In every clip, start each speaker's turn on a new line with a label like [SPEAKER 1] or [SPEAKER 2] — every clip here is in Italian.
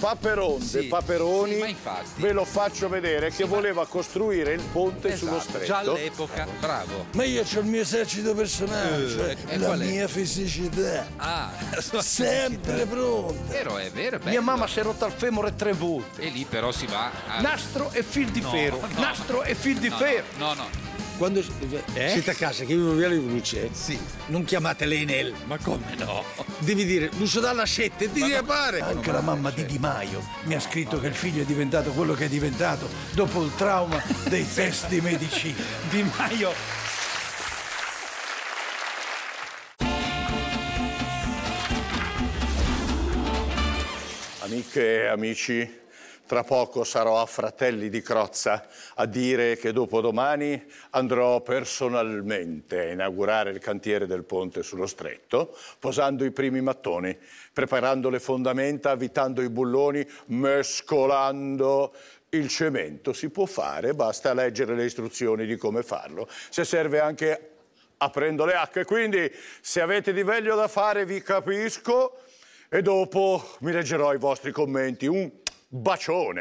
[SPEAKER 1] Paperonde,
[SPEAKER 2] Sì,
[SPEAKER 1] Paperoni,
[SPEAKER 2] sì, ma infatti.
[SPEAKER 1] ve lo faccio vedere, che voleva costruire il ponte sullo
[SPEAKER 2] Esatto,
[SPEAKER 1] stretto.
[SPEAKER 2] già all'epoca, bravo.
[SPEAKER 3] Ma io ho il mio esercito personale,
[SPEAKER 2] Eh,
[SPEAKER 3] cioè
[SPEAKER 2] e
[SPEAKER 3] la
[SPEAKER 2] qual è?
[SPEAKER 3] mia fisicità,
[SPEAKER 2] Ah,
[SPEAKER 3] sempre pronta.
[SPEAKER 2] vero, è vero, è bello. Ah.
[SPEAKER 1] Mia mamma si è rotta il femore tre volte.
[SPEAKER 2] E lì però si va a...
[SPEAKER 1] Nastro e fil di
[SPEAKER 2] No,
[SPEAKER 1] ferro,
[SPEAKER 2] no.
[SPEAKER 1] nastro e fil di
[SPEAKER 2] No,
[SPEAKER 1] ferro.
[SPEAKER 2] No, no, no.
[SPEAKER 3] Quando cioè,
[SPEAKER 2] Eh?
[SPEAKER 3] siete a casa che io vi via le luce,
[SPEAKER 4] Sì.
[SPEAKER 3] non chiamate l'Enel, ma come no? Devi dire luce dalla scetta e ti ripare. Anche la mamma di Di Maio mi ha scritto che il figlio è diventato quello che è diventato dopo il trauma dei test di medicina.
[SPEAKER 2] Di Maio.
[SPEAKER 1] Amiche e amici, tra poco sarò a Fratelli di Crozza a dire che dopodomani andrò personalmente a inaugurare il cantiere del ponte sullo stretto, posando i primi mattoni, preparando le fondamenta, avvitando i bulloni, mescolando. Il cemento si può fare, basta leggere le istruzioni di come farlo. Se serve anche aprendo le acque, quindi se avete di meglio da fare vi capisco e dopo mi leggerò i vostri commenti. Un bacione.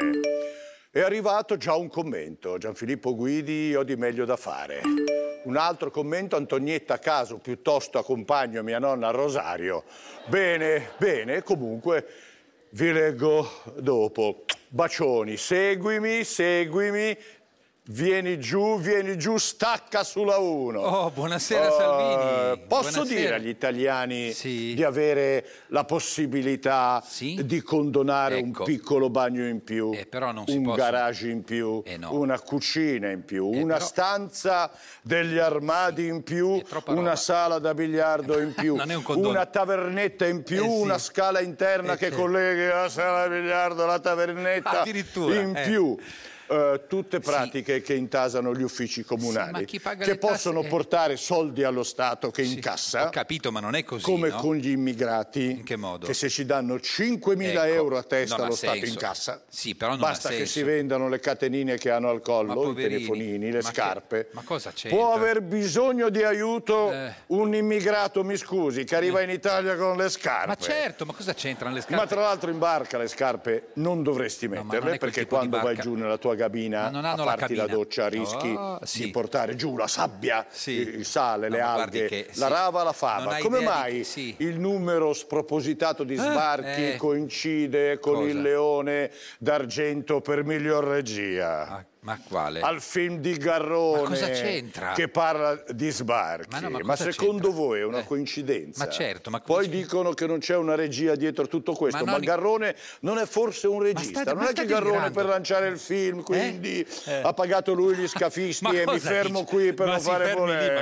[SPEAKER 1] È arrivato già un commento, Gianfilippo Guidi, ho di meglio da fare. Un altro commento, Antonietta Caso, piuttosto accompagno mia nonna a Rosario. Bene, bene, comunque vi leggo dopo. Bacioni, seguimi, seguimi, vieni giù, vieni giù, stacca sulla 1.
[SPEAKER 2] Oh, buonasera, Salvini.
[SPEAKER 1] Eh, Posso
[SPEAKER 2] Buonasera.
[SPEAKER 1] dire agli italiani
[SPEAKER 2] Sì.
[SPEAKER 1] di avere la possibilità
[SPEAKER 2] Sì.
[SPEAKER 1] di condonare
[SPEAKER 2] Ecco.
[SPEAKER 1] un piccolo bagno in più?
[SPEAKER 2] Eh, però non si
[SPEAKER 1] un
[SPEAKER 2] possono.
[SPEAKER 1] garage in più,
[SPEAKER 2] Eh, no. Eh,
[SPEAKER 1] una cucina in più, una
[SPEAKER 2] però-
[SPEAKER 1] stanza degli armadi in più,
[SPEAKER 2] è troppa
[SPEAKER 1] una
[SPEAKER 2] roba.
[SPEAKER 1] sala da biliardo in più,
[SPEAKER 2] Non è un condono.
[SPEAKER 1] una tavernetta in più,
[SPEAKER 2] Eh, sì.
[SPEAKER 1] una scala interna
[SPEAKER 2] Eh,
[SPEAKER 1] che
[SPEAKER 2] sì.
[SPEAKER 1] colleghi la sala da biliardo alla tavernetta
[SPEAKER 2] Addirittura,
[SPEAKER 1] in
[SPEAKER 2] eh.
[SPEAKER 1] più. Eh, tutte pratiche che intasano gli uffici comunali
[SPEAKER 2] chi paga
[SPEAKER 1] che
[SPEAKER 2] le tasse-
[SPEAKER 1] possono
[SPEAKER 2] eh.
[SPEAKER 1] portare soldi allo Stato che
[SPEAKER 2] Sì,
[SPEAKER 1] incassa
[SPEAKER 2] Ho capito, ma non è così,
[SPEAKER 1] Ah, come
[SPEAKER 2] no?
[SPEAKER 1] con gli immigrati
[SPEAKER 2] In che modo?
[SPEAKER 1] se ci danno 5.000
[SPEAKER 2] Ecco,
[SPEAKER 1] euro a testa
[SPEAKER 2] non ha
[SPEAKER 1] lo Stato
[SPEAKER 2] senso.
[SPEAKER 1] incassa
[SPEAKER 2] Sì, però non ha
[SPEAKER 1] basta che
[SPEAKER 2] senso.
[SPEAKER 1] si vendano le catenine che hanno al
[SPEAKER 2] Ma
[SPEAKER 1] collo i
[SPEAKER 2] poverini,
[SPEAKER 1] telefonini, le
[SPEAKER 2] ma che-
[SPEAKER 1] scarpe
[SPEAKER 2] ma cosa c'entra?
[SPEAKER 1] può aver bisogno di aiuto
[SPEAKER 2] Eh.
[SPEAKER 1] un immigrato, mi scusi che arriva in Italia con le scarpe
[SPEAKER 2] Ma certo, ma cosa c'entrano le scarpe?
[SPEAKER 1] ma tra l'altro in barca le scarpe non dovresti
[SPEAKER 2] ma non
[SPEAKER 1] metterle
[SPEAKER 2] è quel
[SPEAKER 1] perché
[SPEAKER 2] tipo di
[SPEAKER 1] quando vai
[SPEAKER 2] barca.
[SPEAKER 1] giù nella tua
[SPEAKER 2] Ma
[SPEAKER 1] cabina
[SPEAKER 2] non
[SPEAKER 1] a
[SPEAKER 2] hanno la
[SPEAKER 1] farti la
[SPEAKER 2] cabina.
[SPEAKER 1] doccia rischi
[SPEAKER 2] Oh,
[SPEAKER 1] di
[SPEAKER 2] sì.
[SPEAKER 1] portare giù la sabbia,
[SPEAKER 2] Sì.
[SPEAKER 1] il il sale,
[SPEAKER 2] No,
[SPEAKER 1] le
[SPEAKER 2] ma guardi
[SPEAKER 1] alghe,
[SPEAKER 2] che-
[SPEAKER 1] la
[SPEAKER 2] sì.
[SPEAKER 1] rava, la
[SPEAKER 2] Non
[SPEAKER 1] fava.
[SPEAKER 2] hai
[SPEAKER 1] Come
[SPEAKER 2] idea di
[SPEAKER 1] mai
[SPEAKER 2] chi- sì.
[SPEAKER 1] il numero spropositato di sbarchi
[SPEAKER 2] eh.
[SPEAKER 1] coincide con
[SPEAKER 2] Cosa?
[SPEAKER 1] il leone d'argento per miglior regia?
[SPEAKER 2] Ah, ma quale?
[SPEAKER 1] al film di Garrone
[SPEAKER 2] Ma cosa c'entra?
[SPEAKER 1] che parla di sbarchi.
[SPEAKER 2] Ma no, ma cosa
[SPEAKER 1] secondo
[SPEAKER 2] c'entra?
[SPEAKER 1] voi è una
[SPEAKER 2] Eh.
[SPEAKER 1] coincidenza?
[SPEAKER 2] Ma certo, ma
[SPEAKER 1] Poi
[SPEAKER 2] cosa-
[SPEAKER 1] dicono che non c'è una regia dietro tutto questo, ma,
[SPEAKER 2] Ma no, ni-
[SPEAKER 1] Garrone non è forse un regista,
[SPEAKER 2] state-
[SPEAKER 1] non
[SPEAKER 2] ma
[SPEAKER 1] è che
[SPEAKER 2] state
[SPEAKER 1] Garrone
[SPEAKER 2] delirando?
[SPEAKER 1] per lanciare il film, quindi ha pagato lui gli scafisti
[SPEAKER 2] Ma
[SPEAKER 1] e mi
[SPEAKER 2] cosa
[SPEAKER 1] fermo
[SPEAKER 2] dici?
[SPEAKER 1] qui per
[SPEAKER 2] Ma
[SPEAKER 1] non
[SPEAKER 2] si
[SPEAKER 1] fare
[SPEAKER 2] fermi lì, ma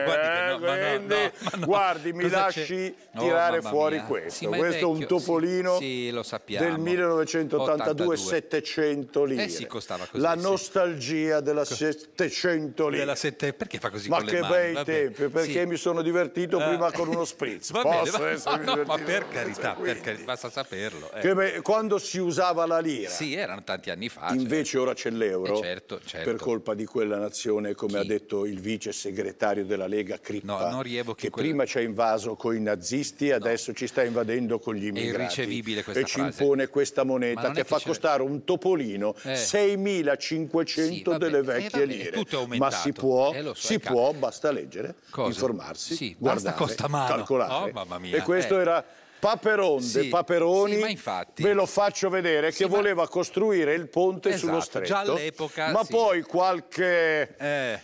[SPEAKER 2] guardi che
[SPEAKER 1] polemiche.
[SPEAKER 2] no, ma no,
[SPEAKER 1] quindi,
[SPEAKER 2] no, ma no.
[SPEAKER 1] guardi, mi
[SPEAKER 2] Cosa c'è?
[SPEAKER 1] lasci
[SPEAKER 2] Oh,
[SPEAKER 1] tirare
[SPEAKER 2] mamma
[SPEAKER 1] fuori
[SPEAKER 2] mia.
[SPEAKER 1] questo.
[SPEAKER 2] Sì, ma è
[SPEAKER 1] questo è un
[SPEAKER 2] vecchio, sì,
[SPEAKER 1] topolino
[SPEAKER 2] sì, lo sappiamo.
[SPEAKER 1] del 1982,
[SPEAKER 2] 82.
[SPEAKER 1] 700 lire.
[SPEAKER 2] Eh sì, costava così,
[SPEAKER 1] La
[SPEAKER 2] sì.
[SPEAKER 1] nostalgia della 700 lire.
[SPEAKER 2] Della sette-
[SPEAKER 1] Eh,
[SPEAKER 2] Perché fa così
[SPEAKER 1] Ma
[SPEAKER 2] con le
[SPEAKER 1] che
[SPEAKER 2] mani?
[SPEAKER 1] bei
[SPEAKER 2] Vabbè.
[SPEAKER 1] tempi, perché
[SPEAKER 2] Sì.
[SPEAKER 1] mi sono divertito
[SPEAKER 2] Ah.
[SPEAKER 1] prima con uno spritz.
[SPEAKER 2] Va bene,
[SPEAKER 1] Posso
[SPEAKER 2] va-
[SPEAKER 1] essermi
[SPEAKER 2] no, ma
[SPEAKER 1] divertito
[SPEAKER 2] per
[SPEAKER 1] con
[SPEAKER 2] carità,
[SPEAKER 1] questo,
[SPEAKER 2] per carità, basta saperlo. eh.
[SPEAKER 1] quindi. Che be- quando si usava la lira,
[SPEAKER 2] Sì, erano tanti anni fa. cioè.
[SPEAKER 1] invece ora c'è l'euro,
[SPEAKER 2] Eh, certo, certo.
[SPEAKER 1] per colpa di quella nazione, come
[SPEAKER 2] Chi?
[SPEAKER 1] ha detto il vice segretario della Lega Crippa,
[SPEAKER 2] No, non rievochi
[SPEAKER 1] che
[SPEAKER 2] quella-
[SPEAKER 1] prima ci ha invaso con i nazisti adesso ci sta invadendo con gli immigrati.
[SPEAKER 2] irricevibile questa
[SPEAKER 1] e ci
[SPEAKER 2] frase.
[SPEAKER 1] impone questa
[SPEAKER 2] Ma
[SPEAKER 1] moneta
[SPEAKER 2] non è
[SPEAKER 1] che
[SPEAKER 2] che
[SPEAKER 1] fa
[SPEAKER 2] ce ne-
[SPEAKER 1] costare un topolino
[SPEAKER 2] Eh.
[SPEAKER 1] 6.500
[SPEAKER 2] Sì, vabbè,
[SPEAKER 1] delle
[SPEAKER 2] eh,
[SPEAKER 1] vecchie
[SPEAKER 2] vabbè,
[SPEAKER 1] lire.
[SPEAKER 2] tutto è
[SPEAKER 1] Ma
[SPEAKER 2] aumentato.
[SPEAKER 1] si può,
[SPEAKER 2] Eh, lo so,
[SPEAKER 1] si
[SPEAKER 2] è ca-
[SPEAKER 1] può basta leggere,
[SPEAKER 2] Cosa?
[SPEAKER 1] informarsi,
[SPEAKER 2] Sì, basta
[SPEAKER 1] guardare,
[SPEAKER 2] costa mano.
[SPEAKER 1] calcolare.
[SPEAKER 2] Oh, mamma mia,
[SPEAKER 1] E questo
[SPEAKER 2] eh.
[SPEAKER 1] era Paperonde,
[SPEAKER 5] Sì,
[SPEAKER 1] Paperoni,
[SPEAKER 5] sì, ma infatti.
[SPEAKER 1] ve lo faccio vedere, che
[SPEAKER 5] ma-
[SPEAKER 1] voleva costruire il ponte
[SPEAKER 5] Esatto,
[SPEAKER 1] sullo stretto.
[SPEAKER 5] già all'epoca,
[SPEAKER 1] Ma
[SPEAKER 5] sì.
[SPEAKER 1] poi qualche
[SPEAKER 5] Eh,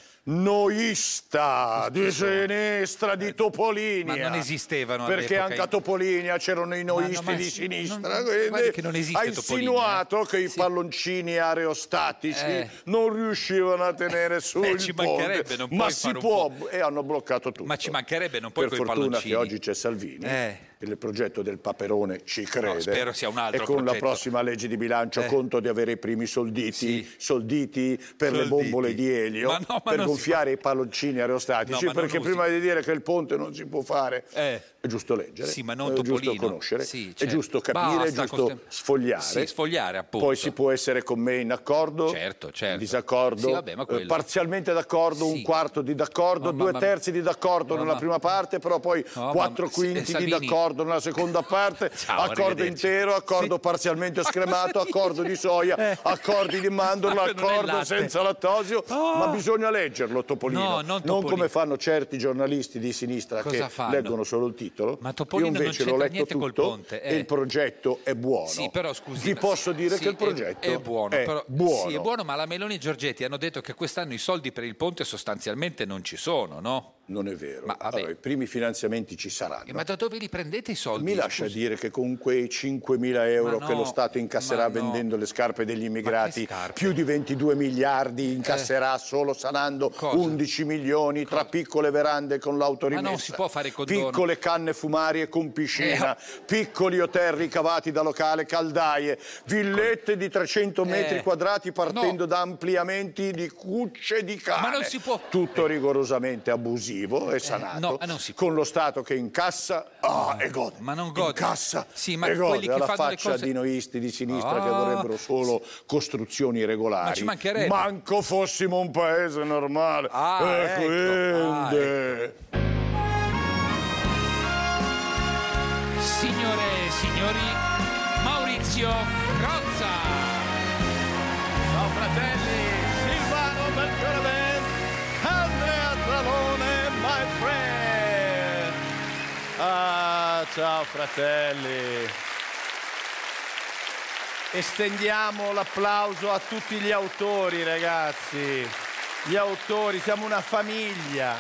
[SPEAKER 1] noista di sinistra,
[SPEAKER 2] Eh,
[SPEAKER 1] di Topolinia.
[SPEAKER 5] ma non esistevano
[SPEAKER 1] Perché
[SPEAKER 5] all'epoca
[SPEAKER 1] anche
[SPEAKER 5] i-
[SPEAKER 1] a Topolinia c'erano i
[SPEAKER 5] no,
[SPEAKER 1] noisti
[SPEAKER 5] ma
[SPEAKER 1] di
[SPEAKER 5] sì,
[SPEAKER 1] sinistra.
[SPEAKER 5] non-
[SPEAKER 1] quindi
[SPEAKER 5] guarda che non esiste
[SPEAKER 1] ha
[SPEAKER 5] Topolinia.
[SPEAKER 1] insinuato che i palloncini aerostatici
[SPEAKER 5] Eh.
[SPEAKER 1] non riuscivano a tenere su
[SPEAKER 5] Beh,
[SPEAKER 1] il
[SPEAKER 5] ci
[SPEAKER 1] ponte.
[SPEAKER 5] mancherebbe, non
[SPEAKER 1] ma
[SPEAKER 5] puoi
[SPEAKER 1] si
[SPEAKER 5] fare un
[SPEAKER 1] può e hanno bloccato tutto.
[SPEAKER 5] Ma ci mancherebbe, non puoi
[SPEAKER 1] Per
[SPEAKER 5] coi
[SPEAKER 1] fortuna
[SPEAKER 5] palloncini.
[SPEAKER 1] che oggi c'è Salvini
[SPEAKER 5] Eh.
[SPEAKER 1] che il progetto del Paperone ci crede.
[SPEAKER 5] spero sia un altro
[SPEAKER 1] E con la
[SPEAKER 5] progetto.
[SPEAKER 1] prossima legge di bilancio
[SPEAKER 5] Eh.
[SPEAKER 1] conto di avere i primi solditi,
[SPEAKER 5] Sì.
[SPEAKER 1] solditi per le
[SPEAKER 5] Solditi.
[SPEAKER 1] bombole di elio,
[SPEAKER 5] Ma no, ma
[SPEAKER 1] per
[SPEAKER 5] non si
[SPEAKER 1] gonfiare i palloncini aerostatici,
[SPEAKER 5] No, ma non
[SPEAKER 1] perché
[SPEAKER 5] usi.
[SPEAKER 1] prima di dire che il ponte non si può fare.
[SPEAKER 5] Eh.
[SPEAKER 1] È giusto leggere,
[SPEAKER 5] Sì, ma non
[SPEAKER 1] è giusto
[SPEAKER 5] Topolino.
[SPEAKER 1] conoscere,
[SPEAKER 5] Sì,
[SPEAKER 1] è
[SPEAKER 5] certo.
[SPEAKER 1] giusto capire, è
[SPEAKER 5] Basta
[SPEAKER 1] giusto
[SPEAKER 5] con ste-
[SPEAKER 1] sfogliare.
[SPEAKER 5] Sì, sfogliare, appunto.
[SPEAKER 1] Poi si può essere con me in accordo,
[SPEAKER 5] Certo, certo.
[SPEAKER 1] disaccordo,
[SPEAKER 5] Sì, vabbè, ma
[SPEAKER 1] eh,
[SPEAKER 5] quello-
[SPEAKER 1] parzialmente d'accordo,
[SPEAKER 5] Sì.
[SPEAKER 1] un quarto di d'accordo,
[SPEAKER 5] No,
[SPEAKER 1] due
[SPEAKER 5] mamma mia.
[SPEAKER 1] terzi di d'accordo
[SPEAKER 5] No,
[SPEAKER 1] nella
[SPEAKER 5] ma-
[SPEAKER 1] prima parte, però poi
[SPEAKER 5] No,
[SPEAKER 1] quattro
[SPEAKER 5] ma-
[SPEAKER 1] quinti
[SPEAKER 5] eh,
[SPEAKER 1] di
[SPEAKER 5] Salvini-
[SPEAKER 1] d'accordo nella seconda parte,
[SPEAKER 5] Ciao,
[SPEAKER 1] accordo
[SPEAKER 5] arrivederci.
[SPEAKER 1] intero, accordo parzialmente scremato,
[SPEAKER 5] dici?
[SPEAKER 1] accordo di soia,
[SPEAKER 5] Eh.
[SPEAKER 1] accordi di mandorla,
[SPEAKER 5] Ma non è
[SPEAKER 1] accordo
[SPEAKER 5] latte.
[SPEAKER 1] senza lattosio,
[SPEAKER 5] Ah.
[SPEAKER 1] ma bisogna leggerlo Topolino,
[SPEAKER 5] No, non Topolino.
[SPEAKER 1] come fanno certi giornalisti di sinistra
[SPEAKER 5] Cosa
[SPEAKER 1] che
[SPEAKER 5] fanno?
[SPEAKER 1] leggono solo il titolo.
[SPEAKER 5] Ma Topolino
[SPEAKER 1] Io
[SPEAKER 5] non
[SPEAKER 1] invece l'ho
[SPEAKER 5] c'entra
[SPEAKER 1] letto
[SPEAKER 5] niente
[SPEAKER 1] tutto
[SPEAKER 5] col ponte,
[SPEAKER 1] e
[SPEAKER 5] eh.
[SPEAKER 1] il progetto è buono.
[SPEAKER 5] Sì, però scusi.
[SPEAKER 1] Ti
[SPEAKER 5] ma-
[SPEAKER 1] posso dire
[SPEAKER 5] sì,
[SPEAKER 1] che il
[SPEAKER 5] è-
[SPEAKER 1] progetto
[SPEAKER 5] è, buono, però,
[SPEAKER 1] buono.
[SPEAKER 5] Sì, è buono, ma la Meloni e Giorgetti hanno detto che quest'anno i soldi per il ponte sostanzialmente non ci sono, no?
[SPEAKER 1] Non è vero.
[SPEAKER 5] Ma vabbè.
[SPEAKER 1] Allora, I primi finanziamenti ci
[SPEAKER 5] Eh,
[SPEAKER 1] saranno.
[SPEAKER 5] Ma da dove li prendete i soldi?
[SPEAKER 1] Mi lascia
[SPEAKER 5] Scusi.
[SPEAKER 1] dire che con quei 5.000 euro
[SPEAKER 5] Ma
[SPEAKER 1] che
[SPEAKER 5] no,
[SPEAKER 1] lo Stato incasserà
[SPEAKER 5] ma no.
[SPEAKER 1] vendendo le scarpe degli
[SPEAKER 5] Ma
[SPEAKER 1] immigrati,
[SPEAKER 5] che scarpe?
[SPEAKER 1] più di 22 miliardi incasserà solo sanando
[SPEAKER 5] Cosa?
[SPEAKER 1] 11 milioni tra piccole verande con l'autorimessa,
[SPEAKER 5] Ma non si può fare Eh. condono.
[SPEAKER 1] piccole canne fumarie con piscina, piccoli hotel ricavati da locale, caldaie, villette di 300 metri
[SPEAKER 5] Eh.
[SPEAKER 1] quadrati partendo
[SPEAKER 5] No.
[SPEAKER 1] da ampliamenti di cucce di cane.
[SPEAKER 5] non si può- Eh.
[SPEAKER 1] Tutto rigorosamente abusivo e sanato,
[SPEAKER 5] no, ma non si può.
[SPEAKER 1] con lo Stato che incassa ah, e gode
[SPEAKER 5] Ma non gode.
[SPEAKER 1] in cassa
[SPEAKER 5] Sì, ma
[SPEAKER 1] e gode
[SPEAKER 5] quelli che
[SPEAKER 1] alla
[SPEAKER 5] fanno le
[SPEAKER 1] faccia
[SPEAKER 5] cose-
[SPEAKER 1] di noisti di sinistra che
[SPEAKER 5] Ah.
[SPEAKER 1] vorrebbero solo costruzioni regolari.
[SPEAKER 5] Ma ci mancherebbe.
[SPEAKER 1] Manco fossimo un paese normale.
[SPEAKER 5] Ah,
[SPEAKER 1] E
[SPEAKER 5] ecco. Ah,
[SPEAKER 1] Eh, quindi-
[SPEAKER 5] Signore e signori, Maurizio Crozza.
[SPEAKER 1] Ciao fratelli, Silvano Belfiore Andrea Zalone, my friend. Ah, ciao fratelli. Estendiamo l'applauso a tutti gli autori, ragazzi. Gli autori, siamo una famiglia.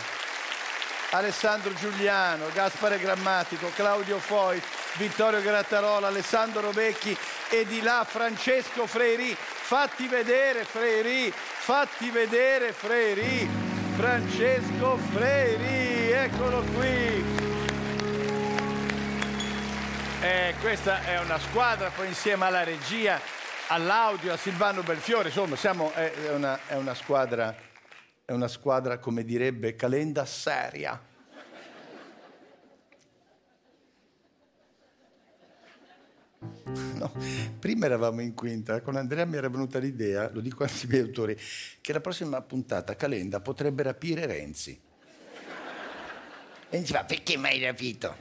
[SPEAKER 1] Alessandro Giuliano, Gaspare Grammatico, Claudio Foit, Vittorio Grattarola, Alessandro Vecchi e di là Francesco Freiri. Fatti vedere Freiri, fatti vedere Freiri. Francesco Freiri, eccolo qui. Eh, questa è una squadra, poi insieme alla regia, all'audio, a Silvano Belfiore, insomma, siamo, è- è una- è una squadra, è una squadra, come direbbe Calenda, seria. No, prima eravamo in quinta, con Andrea mi era venuta l'idea, lo dico anche ai miei autori, che la prossima puntata Calenda potrebbe rapire Renzi. E diceva, perché mai rapito?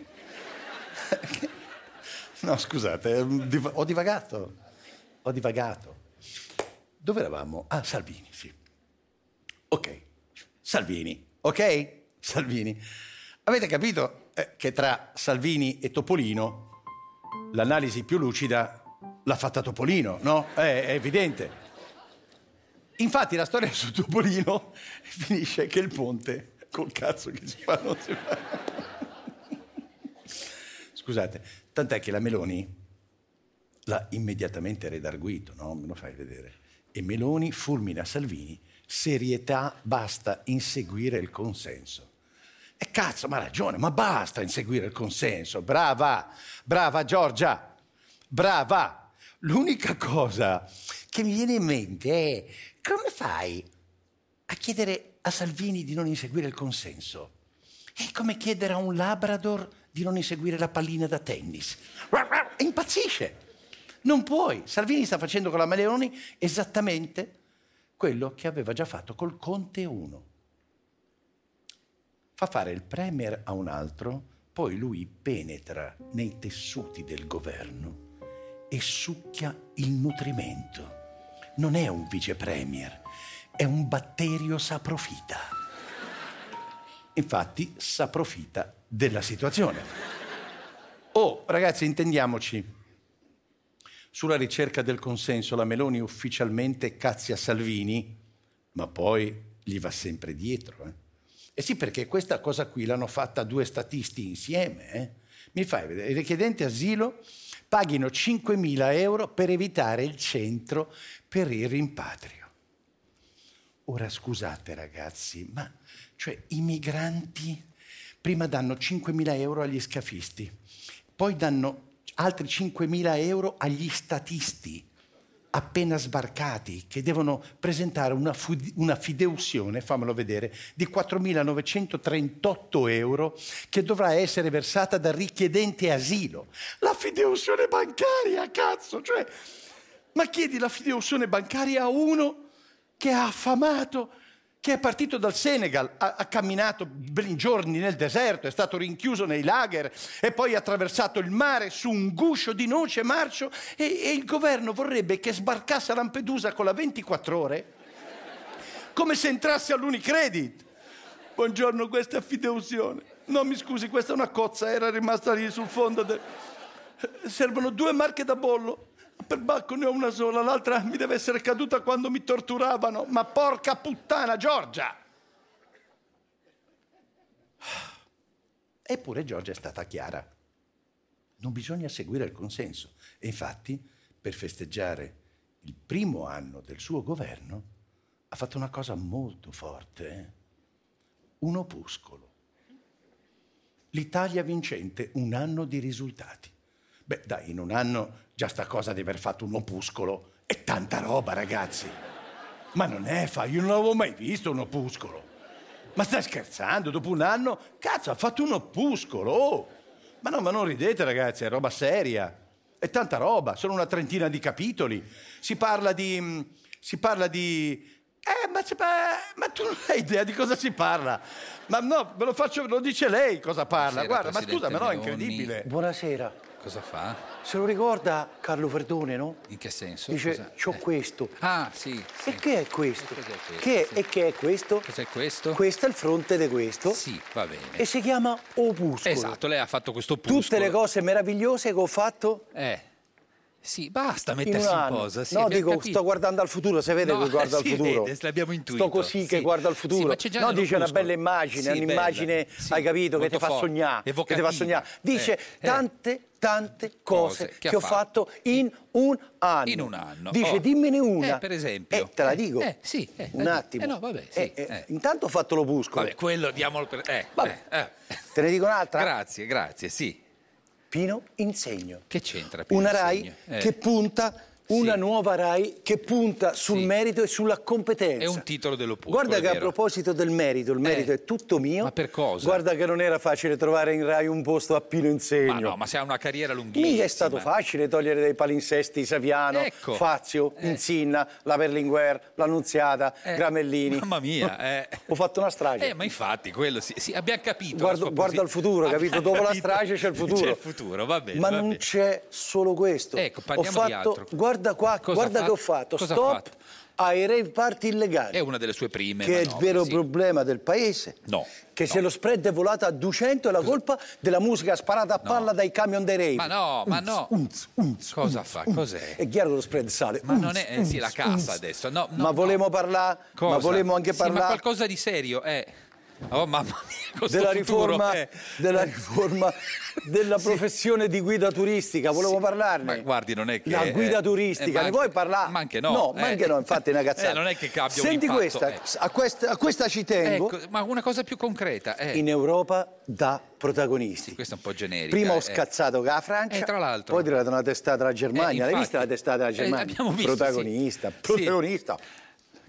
[SPEAKER 1] no, scusate, eh, div- ho divagato, ho divagato. Dove eravamo? Ah, Salvini, sì. Ok, Salvini, ok? Salvini. Avete capito eh, che tra Salvini e Topolino l'analisi più lucida l'ha fatta Topolino, no? Eh, È, evidente. Infatti la storia su Topolino finisce che il ponte col cazzo che si fa non si fa. Scusate, tant'è che la Meloni l'ha immediatamente redarguito, no? Me lo fai vedere. E Meloni fulmina Salvini, serietà, basta inseguire il consenso. E cazzo, ma ha ragione, ma basta inseguire il consenso. Brava, brava Giorgia, brava. L'unica cosa che mi viene in mente è come fai a chiedere a Salvini di non inseguire il consenso? È come chiedere a un Labrador di non inseguire la pallina da tennis. Impazzisce. Non puoi. Salvini sta facendo con la Maleoni esattamente quello che aveva già fatto col Conte 1 fa fare il premier a un altro, poi lui penetra nei tessuti del governo e succhia il nutrimento. Non è un vice premier, è un batterio saprofita. Infatti, saprofita della situazione.
[SPEAKER 2] Oh, ragazzi, intendiamoci. Sulla ricerca del consenso la Meloni ufficialmente cazzia Salvini, ma poi gli va sempre dietro. eh. E sì, perché questa cosa qui l'hanno fatta due statisti insieme. eh. Mi fai vedere, i richiedenti asilo paghino 5.000 euro per evitare il centro per il rimpatrio. Ora scusate ragazzi, ma cioè i migranti prima danno 5.000 euro agli scafisti, poi danno altri 5.000 euro agli statisti appena sbarcati che devono presentare una, fud- una fideussione, fammelo vedere, di 4.938 euro che dovrà essere versata dal richiedente asilo. La fideussione bancaria, cazzo! Cioè, ma chiedi la fideussione bancaria a uno che è affamato, che è partito dal Senegal, ha, ha camminato ben giorni nel deserto, è stato rinchiuso nei lager e poi ha attraversato il mare su un guscio di noce marcio e, e il governo vorrebbe che sbarcasse a Lampedusa con la 24 ore come se entrasse all'Unicredit. Buongiorno, questa è fideusione. No, mi scusi, questa è una cozza, era rimasta lì sul fondo. del- Servono due marche da bollo. Per Bacco ne ho una sola, l'altra mi deve essere caduta quando mi torturavano. Ma porca puttana, Giorgia! Eppure Giorgia è stata chiara. Non bisogna seguire il consenso. E infatti, per festeggiare il primo anno del suo governo, ha fatto una cosa molto forte. eh. Un opuscolo. L'Italia vincente, un anno di risultati. Beh, dai, in un anno già sta cosa di aver fatto un opuscolo è tanta roba, ragazzi. Ma non è, fa, io non avevo mai visto un opuscolo. Ma stai scherzando? Dopo un anno, cazzo, ha fatto un opuscolo! oh! Ma no, ma non ridete, ragazzi, è roba seria. È tanta roba, sono una trentina di capitoli. Si parla di. mm, Si parla di. Eh, ma, c'è- ma- ma tu non hai idea di cosa si parla? Ma no, ve lo faccio, ve lo dice lei cosa parla.
[SPEAKER 5] Buonasera,
[SPEAKER 2] Guarda, ma
[SPEAKER 5] Presidente
[SPEAKER 2] scusa, ma no, è
[SPEAKER 5] Meloni.
[SPEAKER 2] incredibile.
[SPEAKER 3] Buonasera,
[SPEAKER 5] Cosa fa?
[SPEAKER 3] se lo ricorda Carlo Verdone, no?
[SPEAKER 5] In che senso? Cosa-
[SPEAKER 3] Dice, c'ho
[SPEAKER 5] eh.
[SPEAKER 3] questo.
[SPEAKER 5] Ah, sì. sì.
[SPEAKER 3] E che è questo?
[SPEAKER 5] E cos'è questo?
[SPEAKER 3] Che è-
[SPEAKER 5] Sì.
[SPEAKER 3] E che è questo?
[SPEAKER 5] Cos'è questo?
[SPEAKER 3] Questo è il fronte di questo.
[SPEAKER 5] Sì, va bene.
[SPEAKER 3] E si chiama opuscolo.
[SPEAKER 5] Esatto, lei ha fatto questo punto.
[SPEAKER 3] Tutte le cose meravigliose che ho fatto
[SPEAKER 5] Eh. Sì, basta
[SPEAKER 3] in un
[SPEAKER 5] mettersi in,
[SPEAKER 3] anno.
[SPEAKER 5] posa. Sì,
[SPEAKER 3] no,
[SPEAKER 5] abbiamo
[SPEAKER 3] dico,
[SPEAKER 5] capito.
[SPEAKER 3] sto guardando al futuro, si vede
[SPEAKER 5] No,
[SPEAKER 3] che guarda
[SPEAKER 5] si
[SPEAKER 3] al futuro.
[SPEAKER 5] vede, l'abbiamo intuito.
[SPEAKER 3] Sto così
[SPEAKER 5] Sì.
[SPEAKER 3] che guarda al
[SPEAKER 5] Sì,
[SPEAKER 3] futuro.
[SPEAKER 5] ma c'è già
[SPEAKER 3] no,
[SPEAKER 5] nello
[SPEAKER 3] dice una
[SPEAKER 5] opuscolo.
[SPEAKER 3] bella immagine,
[SPEAKER 5] Sì,
[SPEAKER 3] un'immagine,
[SPEAKER 5] bella. Sì,
[SPEAKER 3] hai capito, che
[SPEAKER 5] molto
[SPEAKER 3] ti fa
[SPEAKER 5] forte,
[SPEAKER 3] sognare, che ti
[SPEAKER 5] evocativa.
[SPEAKER 3] fa sognare.
[SPEAKER 5] Eh,
[SPEAKER 3] Dice
[SPEAKER 5] eh.
[SPEAKER 3] tante, tante cose,
[SPEAKER 5] Cose che
[SPEAKER 3] che,
[SPEAKER 5] ha
[SPEAKER 3] ho fatto in un anno.
[SPEAKER 5] In un anno.
[SPEAKER 3] Dice,
[SPEAKER 5] Oh.
[SPEAKER 3] dimmene una.
[SPEAKER 5] Eh, per esempio.
[SPEAKER 3] Eh, te la
[SPEAKER 5] Eh,
[SPEAKER 3] dico.
[SPEAKER 5] eh, sì, eh, la
[SPEAKER 3] un
[SPEAKER 5] dico.
[SPEAKER 3] attimo.
[SPEAKER 5] Eh, no, vabbè, sì,
[SPEAKER 3] Eh, eh,
[SPEAKER 5] eh.
[SPEAKER 3] Intanto ho fatto l'opuscolo.
[SPEAKER 5] Vabbè, quello diamolo per... Eh,
[SPEAKER 3] Vabbè.
[SPEAKER 5] eh, eh.
[SPEAKER 3] Te ne dico un'altra?
[SPEAKER 5] Grazie, grazie, sì.
[SPEAKER 3] Pino Insegno.
[SPEAKER 5] Che c'entra? per
[SPEAKER 3] una
[SPEAKER 5] il
[SPEAKER 3] RAI
[SPEAKER 5] segno? Eh.
[SPEAKER 3] che punta, una
[SPEAKER 5] Sì.
[SPEAKER 3] nuova RAI che punta sul
[SPEAKER 5] Sì.
[SPEAKER 3] merito e sulla competenza.
[SPEAKER 5] È un titolo dell'opuscolo,
[SPEAKER 3] Guarda
[SPEAKER 5] è
[SPEAKER 3] che a
[SPEAKER 5] vero.
[SPEAKER 3] proposito del merito, il merito
[SPEAKER 5] Eh.
[SPEAKER 3] è tutto mio.
[SPEAKER 5] Ma per cosa?
[SPEAKER 3] Guarda che non era facile trovare in RAI un posto a Pino Insegno.
[SPEAKER 5] Ma no, ma se ha una carriera lunghissima.
[SPEAKER 3] Mica è stato facile togliere dai palinsesti Saviano,
[SPEAKER 5] Ecco.
[SPEAKER 3] Fazio,
[SPEAKER 5] Eh.
[SPEAKER 3] Insinna, la Berlinguer, l'Annunziata,
[SPEAKER 5] Eh,
[SPEAKER 3] Gramellini.
[SPEAKER 5] Mamma mia, eh.
[SPEAKER 3] Ho fatto una strage.
[SPEAKER 5] Eh, ma infatti, quello sì, sì, abbiamo capito.
[SPEAKER 3] Guarda-
[SPEAKER 5] la sua
[SPEAKER 3] guarda il futuro,
[SPEAKER 5] Abbiamo
[SPEAKER 3] capito? Dopo la
[SPEAKER 5] capito.
[SPEAKER 3] strage c'è il futuro.
[SPEAKER 5] C'è il futuro, va bene.
[SPEAKER 3] Ma
[SPEAKER 5] va
[SPEAKER 3] non
[SPEAKER 5] bene.
[SPEAKER 3] c'è solo questo.
[SPEAKER 5] Ecco,
[SPEAKER 3] ho
[SPEAKER 5] parliamo di
[SPEAKER 3] fatto,
[SPEAKER 5] altro.
[SPEAKER 3] Guarda qua,
[SPEAKER 5] Cosa
[SPEAKER 3] guarda
[SPEAKER 5] ha
[SPEAKER 3] che ho
[SPEAKER 5] fatto?
[SPEAKER 3] fatto.
[SPEAKER 5] Cosa ha
[SPEAKER 3] Stop
[SPEAKER 5] fatto?
[SPEAKER 3] ai rave party illegali.
[SPEAKER 5] È una delle sue prime
[SPEAKER 3] che è il
[SPEAKER 5] manovre,
[SPEAKER 3] vero
[SPEAKER 5] sì.
[SPEAKER 3] problema del paese.
[SPEAKER 5] No,
[SPEAKER 3] Che
[SPEAKER 5] no.
[SPEAKER 3] se lo spread è volato a 200 è la colpa della musica sparata a palla dai camion dei rave.
[SPEAKER 5] Ma no, ma no.
[SPEAKER 3] Unz, unz,
[SPEAKER 5] Cosa
[SPEAKER 3] unz,
[SPEAKER 5] fa?
[SPEAKER 3] unz.
[SPEAKER 5] Cos'è?
[SPEAKER 3] Mm, È chiaro che lo spread sale.
[SPEAKER 5] Ma
[SPEAKER 3] Unz,
[SPEAKER 5] non è- eh, sì,
[SPEAKER 3] unz,
[SPEAKER 5] la cassa
[SPEAKER 3] unz.
[SPEAKER 5] adesso. No, no,
[SPEAKER 3] ma
[SPEAKER 5] no.
[SPEAKER 3] volevamo parlare,
[SPEAKER 5] Cosa?
[SPEAKER 3] ma volevo anche
[SPEAKER 5] Sì,
[SPEAKER 3] parlare
[SPEAKER 5] ma qualcosa di serio, eh. Oh mamma mia, questo
[SPEAKER 3] della
[SPEAKER 5] futuro,
[SPEAKER 3] riforma,
[SPEAKER 5] eh.
[SPEAKER 3] della riforma della professione di guida turistica, volevo parlarne.
[SPEAKER 5] Ma guardi, non è che-
[SPEAKER 3] La guida
[SPEAKER 5] eh, eh,
[SPEAKER 3] turistica,
[SPEAKER 5] ma
[SPEAKER 3] ne
[SPEAKER 5] anche-
[SPEAKER 3] vuoi parlare?
[SPEAKER 5] ma anche no,
[SPEAKER 3] No,
[SPEAKER 5] eh.
[SPEAKER 3] ma anche no, infatti è una cazzata.
[SPEAKER 5] Eh, non è che abbia un
[SPEAKER 3] Senti
[SPEAKER 5] impatto,
[SPEAKER 3] questa,
[SPEAKER 5] eh.
[SPEAKER 3] a questa, a questa ci tengo.
[SPEAKER 5] Ecco, ma una cosa più concreta, eh.
[SPEAKER 3] In Europa da protagonisti.
[SPEAKER 5] Questa è un po' generica,
[SPEAKER 3] Prima
[SPEAKER 5] eh.
[SPEAKER 3] ho scazzato con la Francia,
[SPEAKER 5] Eh, tra l'altro.
[SPEAKER 3] poi ho tirato una testata alla Germania.
[SPEAKER 5] Eh, infatti.
[SPEAKER 3] L'hai vista la testata alla
[SPEAKER 5] Eh,
[SPEAKER 3] Germania?
[SPEAKER 5] abbiamo visto, sì.
[SPEAKER 3] protagonista,
[SPEAKER 5] Sì.
[SPEAKER 3] protagonista.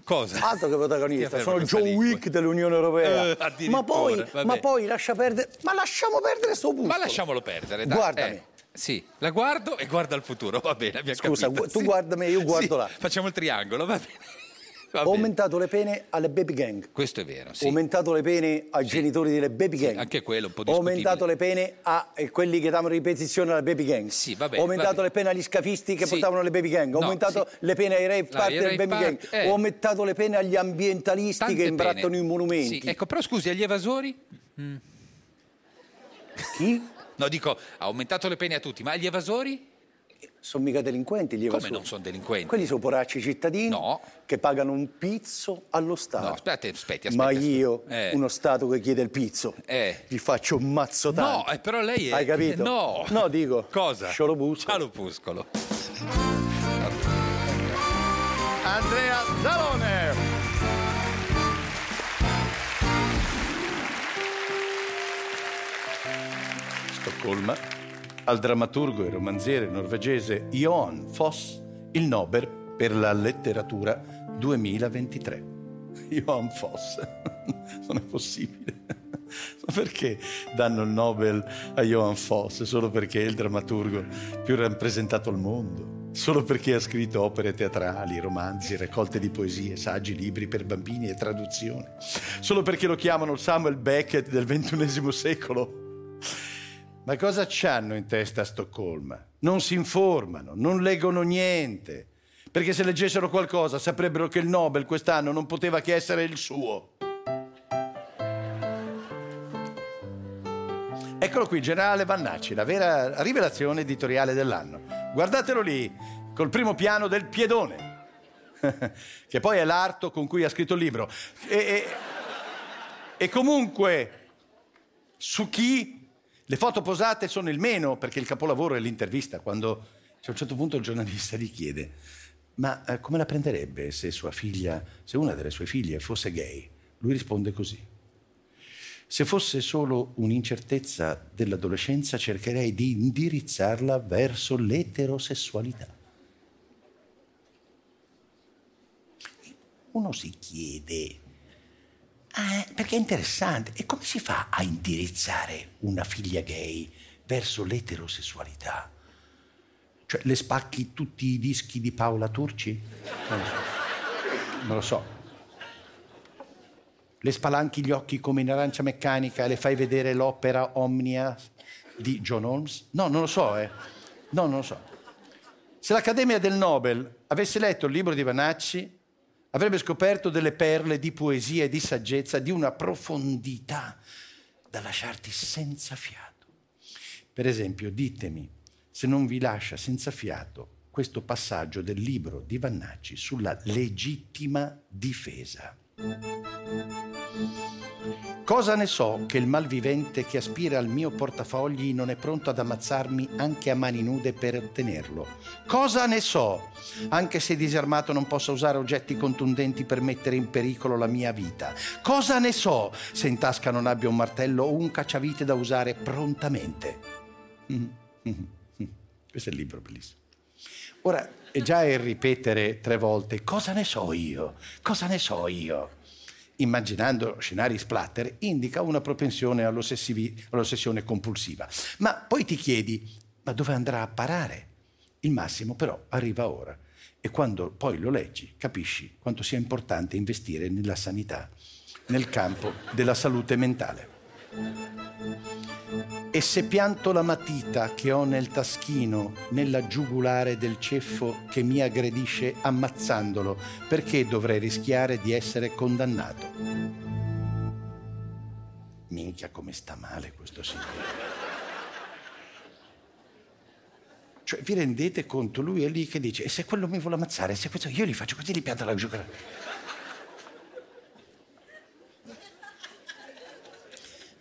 [SPEAKER 5] Cosa?
[SPEAKER 3] Altro che protagonista,
[SPEAKER 5] Stia fermo
[SPEAKER 3] sono
[SPEAKER 5] con
[SPEAKER 3] John
[SPEAKER 5] questa lingua.
[SPEAKER 3] Wick dell'Unione Europea.
[SPEAKER 5] Eh, addirittura,
[SPEAKER 3] ma, poi,
[SPEAKER 5] vabbè.
[SPEAKER 3] ma poi lascia perdere. Ma lasciamo perdere sto busto.
[SPEAKER 5] Ma lasciamolo perdere, dai.
[SPEAKER 3] Guardami.
[SPEAKER 5] eh. Sì, la guardo e guarda al futuro, va bene, abbiamo
[SPEAKER 3] Scusa,
[SPEAKER 5] capito,
[SPEAKER 3] gu- tu
[SPEAKER 5] sì.
[SPEAKER 3] guarda me, io guardo
[SPEAKER 5] Sì,
[SPEAKER 3] là.
[SPEAKER 5] Facciamo il triangolo, va bene. Va
[SPEAKER 3] Ho
[SPEAKER 5] bene.
[SPEAKER 3] aumentato le pene alle baby gang.
[SPEAKER 5] Questo è vero, sì.
[SPEAKER 3] Ho aumentato le pene ai genitori delle baby gang.
[SPEAKER 5] anche quello è un po'
[SPEAKER 3] Ho aumentato le
[SPEAKER 5] discutibile.
[SPEAKER 3] pene a eh, quelli che davano ripetizione alle baby gang.
[SPEAKER 5] Sì, va bene,
[SPEAKER 3] Ho
[SPEAKER 5] va
[SPEAKER 3] aumentato
[SPEAKER 5] bene.
[SPEAKER 3] le pene agli scafisti che
[SPEAKER 5] Sì.
[SPEAKER 3] portavano le baby gang. Ho
[SPEAKER 5] No,
[SPEAKER 3] aumentato
[SPEAKER 5] sì.
[SPEAKER 3] le pene ai rave
[SPEAKER 5] No,
[SPEAKER 3] party
[SPEAKER 5] ai
[SPEAKER 3] delle
[SPEAKER 5] rave
[SPEAKER 3] baby
[SPEAKER 5] party,
[SPEAKER 3] gang.
[SPEAKER 5] eh.
[SPEAKER 3] Ho aumentato le pene agli ambientalisti
[SPEAKER 5] Tante
[SPEAKER 3] che
[SPEAKER 5] pene.
[SPEAKER 3] imbrattano i monumenti.
[SPEAKER 5] Sì, ecco, però scusi, agli evasori?
[SPEAKER 3] Chi?
[SPEAKER 5] No, dico, ha aumentato le pene a tutti, ma agli evasori?
[SPEAKER 6] Sono mica delinquenti gli evasori.
[SPEAKER 5] Come non sono delinquenti?
[SPEAKER 6] Quelli sono poracci cittadini
[SPEAKER 5] No.
[SPEAKER 6] che pagano un pizzo allo Stato.
[SPEAKER 5] No, aspetta, aspetti, aspetti.
[SPEAKER 6] Ma
[SPEAKER 5] aspetti.
[SPEAKER 6] io,
[SPEAKER 5] Eh.
[SPEAKER 6] uno Stato che chiede il pizzo,
[SPEAKER 5] Eh.
[SPEAKER 6] gli faccio un mazzo tanto.
[SPEAKER 5] No, eh, però lei è...
[SPEAKER 6] Hai capito?
[SPEAKER 5] No.
[SPEAKER 6] No, dico.
[SPEAKER 5] Cosa?
[SPEAKER 6] Sciolopusco.
[SPEAKER 5] Sciolopuscolo.
[SPEAKER 2] Andrea Zalone. Stoccolma, al drammaturgo e romanziere norvegese Johan Foss il Nobel per la letteratura 2023. Johan Foss, non è possibile. Ma perché danno il Nobel a Johan Foss? Solo perché è il drammaturgo più rappresentato al mondo? Solo perché ha scritto opere teatrali, romanzi, raccolte di poesie, saggi, libri per bambini e traduzioni? Solo perché lo chiamano il Samuel Beckett del XXI secolo? Ma cosa c'hanno in testa a Stoccolma? Non si informano, non leggono niente. Perché se leggessero qualcosa saprebbero che il Nobel quest'anno non poteva che essere il suo. Eccolo qui, generale Vannacci, la vera rivelazione editoriale dell'anno. Guardatelo lì, col primo piano del piedone, che poi è l'arto con cui ha scritto il libro. E, e- e comunque, su chi le foto posate sono il meno, perché il capolavoro è l'intervista, quando a un certo punto il giornalista gli chiede, ma eh, come la prenderebbe se sua figlia, se una delle sue figlie fosse gay? Lui risponde così. Se fosse solo un'incertezza dell'adolescenza cercherei di indirizzarla verso l'eterosessualità. Uno si chiede, Ah, perché è interessante. E come si fa a indirizzare una figlia gay verso l'eterosessualità? Cioè, le spacchi tutti i dischi di Paola Turci? Non lo so. Non lo so. Le spalanchi gli occhi come in arancia meccanica e le fai vedere l'opera Omnia di John Holmes? No, non lo so, eh. No, non lo so. Se l'Accademia del Nobel avesse letto il libro di Vanacci, avrebbe scoperto delle perle di poesia e di saggezza di una profondità da lasciarti senza fiato. Per esempio, ditemi se non vi lascia senza fiato questo passaggio del libro di Vannacci sulla legittima difesa. Cosa ne so che il malvivente che aspira al mio portafogli non è pronto ad ammazzarmi anche a mani nude per ottenerlo? Cosa ne so? Anche se disarmato non posso usare oggetti contundenti per mettere in pericolo la mia vita. Cosa ne so se in tasca non abbia un martello o un cacciavite da usare prontamente? Mhm, mhm, mhm. Questo è il libro bellissimo. Ora, è già il ripetere tre volte cosa ne so io, cosa ne so io, immaginando scenari splatter, indica una propensione all'ossessivi- all'ossessione compulsiva. Ma poi ti chiedi, ma dove andrà a parare? Il massimo però arriva ora e quando poi lo leggi capisci quanto sia importante investire nella sanità, nel campo della salute mentale. E se pianto la matita che ho nel taschino, nella giugulare del ceffo che mi aggredisce ammazzandolo, perché dovrei rischiare di essere condannato? Minchia come sta male questo signore. Cioè, vi rendete conto? Lui è lì che dice, e se quello mi vuole ammazzare, se questo io gli faccio così, gli pianto la giugulare.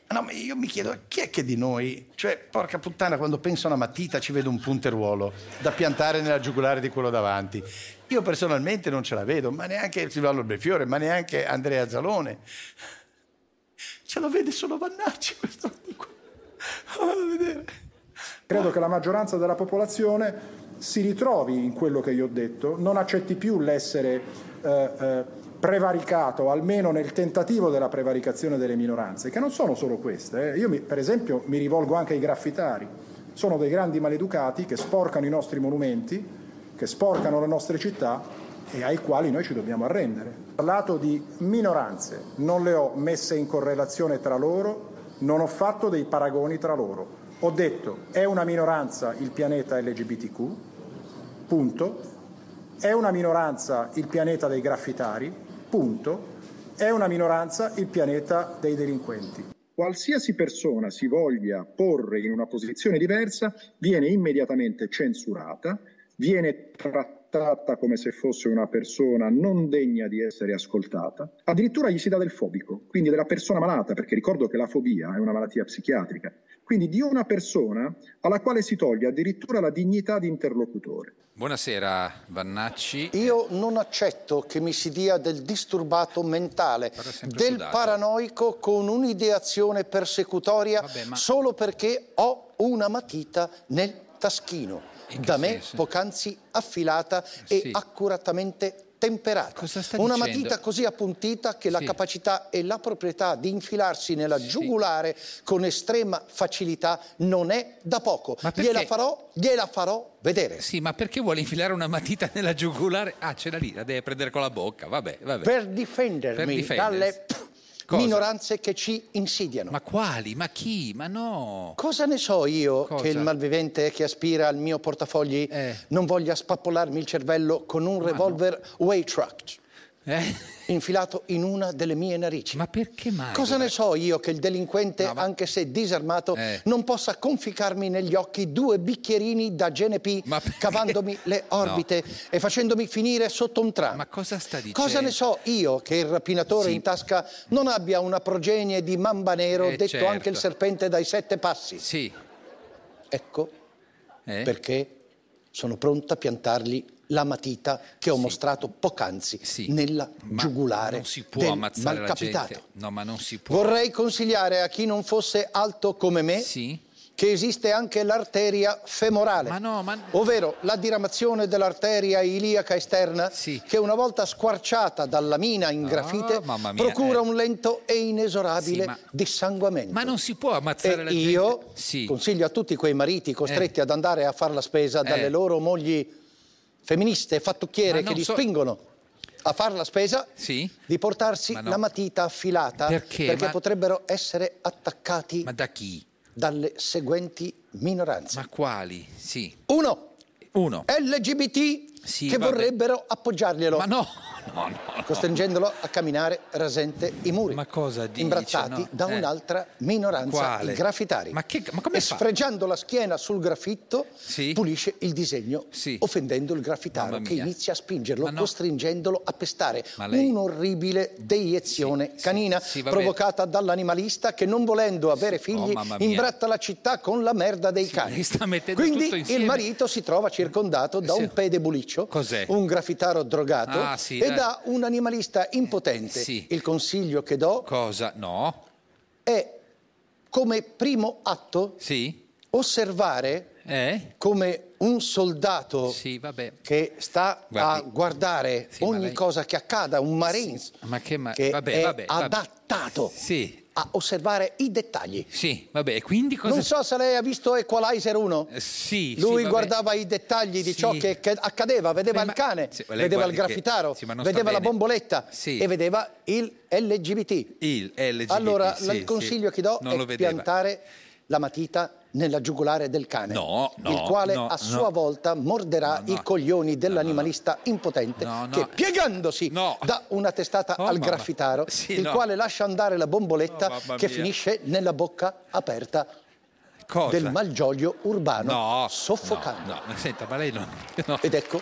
[SPEAKER 2] No, ma io mi chiedo chi è che di noi, cioè, porca puttana, quando penso a una matita ci vedo un punteruolo da piantare nella giugulare di quello davanti. Io personalmente non ce la vedo, ma neanche Silvano Belfiore, ma neanche Andrea Zalone. Ce lo vede solo Vannacci questo di qua. Vado a vedere.
[SPEAKER 7] Credo che la maggioranza della popolazione si ritrovi in quello che io ho detto, non accetti più l'essere eh, eh, prevaricato, almeno nel tentativo della prevaricazione delle minoranze, che non sono solo queste. eh. Io mi- per esempio mi rivolgo anche ai graffitari, sono dei grandi maleducati che sporcano i nostri monumenti, che sporcano le nostre città e ai quali noi ci dobbiamo arrendere. Ho parlato di minoranze, non le ho messe in correlazione tra loro, non ho fatto dei paragoni tra loro. Ho detto, è una minoranza il pianeta LGBTQ, punto. È una minoranza il pianeta dei graffitari, punto. È una minoranza il pianeta dei delinquenti. Qualsiasi persona si voglia porre in una posizione diversa viene immediatamente censurata, viene trattata come se fosse una persona non degna di essere ascoltata, addirittura gli si dà del fobico, quindi della persona malata, perché ricordo che la fobia è una malattia psichiatrica, quindi di una persona alla quale si toglie addirittura la dignità di interlocutore.
[SPEAKER 5] Buonasera Vannacci.
[SPEAKER 2] Io non accetto che mi si dia del disturbato mentale,
[SPEAKER 5] sempre
[SPEAKER 2] del
[SPEAKER 5] sudato.
[SPEAKER 2] paranoico con un'ideazione persecutoria
[SPEAKER 5] Vabbè, ma-
[SPEAKER 2] solo perché ho una matita nel taschino. Da me poc'anzi affilata e
[SPEAKER 5] Eh, Sì.
[SPEAKER 2] accuratamente temperata.
[SPEAKER 5] sta
[SPEAKER 2] una
[SPEAKER 5] dicendo?
[SPEAKER 2] matita così appuntita che la
[SPEAKER 5] Sì.
[SPEAKER 2] capacità e la proprietà di infilarsi nella giugulare con estrema facilità non è da poco.
[SPEAKER 5] Ma perché?
[SPEAKER 2] Gliela farò, gliela farò vedere.
[SPEAKER 5] Sì, ma perché vuole infilare una matita nella giugulare? Ah, ce l'ha lì, la deve prendere con la bocca. Vabbè, vabbè.
[SPEAKER 2] per difendermi
[SPEAKER 5] Per difendersi.
[SPEAKER 2] dalle
[SPEAKER 5] Cosa?
[SPEAKER 2] minoranze che ci insidiano.
[SPEAKER 5] Ma quali? Ma chi? Ma no.
[SPEAKER 2] Cosa ne so io
[SPEAKER 5] Cosa?
[SPEAKER 2] che il malvivente che aspira al mio portafogli
[SPEAKER 5] Eh.
[SPEAKER 2] non voglia spappolarmi il cervello con un revolver Waytract
[SPEAKER 5] Eh?
[SPEAKER 2] infilato in una delle mie narici?
[SPEAKER 5] Ma perché mai?
[SPEAKER 2] Cosa ne so io che il delinquente,
[SPEAKER 5] No, ma-
[SPEAKER 2] anche se disarmato,
[SPEAKER 5] Eh.
[SPEAKER 2] non possa conficcarmi negli occhi due bicchierini da Genepi
[SPEAKER 5] Ma perché?
[SPEAKER 2] cavandomi le orbite e facendomi finire sotto un tram?
[SPEAKER 5] Ma cosa sta dicendo?
[SPEAKER 2] Cosa ne so io che il rapinatore
[SPEAKER 5] Sì.
[SPEAKER 2] in tasca non abbia una progenie di mamba nero,
[SPEAKER 5] Eh,
[SPEAKER 2] detto
[SPEAKER 5] certo.
[SPEAKER 2] anche il serpente dai sette passi?
[SPEAKER 5] Sì.
[SPEAKER 2] Ecco
[SPEAKER 5] Eh?
[SPEAKER 2] perché sono pronta a piantargli la matita che ho mostrato poc'anzi
[SPEAKER 5] Sì.
[SPEAKER 2] nella
[SPEAKER 5] Ma
[SPEAKER 2] giugulare
[SPEAKER 5] Non si può
[SPEAKER 2] del
[SPEAKER 5] ammazzare la
[SPEAKER 2] malcapitato.
[SPEAKER 5] gente. No, ma non si può.
[SPEAKER 2] Vorrei consigliare a chi non fosse alto come me
[SPEAKER 5] Sì.
[SPEAKER 2] che esiste anche l'arteria femorale,
[SPEAKER 5] Ma no, ma-
[SPEAKER 2] ovvero la diramazione dell'arteria iliaca esterna
[SPEAKER 5] Sì. Ah,
[SPEAKER 2] che una volta squarciata dalla mina in grafite
[SPEAKER 5] mamma mia,
[SPEAKER 2] procura
[SPEAKER 5] eh.
[SPEAKER 2] un lento e inesorabile
[SPEAKER 5] Sì, ma-
[SPEAKER 2] dissanguamento.
[SPEAKER 5] Ma non si può ammazzare
[SPEAKER 2] e
[SPEAKER 5] la gente.
[SPEAKER 2] io
[SPEAKER 5] Sì.
[SPEAKER 2] consiglio a tutti quei mariti costretti ad andare a fare la spesa dalle
[SPEAKER 5] Eh.
[SPEAKER 2] loro mogli femministe e
[SPEAKER 5] Ma
[SPEAKER 2] fattucchiere che
[SPEAKER 5] non
[SPEAKER 2] li
[SPEAKER 5] so-
[SPEAKER 2] spingono a fare la spesa
[SPEAKER 5] Sì.
[SPEAKER 2] di portarsi
[SPEAKER 5] Ma no.
[SPEAKER 2] la matita affilata
[SPEAKER 5] Perché? Ma-
[SPEAKER 2] potrebbero essere attaccati
[SPEAKER 5] Ma da chi?
[SPEAKER 2] dalle seguenti minoranze.
[SPEAKER 5] Ma quali? Sì.
[SPEAKER 2] Uno,
[SPEAKER 5] Uno.
[SPEAKER 2] LGBT
[SPEAKER 5] Sì,
[SPEAKER 2] che
[SPEAKER 5] vabbè.
[SPEAKER 2] vorrebbero appoggiarglielo,
[SPEAKER 5] Ma no. No, no.
[SPEAKER 2] costringendolo a camminare rasente i muri.
[SPEAKER 5] Ma cosa dice,
[SPEAKER 2] Imbrattati
[SPEAKER 5] no?
[SPEAKER 2] da
[SPEAKER 5] Eh.
[SPEAKER 2] un'altra minoranza,
[SPEAKER 5] Quale?
[SPEAKER 2] i graffitari.
[SPEAKER 5] Ma che- ma come
[SPEAKER 2] e
[SPEAKER 5] fa?
[SPEAKER 2] sfregiando la schiena sul graffitto,
[SPEAKER 5] Sì.
[SPEAKER 2] pulisce il disegno,
[SPEAKER 5] Sì.
[SPEAKER 2] offendendo il
[SPEAKER 5] Mamma
[SPEAKER 2] graffitaro che
[SPEAKER 5] mia.
[SPEAKER 2] inizia a spingerlo,
[SPEAKER 5] Ma no.
[SPEAKER 2] costringendolo a pestare.
[SPEAKER 5] Ma lei-
[SPEAKER 2] Un'orribile deiezione
[SPEAKER 5] Sì, sì,
[SPEAKER 2] canina
[SPEAKER 5] sì, va bene.
[SPEAKER 2] provocata dall'animalista che non volendo avere figli
[SPEAKER 5] mamma mia.
[SPEAKER 2] imbratta la città con la merda dei cani.
[SPEAKER 5] lei sta mettendo
[SPEAKER 2] Quindi
[SPEAKER 5] tutto insieme.
[SPEAKER 2] il marito si trova circondato da
[SPEAKER 5] Sì.
[SPEAKER 2] un pedebuliccio,
[SPEAKER 5] Cos'è?
[SPEAKER 2] un graffitaro drogato
[SPEAKER 5] Ah, sì,
[SPEAKER 2] e
[SPEAKER 5] dai.
[SPEAKER 2] da un animalista impotente.
[SPEAKER 5] Sì.
[SPEAKER 2] Il consiglio che do
[SPEAKER 5] Cosa? No.
[SPEAKER 2] è come primo atto
[SPEAKER 5] Sì.
[SPEAKER 2] osservare
[SPEAKER 5] Eh?
[SPEAKER 2] come un soldato
[SPEAKER 5] Sì, vabbè.
[SPEAKER 2] che sta
[SPEAKER 5] Guardi.
[SPEAKER 2] a guardare
[SPEAKER 5] Sì, ma
[SPEAKER 2] ogni
[SPEAKER 5] lei-
[SPEAKER 2] cosa che accada, un Marines
[SPEAKER 5] Ma che ma-
[SPEAKER 2] che
[SPEAKER 5] vabbè,
[SPEAKER 2] è
[SPEAKER 5] vabbè, vabbè.
[SPEAKER 2] adattato
[SPEAKER 5] Sì.
[SPEAKER 2] a osservare i dettagli.
[SPEAKER 5] Sì, vabbè, e quindi cosa...
[SPEAKER 2] Non so se lei ha visto Equalizer 1.
[SPEAKER 5] Eh, Sì, sì,
[SPEAKER 2] Lui
[SPEAKER 5] vabbè.
[SPEAKER 2] guardava i dettagli di
[SPEAKER 5] Sì.
[SPEAKER 2] ciò che, che accadeva, vedeva
[SPEAKER 5] Beh,
[SPEAKER 2] il
[SPEAKER 5] ma-
[SPEAKER 2] cane,
[SPEAKER 5] sì, ma lei
[SPEAKER 2] vedeva il
[SPEAKER 5] guardi che-
[SPEAKER 2] graffitaro,
[SPEAKER 5] sì, ma non sta
[SPEAKER 2] vedeva la
[SPEAKER 5] bene.
[SPEAKER 2] bomboletta
[SPEAKER 5] Sì.
[SPEAKER 2] e vedeva il LGBT.
[SPEAKER 5] Il LGBT.
[SPEAKER 2] Allora,
[SPEAKER 5] sì,
[SPEAKER 2] la- il
[SPEAKER 5] sì.
[SPEAKER 2] consiglio che do
[SPEAKER 5] Non lo
[SPEAKER 2] è
[SPEAKER 5] vedeva.
[SPEAKER 2] piantare la matita nella giugulare del cane,
[SPEAKER 5] No, no,
[SPEAKER 2] il quale
[SPEAKER 5] no,
[SPEAKER 2] a sua
[SPEAKER 5] no.
[SPEAKER 2] volta morderà
[SPEAKER 5] No, no.
[SPEAKER 2] i coglioni dell'animalista impotente
[SPEAKER 5] No, no.
[SPEAKER 2] che piegandosi
[SPEAKER 5] No.
[SPEAKER 2] dà una testata
[SPEAKER 5] Oh,
[SPEAKER 2] al
[SPEAKER 5] mamma.
[SPEAKER 2] graffitaro,
[SPEAKER 5] Sì,
[SPEAKER 2] il
[SPEAKER 5] no.
[SPEAKER 2] quale lascia andare la
[SPEAKER 5] Oh,
[SPEAKER 2] bomboletta
[SPEAKER 5] mamma
[SPEAKER 2] che
[SPEAKER 5] mia.
[SPEAKER 2] finisce nella bocca aperta
[SPEAKER 5] Cosa?
[SPEAKER 2] del malgioglio urbano
[SPEAKER 5] No.
[SPEAKER 2] soffocando.
[SPEAKER 5] No, no, senta, ma lei non... no.
[SPEAKER 2] Ed ecco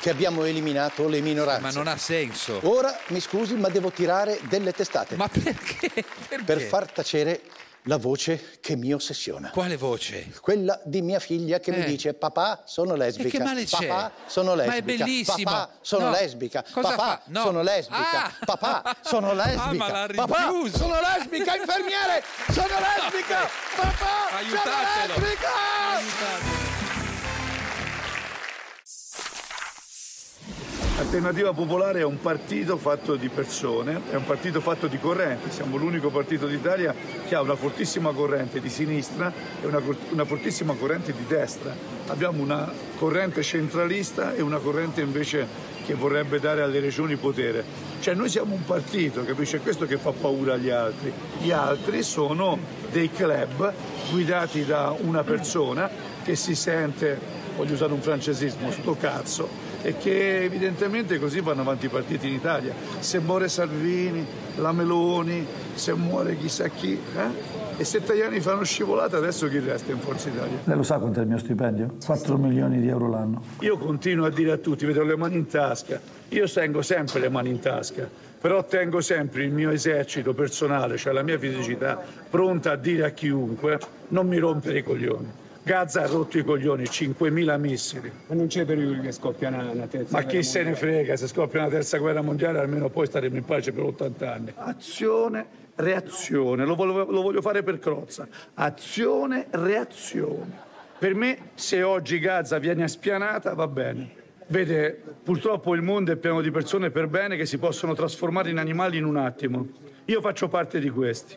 [SPEAKER 2] che abbiamo eliminato le minoranze.
[SPEAKER 5] Ma non ha senso.
[SPEAKER 2] Ora mi scusi, ma devo tirare delle testate
[SPEAKER 5] Ma perché? Perché?
[SPEAKER 2] per far tacere la voce che mi ossessiona.
[SPEAKER 5] Quale voce?
[SPEAKER 2] Quella di mia figlia che mi
[SPEAKER 5] Eh.
[SPEAKER 2] dice papà sono lesbica.
[SPEAKER 5] che male c'è?
[SPEAKER 2] Papà sono
[SPEAKER 5] Ma è
[SPEAKER 2] lesbica.
[SPEAKER 5] bellissimo.
[SPEAKER 2] Papà sono
[SPEAKER 5] No.
[SPEAKER 2] lesbica.
[SPEAKER 5] Cosa fa?
[SPEAKER 2] papà
[SPEAKER 5] No.
[SPEAKER 2] sono lesbica.
[SPEAKER 5] Ah.
[SPEAKER 2] Papà sono lesbica.
[SPEAKER 5] Ah, ma l'ha
[SPEAKER 2] papà
[SPEAKER 5] rinchiuso.
[SPEAKER 2] sono lesbica, infermiere! Sono lesbica! Papà
[SPEAKER 5] Aiutatelo.
[SPEAKER 2] sono lesbica!
[SPEAKER 8] Alternativa Popolare è un partito fatto di persone, è un partito fatto di correnti. Siamo l'unico partito d'Italia che ha una fortissima corrente di sinistra e una, cor- una fortissima corrente di destra. Abbiamo una corrente centralista e una corrente invece che vorrebbe dare alle regioni potere. Cioè noi siamo un partito, capisci? È questo che fa paura agli altri. Gli altri sono dei club guidati da una persona che si sente, voglio usare un francesismo, sto cazzo, e che evidentemente così vanno avanti i partiti in Italia. Se muore Salvini, la Meloni, se muore chissà chi, eh? e se Tajani fa una scivolata adesso chi resta in Forza Italia?
[SPEAKER 9] Lei lo sa quanto è il mio stipendio? 4 milioni di euro l'anno.
[SPEAKER 8] Io continuo a dire a tutti, vedo le mani in tasca, io tengo sempre le mani in tasca, però tengo sempre il mio esercito personale, cioè la mia fisicità, pronta a dire a chiunque non mi rompere i coglioni. Gaza ha rotto i coglioni, 5.000 missili.
[SPEAKER 10] Ma non c'è pericolo che scoppia una, una terza.
[SPEAKER 8] Ma chi se ne frega, se scoppia una terza guerra mondiale almeno poi staremo in pace per 80 anni. Azione, reazione, lo voglio, lo voglio fare per Crozza. Azione, reazione. Per me se oggi Gaza viene spianata va bene. Vede, purtroppo il mondo è pieno di persone per bene che si possono trasformare in animali in un attimo. Io faccio parte di questi.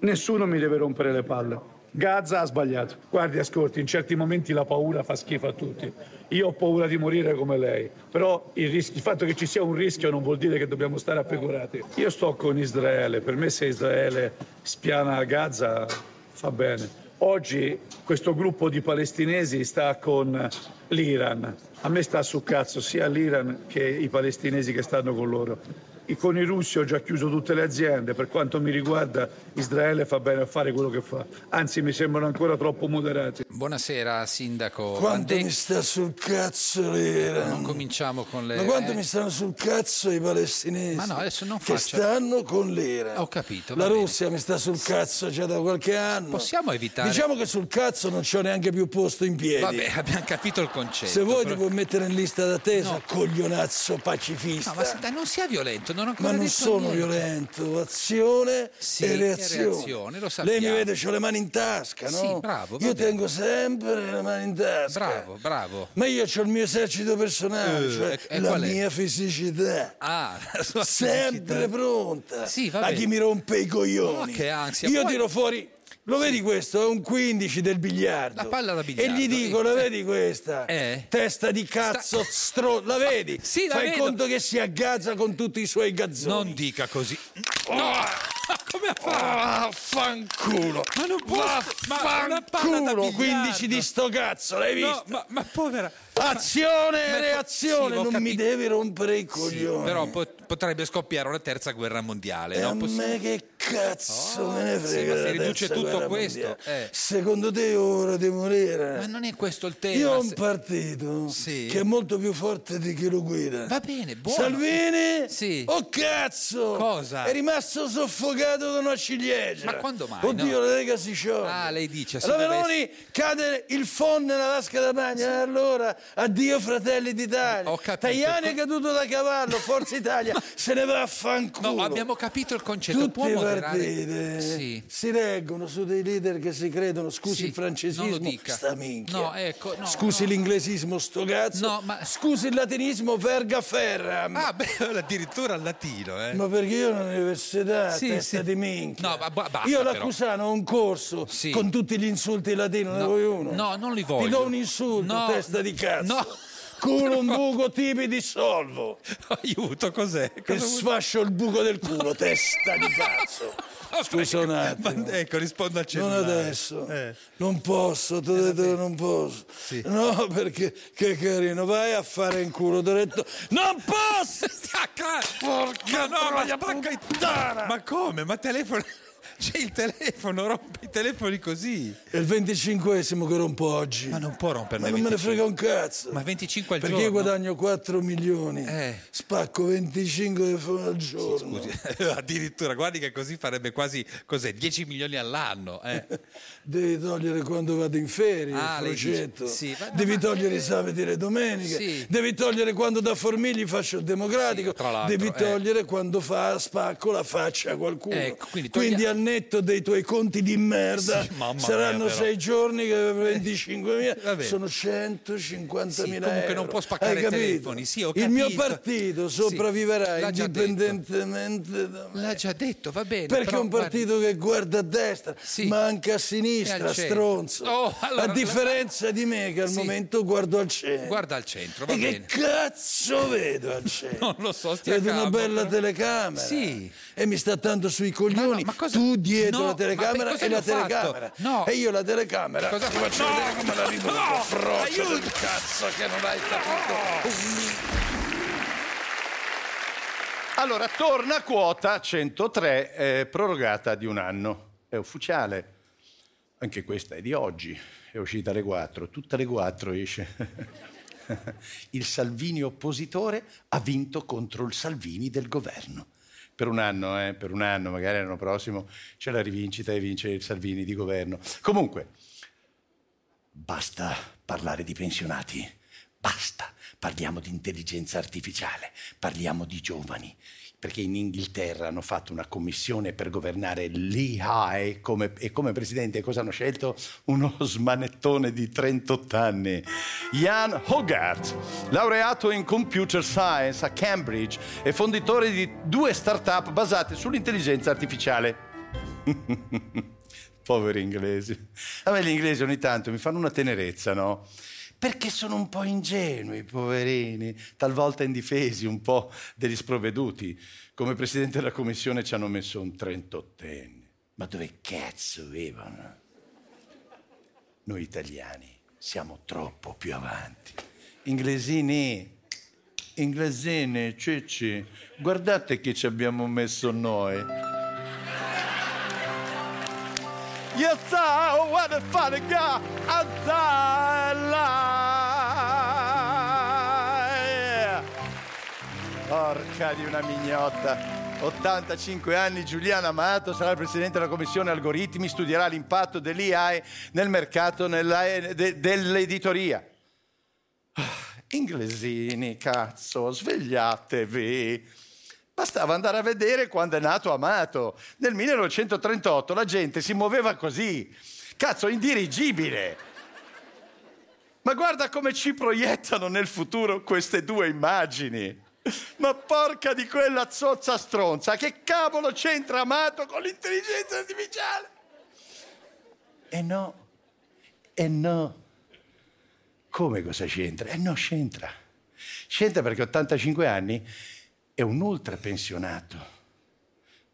[SPEAKER 8] Nessuno mi deve rompere le palle. Gaza ha sbagliato. Guardi, ascolti, in certi momenti la paura fa schifo a tutti. Io ho paura di morire come lei, però il, rischio- il fatto che ci sia un rischio non vuol dire che dobbiamo stare appegorati. Io sto con Israele, per me se Israele spiana Gaza fa bene. Oggi questo gruppo di palestinesi sta con l'Iran. A me sta su cazzo sia l'Iran che i palestinesi che stanno con loro. E con i russi ho già chiuso tutte le aziende, per quanto mi riguarda Israele fa bene a fare quello che fa, anzi mi sembrano ancora troppo moderati.
[SPEAKER 5] Buonasera, sindaco.
[SPEAKER 3] Quanto
[SPEAKER 5] Bandè-
[SPEAKER 3] mi sta sul cazzo l'Iran?
[SPEAKER 5] Non cominciamo con le...
[SPEAKER 3] Ma quanto
[SPEAKER 5] eh,
[SPEAKER 3] mi stanno sul cazzo i palestinesi?
[SPEAKER 5] Ma no, adesso non
[SPEAKER 3] Che
[SPEAKER 5] faccia-
[SPEAKER 3] stanno con l'Iran.
[SPEAKER 5] Ho capito.
[SPEAKER 3] La
[SPEAKER 5] va bene.
[SPEAKER 3] Russia mi sta sul cazzo già da qualche anno.
[SPEAKER 5] Possiamo evitare...
[SPEAKER 3] Diciamo che sul cazzo non c'ho neanche più posto in piedi.
[SPEAKER 5] Vabbè, abbiamo capito il concetto.
[SPEAKER 3] Se vuoi
[SPEAKER 5] però-
[SPEAKER 3] ti puoi mettere in lista d'attesa,
[SPEAKER 5] No.
[SPEAKER 3] coglionazzo pacifista.
[SPEAKER 5] No, ma senta, non sia violento, non ho ancora
[SPEAKER 3] Ma non
[SPEAKER 5] detto
[SPEAKER 3] sono
[SPEAKER 5] niente.
[SPEAKER 3] violento, azione
[SPEAKER 5] Sì,
[SPEAKER 3] e
[SPEAKER 5] e
[SPEAKER 3] reazione.
[SPEAKER 5] reazione, lo
[SPEAKER 3] Lei mi
[SPEAKER 5] sappiamo.
[SPEAKER 3] vede, ho le mani in tasca, no?
[SPEAKER 5] Sì, bravo, va
[SPEAKER 3] Io
[SPEAKER 5] bene.
[SPEAKER 3] tengo sempre le mani in tasca.
[SPEAKER 5] Bravo, bravo.
[SPEAKER 3] Ma io ho il mio esercito personale,
[SPEAKER 5] Eh,
[SPEAKER 3] cioè
[SPEAKER 5] e- e
[SPEAKER 3] la
[SPEAKER 5] qual è?
[SPEAKER 3] mia fisicità.
[SPEAKER 5] Ah, la sua
[SPEAKER 3] Sempre
[SPEAKER 5] felicità.
[SPEAKER 3] pronta
[SPEAKER 5] Sì, va
[SPEAKER 3] a
[SPEAKER 5] bene.
[SPEAKER 3] chi mi rompe i coglioni.
[SPEAKER 5] Ma che ansia.
[SPEAKER 3] Io
[SPEAKER 5] Poi-
[SPEAKER 3] tiro fuori, lo vedi questo? È un 15 del biliardo.
[SPEAKER 5] La palla da biliardo.
[SPEAKER 3] E gli dico,
[SPEAKER 5] Eh.
[SPEAKER 3] la vedi questa?
[SPEAKER 5] Eh.
[SPEAKER 3] Testa di cazzo, stro- la vedi?
[SPEAKER 5] Sì, la
[SPEAKER 3] Fai
[SPEAKER 5] vedo.
[SPEAKER 3] conto che si aggazza con tutti i suoi gazzoni.
[SPEAKER 5] Non dica così. Come ha fatto?
[SPEAKER 3] Ah, Vaffanculo!
[SPEAKER 5] Ma non può- ma una palla da
[SPEAKER 3] Vaffanculo!
[SPEAKER 5] biliardo.
[SPEAKER 3] 15 di sto cazzo, l'hai
[SPEAKER 5] No,
[SPEAKER 3] visto?
[SPEAKER 5] ma, ma povera.
[SPEAKER 3] Azione
[SPEAKER 5] Ma-
[SPEAKER 3] e
[SPEAKER 5] ma-
[SPEAKER 3] reazione,
[SPEAKER 5] sì, ho
[SPEAKER 3] non mi
[SPEAKER 5] capito.
[SPEAKER 3] devi rompere i coglioni.
[SPEAKER 5] Però po- potrebbe scoppiare una terza guerra mondiale.
[SPEAKER 3] E
[SPEAKER 5] no?
[SPEAKER 3] a
[SPEAKER 5] Possi-
[SPEAKER 3] me che cazzo
[SPEAKER 5] Oh,
[SPEAKER 3] me ne
[SPEAKER 5] sì,
[SPEAKER 3] frega
[SPEAKER 5] ma si
[SPEAKER 3] della
[SPEAKER 5] riduce
[SPEAKER 3] terza
[SPEAKER 5] tutto
[SPEAKER 3] guerra
[SPEAKER 5] questo,
[SPEAKER 3] mondiale?
[SPEAKER 5] eh.
[SPEAKER 3] Secondo te è ora di morire?
[SPEAKER 5] Ma non è questo il tema.
[SPEAKER 3] Eh. Io ho un
[SPEAKER 5] se-
[SPEAKER 3] partito
[SPEAKER 5] Sì.
[SPEAKER 3] che è molto più forte di chi lo guida.
[SPEAKER 5] Va bene, buono.
[SPEAKER 3] Salvini?
[SPEAKER 5] Sì.
[SPEAKER 3] Oh cazzo!
[SPEAKER 5] Cosa?
[SPEAKER 3] È rimasto soffocato da una ciliegia.
[SPEAKER 5] Ma quando mai,
[SPEAKER 3] Cioè, Oddio,
[SPEAKER 5] no?
[SPEAKER 3] la Lega si scioglie.
[SPEAKER 5] Ah, lei dice, se
[SPEAKER 3] La
[SPEAKER 5] dovesse-
[SPEAKER 3] Meloni cade il fon nella vasca da bagno. E Allora, addio fratelli d'Italia.
[SPEAKER 5] Ho capito.
[SPEAKER 3] Tajani è caduto da cavallo, Forza Italia se ne va a fanculo.
[SPEAKER 5] No, abbiamo capito il concetto.
[SPEAKER 3] Tutte
[SPEAKER 5] Può
[SPEAKER 3] le
[SPEAKER 5] moderare.
[SPEAKER 3] partite
[SPEAKER 5] Sì.
[SPEAKER 3] si reggono su dei leader che si credono, scusi
[SPEAKER 5] Sì,
[SPEAKER 3] il francesismo,
[SPEAKER 5] non lo dica.
[SPEAKER 3] sta minchia.
[SPEAKER 5] No, ecco, no,
[SPEAKER 3] scusi
[SPEAKER 5] no.
[SPEAKER 3] l'inglesismo, sto cazzo.
[SPEAKER 5] No, ma-
[SPEAKER 3] Scusi il latinismo, verga ferram.
[SPEAKER 5] Ah, beh, addirittura al latino, eh.
[SPEAKER 3] Ma perché io all'università,
[SPEAKER 5] Sì,
[SPEAKER 3] testa
[SPEAKER 5] sì.
[SPEAKER 3] di minchia.
[SPEAKER 5] No, ma ba- basta,
[SPEAKER 3] io
[SPEAKER 5] però.
[SPEAKER 3] l'accusano a un corso
[SPEAKER 5] Sì.
[SPEAKER 3] con tutti gli insulti latini, ne
[SPEAKER 5] No,
[SPEAKER 3] vuoi uno?
[SPEAKER 5] no, non li
[SPEAKER 3] Ti
[SPEAKER 5] voglio.
[SPEAKER 3] do un insulto,
[SPEAKER 5] No,
[SPEAKER 3] testa di cazzo.
[SPEAKER 5] no.
[SPEAKER 3] Culo un buco tipi di solvo.
[SPEAKER 5] Aiuto, cos'è?
[SPEAKER 3] Che
[SPEAKER 5] Cosa vuol-
[SPEAKER 3] sfascio il buco del culo, testa di cazzo.
[SPEAKER 5] Ah,
[SPEAKER 3] Scusa
[SPEAKER 5] prego.
[SPEAKER 3] un attimo.
[SPEAKER 5] Ma- ecco, rispondo al
[SPEAKER 3] Non
[SPEAKER 5] cellulare.
[SPEAKER 3] adesso,
[SPEAKER 5] Eh.
[SPEAKER 3] non posso, ti ho detto che non posso. No, perché che carino, vai a fare in culo, ti ho detto non posso!
[SPEAKER 5] Stacca!
[SPEAKER 3] Porca
[SPEAKER 5] Ma no, ma
[SPEAKER 3] troia
[SPEAKER 5] spacca i-
[SPEAKER 3] puttana!
[SPEAKER 5] Ma come? Ma telefono... C'è il telefono, rompi i telefoni così.
[SPEAKER 3] È il 25esimo che rompo oggi.
[SPEAKER 5] Ma non può romperne
[SPEAKER 3] Ma non me ne
[SPEAKER 5] 25.
[SPEAKER 3] frega un cazzo.
[SPEAKER 5] Ma 25 al
[SPEAKER 3] Perché io
[SPEAKER 5] giorno?
[SPEAKER 3] guadagno 4 milioni.
[SPEAKER 5] Eh.
[SPEAKER 3] Spacco 25 telefoni al giorno.
[SPEAKER 5] Addirittura, guardi che così farebbe quasi, cos'è, 10 milioni all'anno. eh.
[SPEAKER 3] Devi togliere quando vado in ferie,
[SPEAKER 5] Ah,
[SPEAKER 3] il
[SPEAKER 5] lei
[SPEAKER 3] crocetto.
[SPEAKER 5] dice- sì, ma-
[SPEAKER 3] Devi
[SPEAKER 5] ma-
[SPEAKER 3] togliere i sabati e le domeniche.
[SPEAKER 5] Sì.
[SPEAKER 3] Devi togliere quando da formigli faccio il democratico.
[SPEAKER 5] Sì, tra l'altro,
[SPEAKER 3] Devi
[SPEAKER 5] eh.
[SPEAKER 3] togliere quando fa spacco la faccia a qualcuno.
[SPEAKER 5] Ecco, quindi togli-
[SPEAKER 3] al netto dei tuoi conti di merda
[SPEAKER 5] Sì, mamma
[SPEAKER 3] saranno
[SPEAKER 5] mia, però. Eh,
[SPEAKER 3] sei giorni che
[SPEAKER 5] Va
[SPEAKER 3] 25.000
[SPEAKER 5] bene.
[SPEAKER 3] sono 150.000
[SPEAKER 5] Sì, comunque
[SPEAKER 3] euro.
[SPEAKER 5] non può spaccare
[SPEAKER 3] Hai
[SPEAKER 5] i
[SPEAKER 3] capito?
[SPEAKER 5] telefoni, sì, ho
[SPEAKER 3] Il mio
[SPEAKER 5] capito.
[SPEAKER 3] partito
[SPEAKER 5] Sì,
[SPEAKER 3] sopravviverà
[SPEAKER 5] l'ha già detto.
[SPEAKER 3] indipendentemente da me.
[SPEAKER 5] L'ha già detto, va bene.
[SPEAKER 3] Perché
[SPEAKER 5] Eh, però,
[SPEAKER 3] è un
[SPEAKER 5] guardi-
[SPEAKER 3] partito che guarda a destra,
[SPEAKER 5] Sì.
[SPEAKER 3] ma anche a
[SPEAKER 5] E
[SPEAKER 3] sinistra,
[SPEAKER 5] al centro.
[SPEAKER 3] stronzo.
[SPEAKER 5] Oh, allora-
[SPEAKER 3] a differenza di me che al
[SPEAKER 5] Sì.
[SPEAKER 3] momento guardo al centro.
[SPEAKER 5] Guarda al centro, va
[SPEAKER 3] e
[SPEAKER 5] bene.
[SPEAKER 3] che cazzo vedo al centro?
[SPEAKER 5] Non lo so, stia
[SPEAKER 3] Vedo una
[SPEAKER 5] calmo,
[SPEAKER 3] bella
[SPEAKER 5] però.
[SPEAKER 3] telecamera.
[SPEAKER 5] Sì.
[SPEAKER 3] E mi sta tanto sui
[SPEAKER 5] Ma
[SPEAKER 3] coglioni.
[SPEAKER 5] no, ma cosa-
[SPEAKER 3] Tu dietro
[SPEAKER 5] No,
[SPEAKER 3] la
[SPEAKER 5] ma per
[SPEAKER 3] telecamera
[SPEAKER 5] cosa
[SPEAKER 3] e
[SPEAKER 5] ne
[SPEAKER 3] la
[SPEAKER 5] ho fatto?
[SPEAKER 3] telecamera.
[SPEAKER 5] No.
[SPEAKER 3] E io la telecamera.
[SPEAKER 5] Cosa
[SPEAKER 3] ti faccio
[SPEAKER 5] no,
[SPEAKER 3] vedere come la rido
[SPEAKER 5] no,
[SPEAKER 3] con frocio
[SPEAKER 5] aiuto.
[SPEAKER 3] del cazzo che non hai capito.
[SPEAKER 2] Allora, torna a quota 103, eh, prorogata di un anno. È ufficiale. Anche questa è di oggi. È uscita alle 4. Tutte le 4 esce. Il Salvini oppositore ha vinto contro il Salvini del governo. Per un anno, eh, per un anno, magari l'anno prossimo c'è la rivincita e vince il Salvini di governo. Comunque, basta parlare di pensionati. Basta, parliamo di intelligenza artificiale, parliamo di giovani, perché in Inghilterra hanno fatto una commissione per governare l'EI come, e come presidente cosa hanno scelto? Uno smanettone di 38 anni, Jan Hogarth, laureato in computer science a Cambridge e fonditore di due start-up basate sull'intelligenza artificiale. Poveri inglesi. A me gli inglesi ogni tanto mi fanno una tenerezza, no? Perché sono un po' ingenui, poverini, talvolta indifesi, un po' degli sprovveduti. Come presidente della commissione ci hanno messo un 38enne. Ma dove cazzo avevano? Noi italiani siamo troppo più avanti. Inglesini, inglesini, cicci, guardate che ci abbiamo messo noi. Yes, I want to find a guy outside lie. Porca di una mignotta. 85 anni, Giuliana Amato sarà presidente della commissione algoritmi, studierà l'impatto dell'IAE nel mercato nella- eh, de- dell'editoria. Ah, Inglesini, cazzo, svegliatevi. Bastava andare a vedere quando è nato Amato. Nel 1938 la gente si muoveva così. Cazzo, indirigibile. Ma guarda come ci proiettano nel futuro queste due immagini. Ma porca di quella zozza stronza, che cavolo c'entra Amato con l'intelligenza artificiale? E Eh no, e no. Come cosa c'entra? E no, c'entra. C'entra perché 85 anni è un ultrapensionato.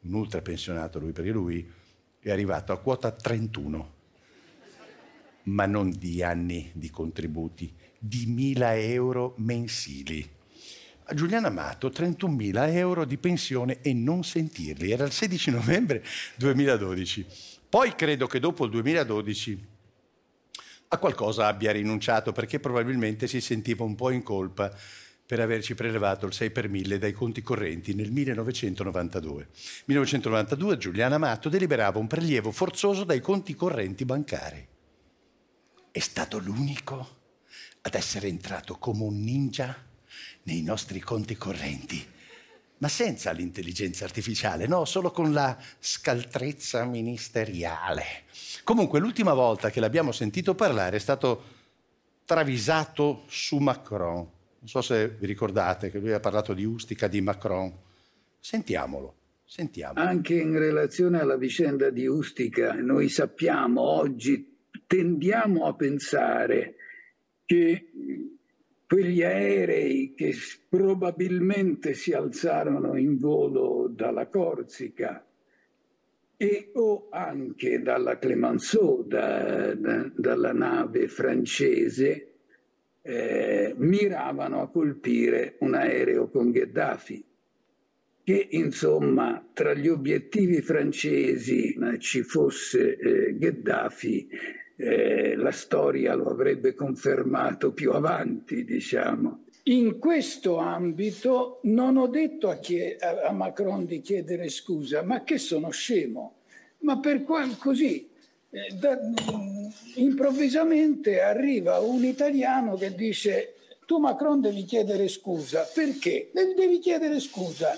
[SPEAKER 2] Un ultrapensionato lui, perché lui è arrivato a quota 31, ma non di anni di contributi, di 1000 euro mensili. A Giuliano Amato 31.000 euro di pensione e non sentirli. Era il 16 novembre 2012. Poi credo che dopo il 2012 a qualcosa abbia rinunciato perché probabilmente si sentiva un po' in colpa per averci prelevato il 6 per 1000 dai conti correnti nel 1992. 1992 Giuliano Amato deliberava un prelievo forzoso dai conti correnti bancari. È stato l'unico ad essere entrato come un ninja nei nostri conti correnti, ma senza l'intelligenza artificiale, no, solo con la scaltrezza ministeriale. Comunque l'ultima volta che l'abbiamo sentito parlare è stato travisato su Macron. Non so se vi ricordate che lui ha parlato di Ustica di Macron. Sentiamolo, sentiamolo.
[SPEAKER 11] Anche in relazione alla vicenda di Ustica, noi sappiamo oggi, tendiamo a pensare che quegli aerei che s- probabilmente si alzarono in volo dalla Corsica e o anche dalla Clemenceau, da- da- dalla nave francese, eh, miravano a colpire un aereo con Gheddafi che insomma tra gli obiettivi francesi eh, ci fosse eh, Gheddafi, eh, la storia lo avrebbe confermato più avanti, diciamo.
[SPEAKER 12] In questo ambito non ho detto a, chie- a- a Macron di chiedere scusa, ma che sono scemo. Ma per qua- così, eh, da- mm, improvvisamente arriva un italiano che dice tu Macron devi chiedere scusa, perché? "De- Devi chiedere scusa.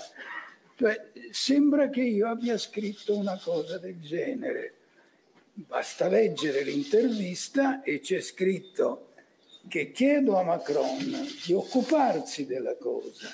[SPEAKER 12] Cioè, sembra che io abbia scritto una cosa del genere. Basta leggere l'intervista e c'è scritto che chiedo a Macron di occuparsi della cosa.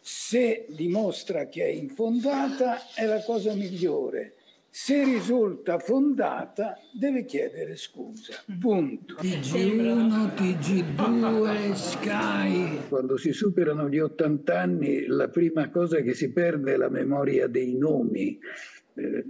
[SPEAKER 12] Se dimostra che è infondata è la cosa migliore. Se risulta fondata deve chiedere scusa. Punto.
[SPEAKER 11] TG1, TG2, Sky. Quando si superano gli 80 anni, la prima cosa che si perde è la memoria dei nomi. eh,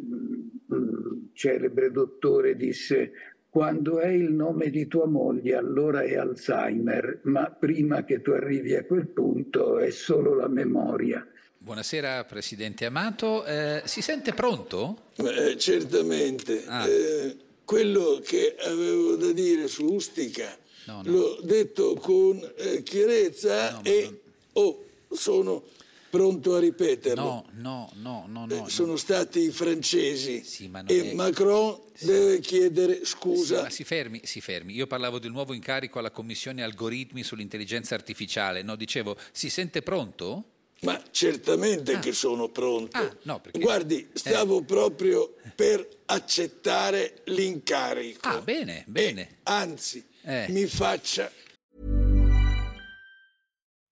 [SPEAKER 11] Mm, celebre dottore disse quando è il nome di tua moglie allora è Alzheimer, ma prima che tu arrivi a quel punto è solo la memoria.
[SPEAKER 5] Buonasera Presidente Amato, Eh, si sente pronto?
[SPEAKER 3] Eh, certamente,
[SPEAKER 5] Ah.
[SPEAKER 3] Eh, quello che avevo da dire su Ustica
[SPEAKER 5] Oh, No, no.
[SPEAKER 3] l'ho detto con eh, chiarezza e oh, sono pronto a ripeterlo.
[SPEAKER 5] No, no, no, no,
[SPEAKER 3] Eh,
[SPEAKER 5] no.
[SPEAKER 3] sono stati i francesi
[SPEAKER 5] non
[SPEAKER 3] e
[SPEAKER 5] è-
[SPEAKER 3] Macron deve chiedere
[SPEAKER 5] Sì,
[SPEAKER 3] scusa.
[SPEAKER 5] ma si fermi, si fermi. Io parlavo del nuovo incarico alla Commissione Algoritmi sull'intelligenza artificiale. No, dicevo, si sente pronto?
[SPEAKER 3] Ma certamente che sono pronto.
[SPEAKER 5] Ah. no, perché- Eh.
[SPEAKER 3] Guardi, stavo proprio per accettare l'incarico. Ah,
[SPEAKER 5] bene, Eh.
[SPEAKER 3] bene. anzi, mi faccia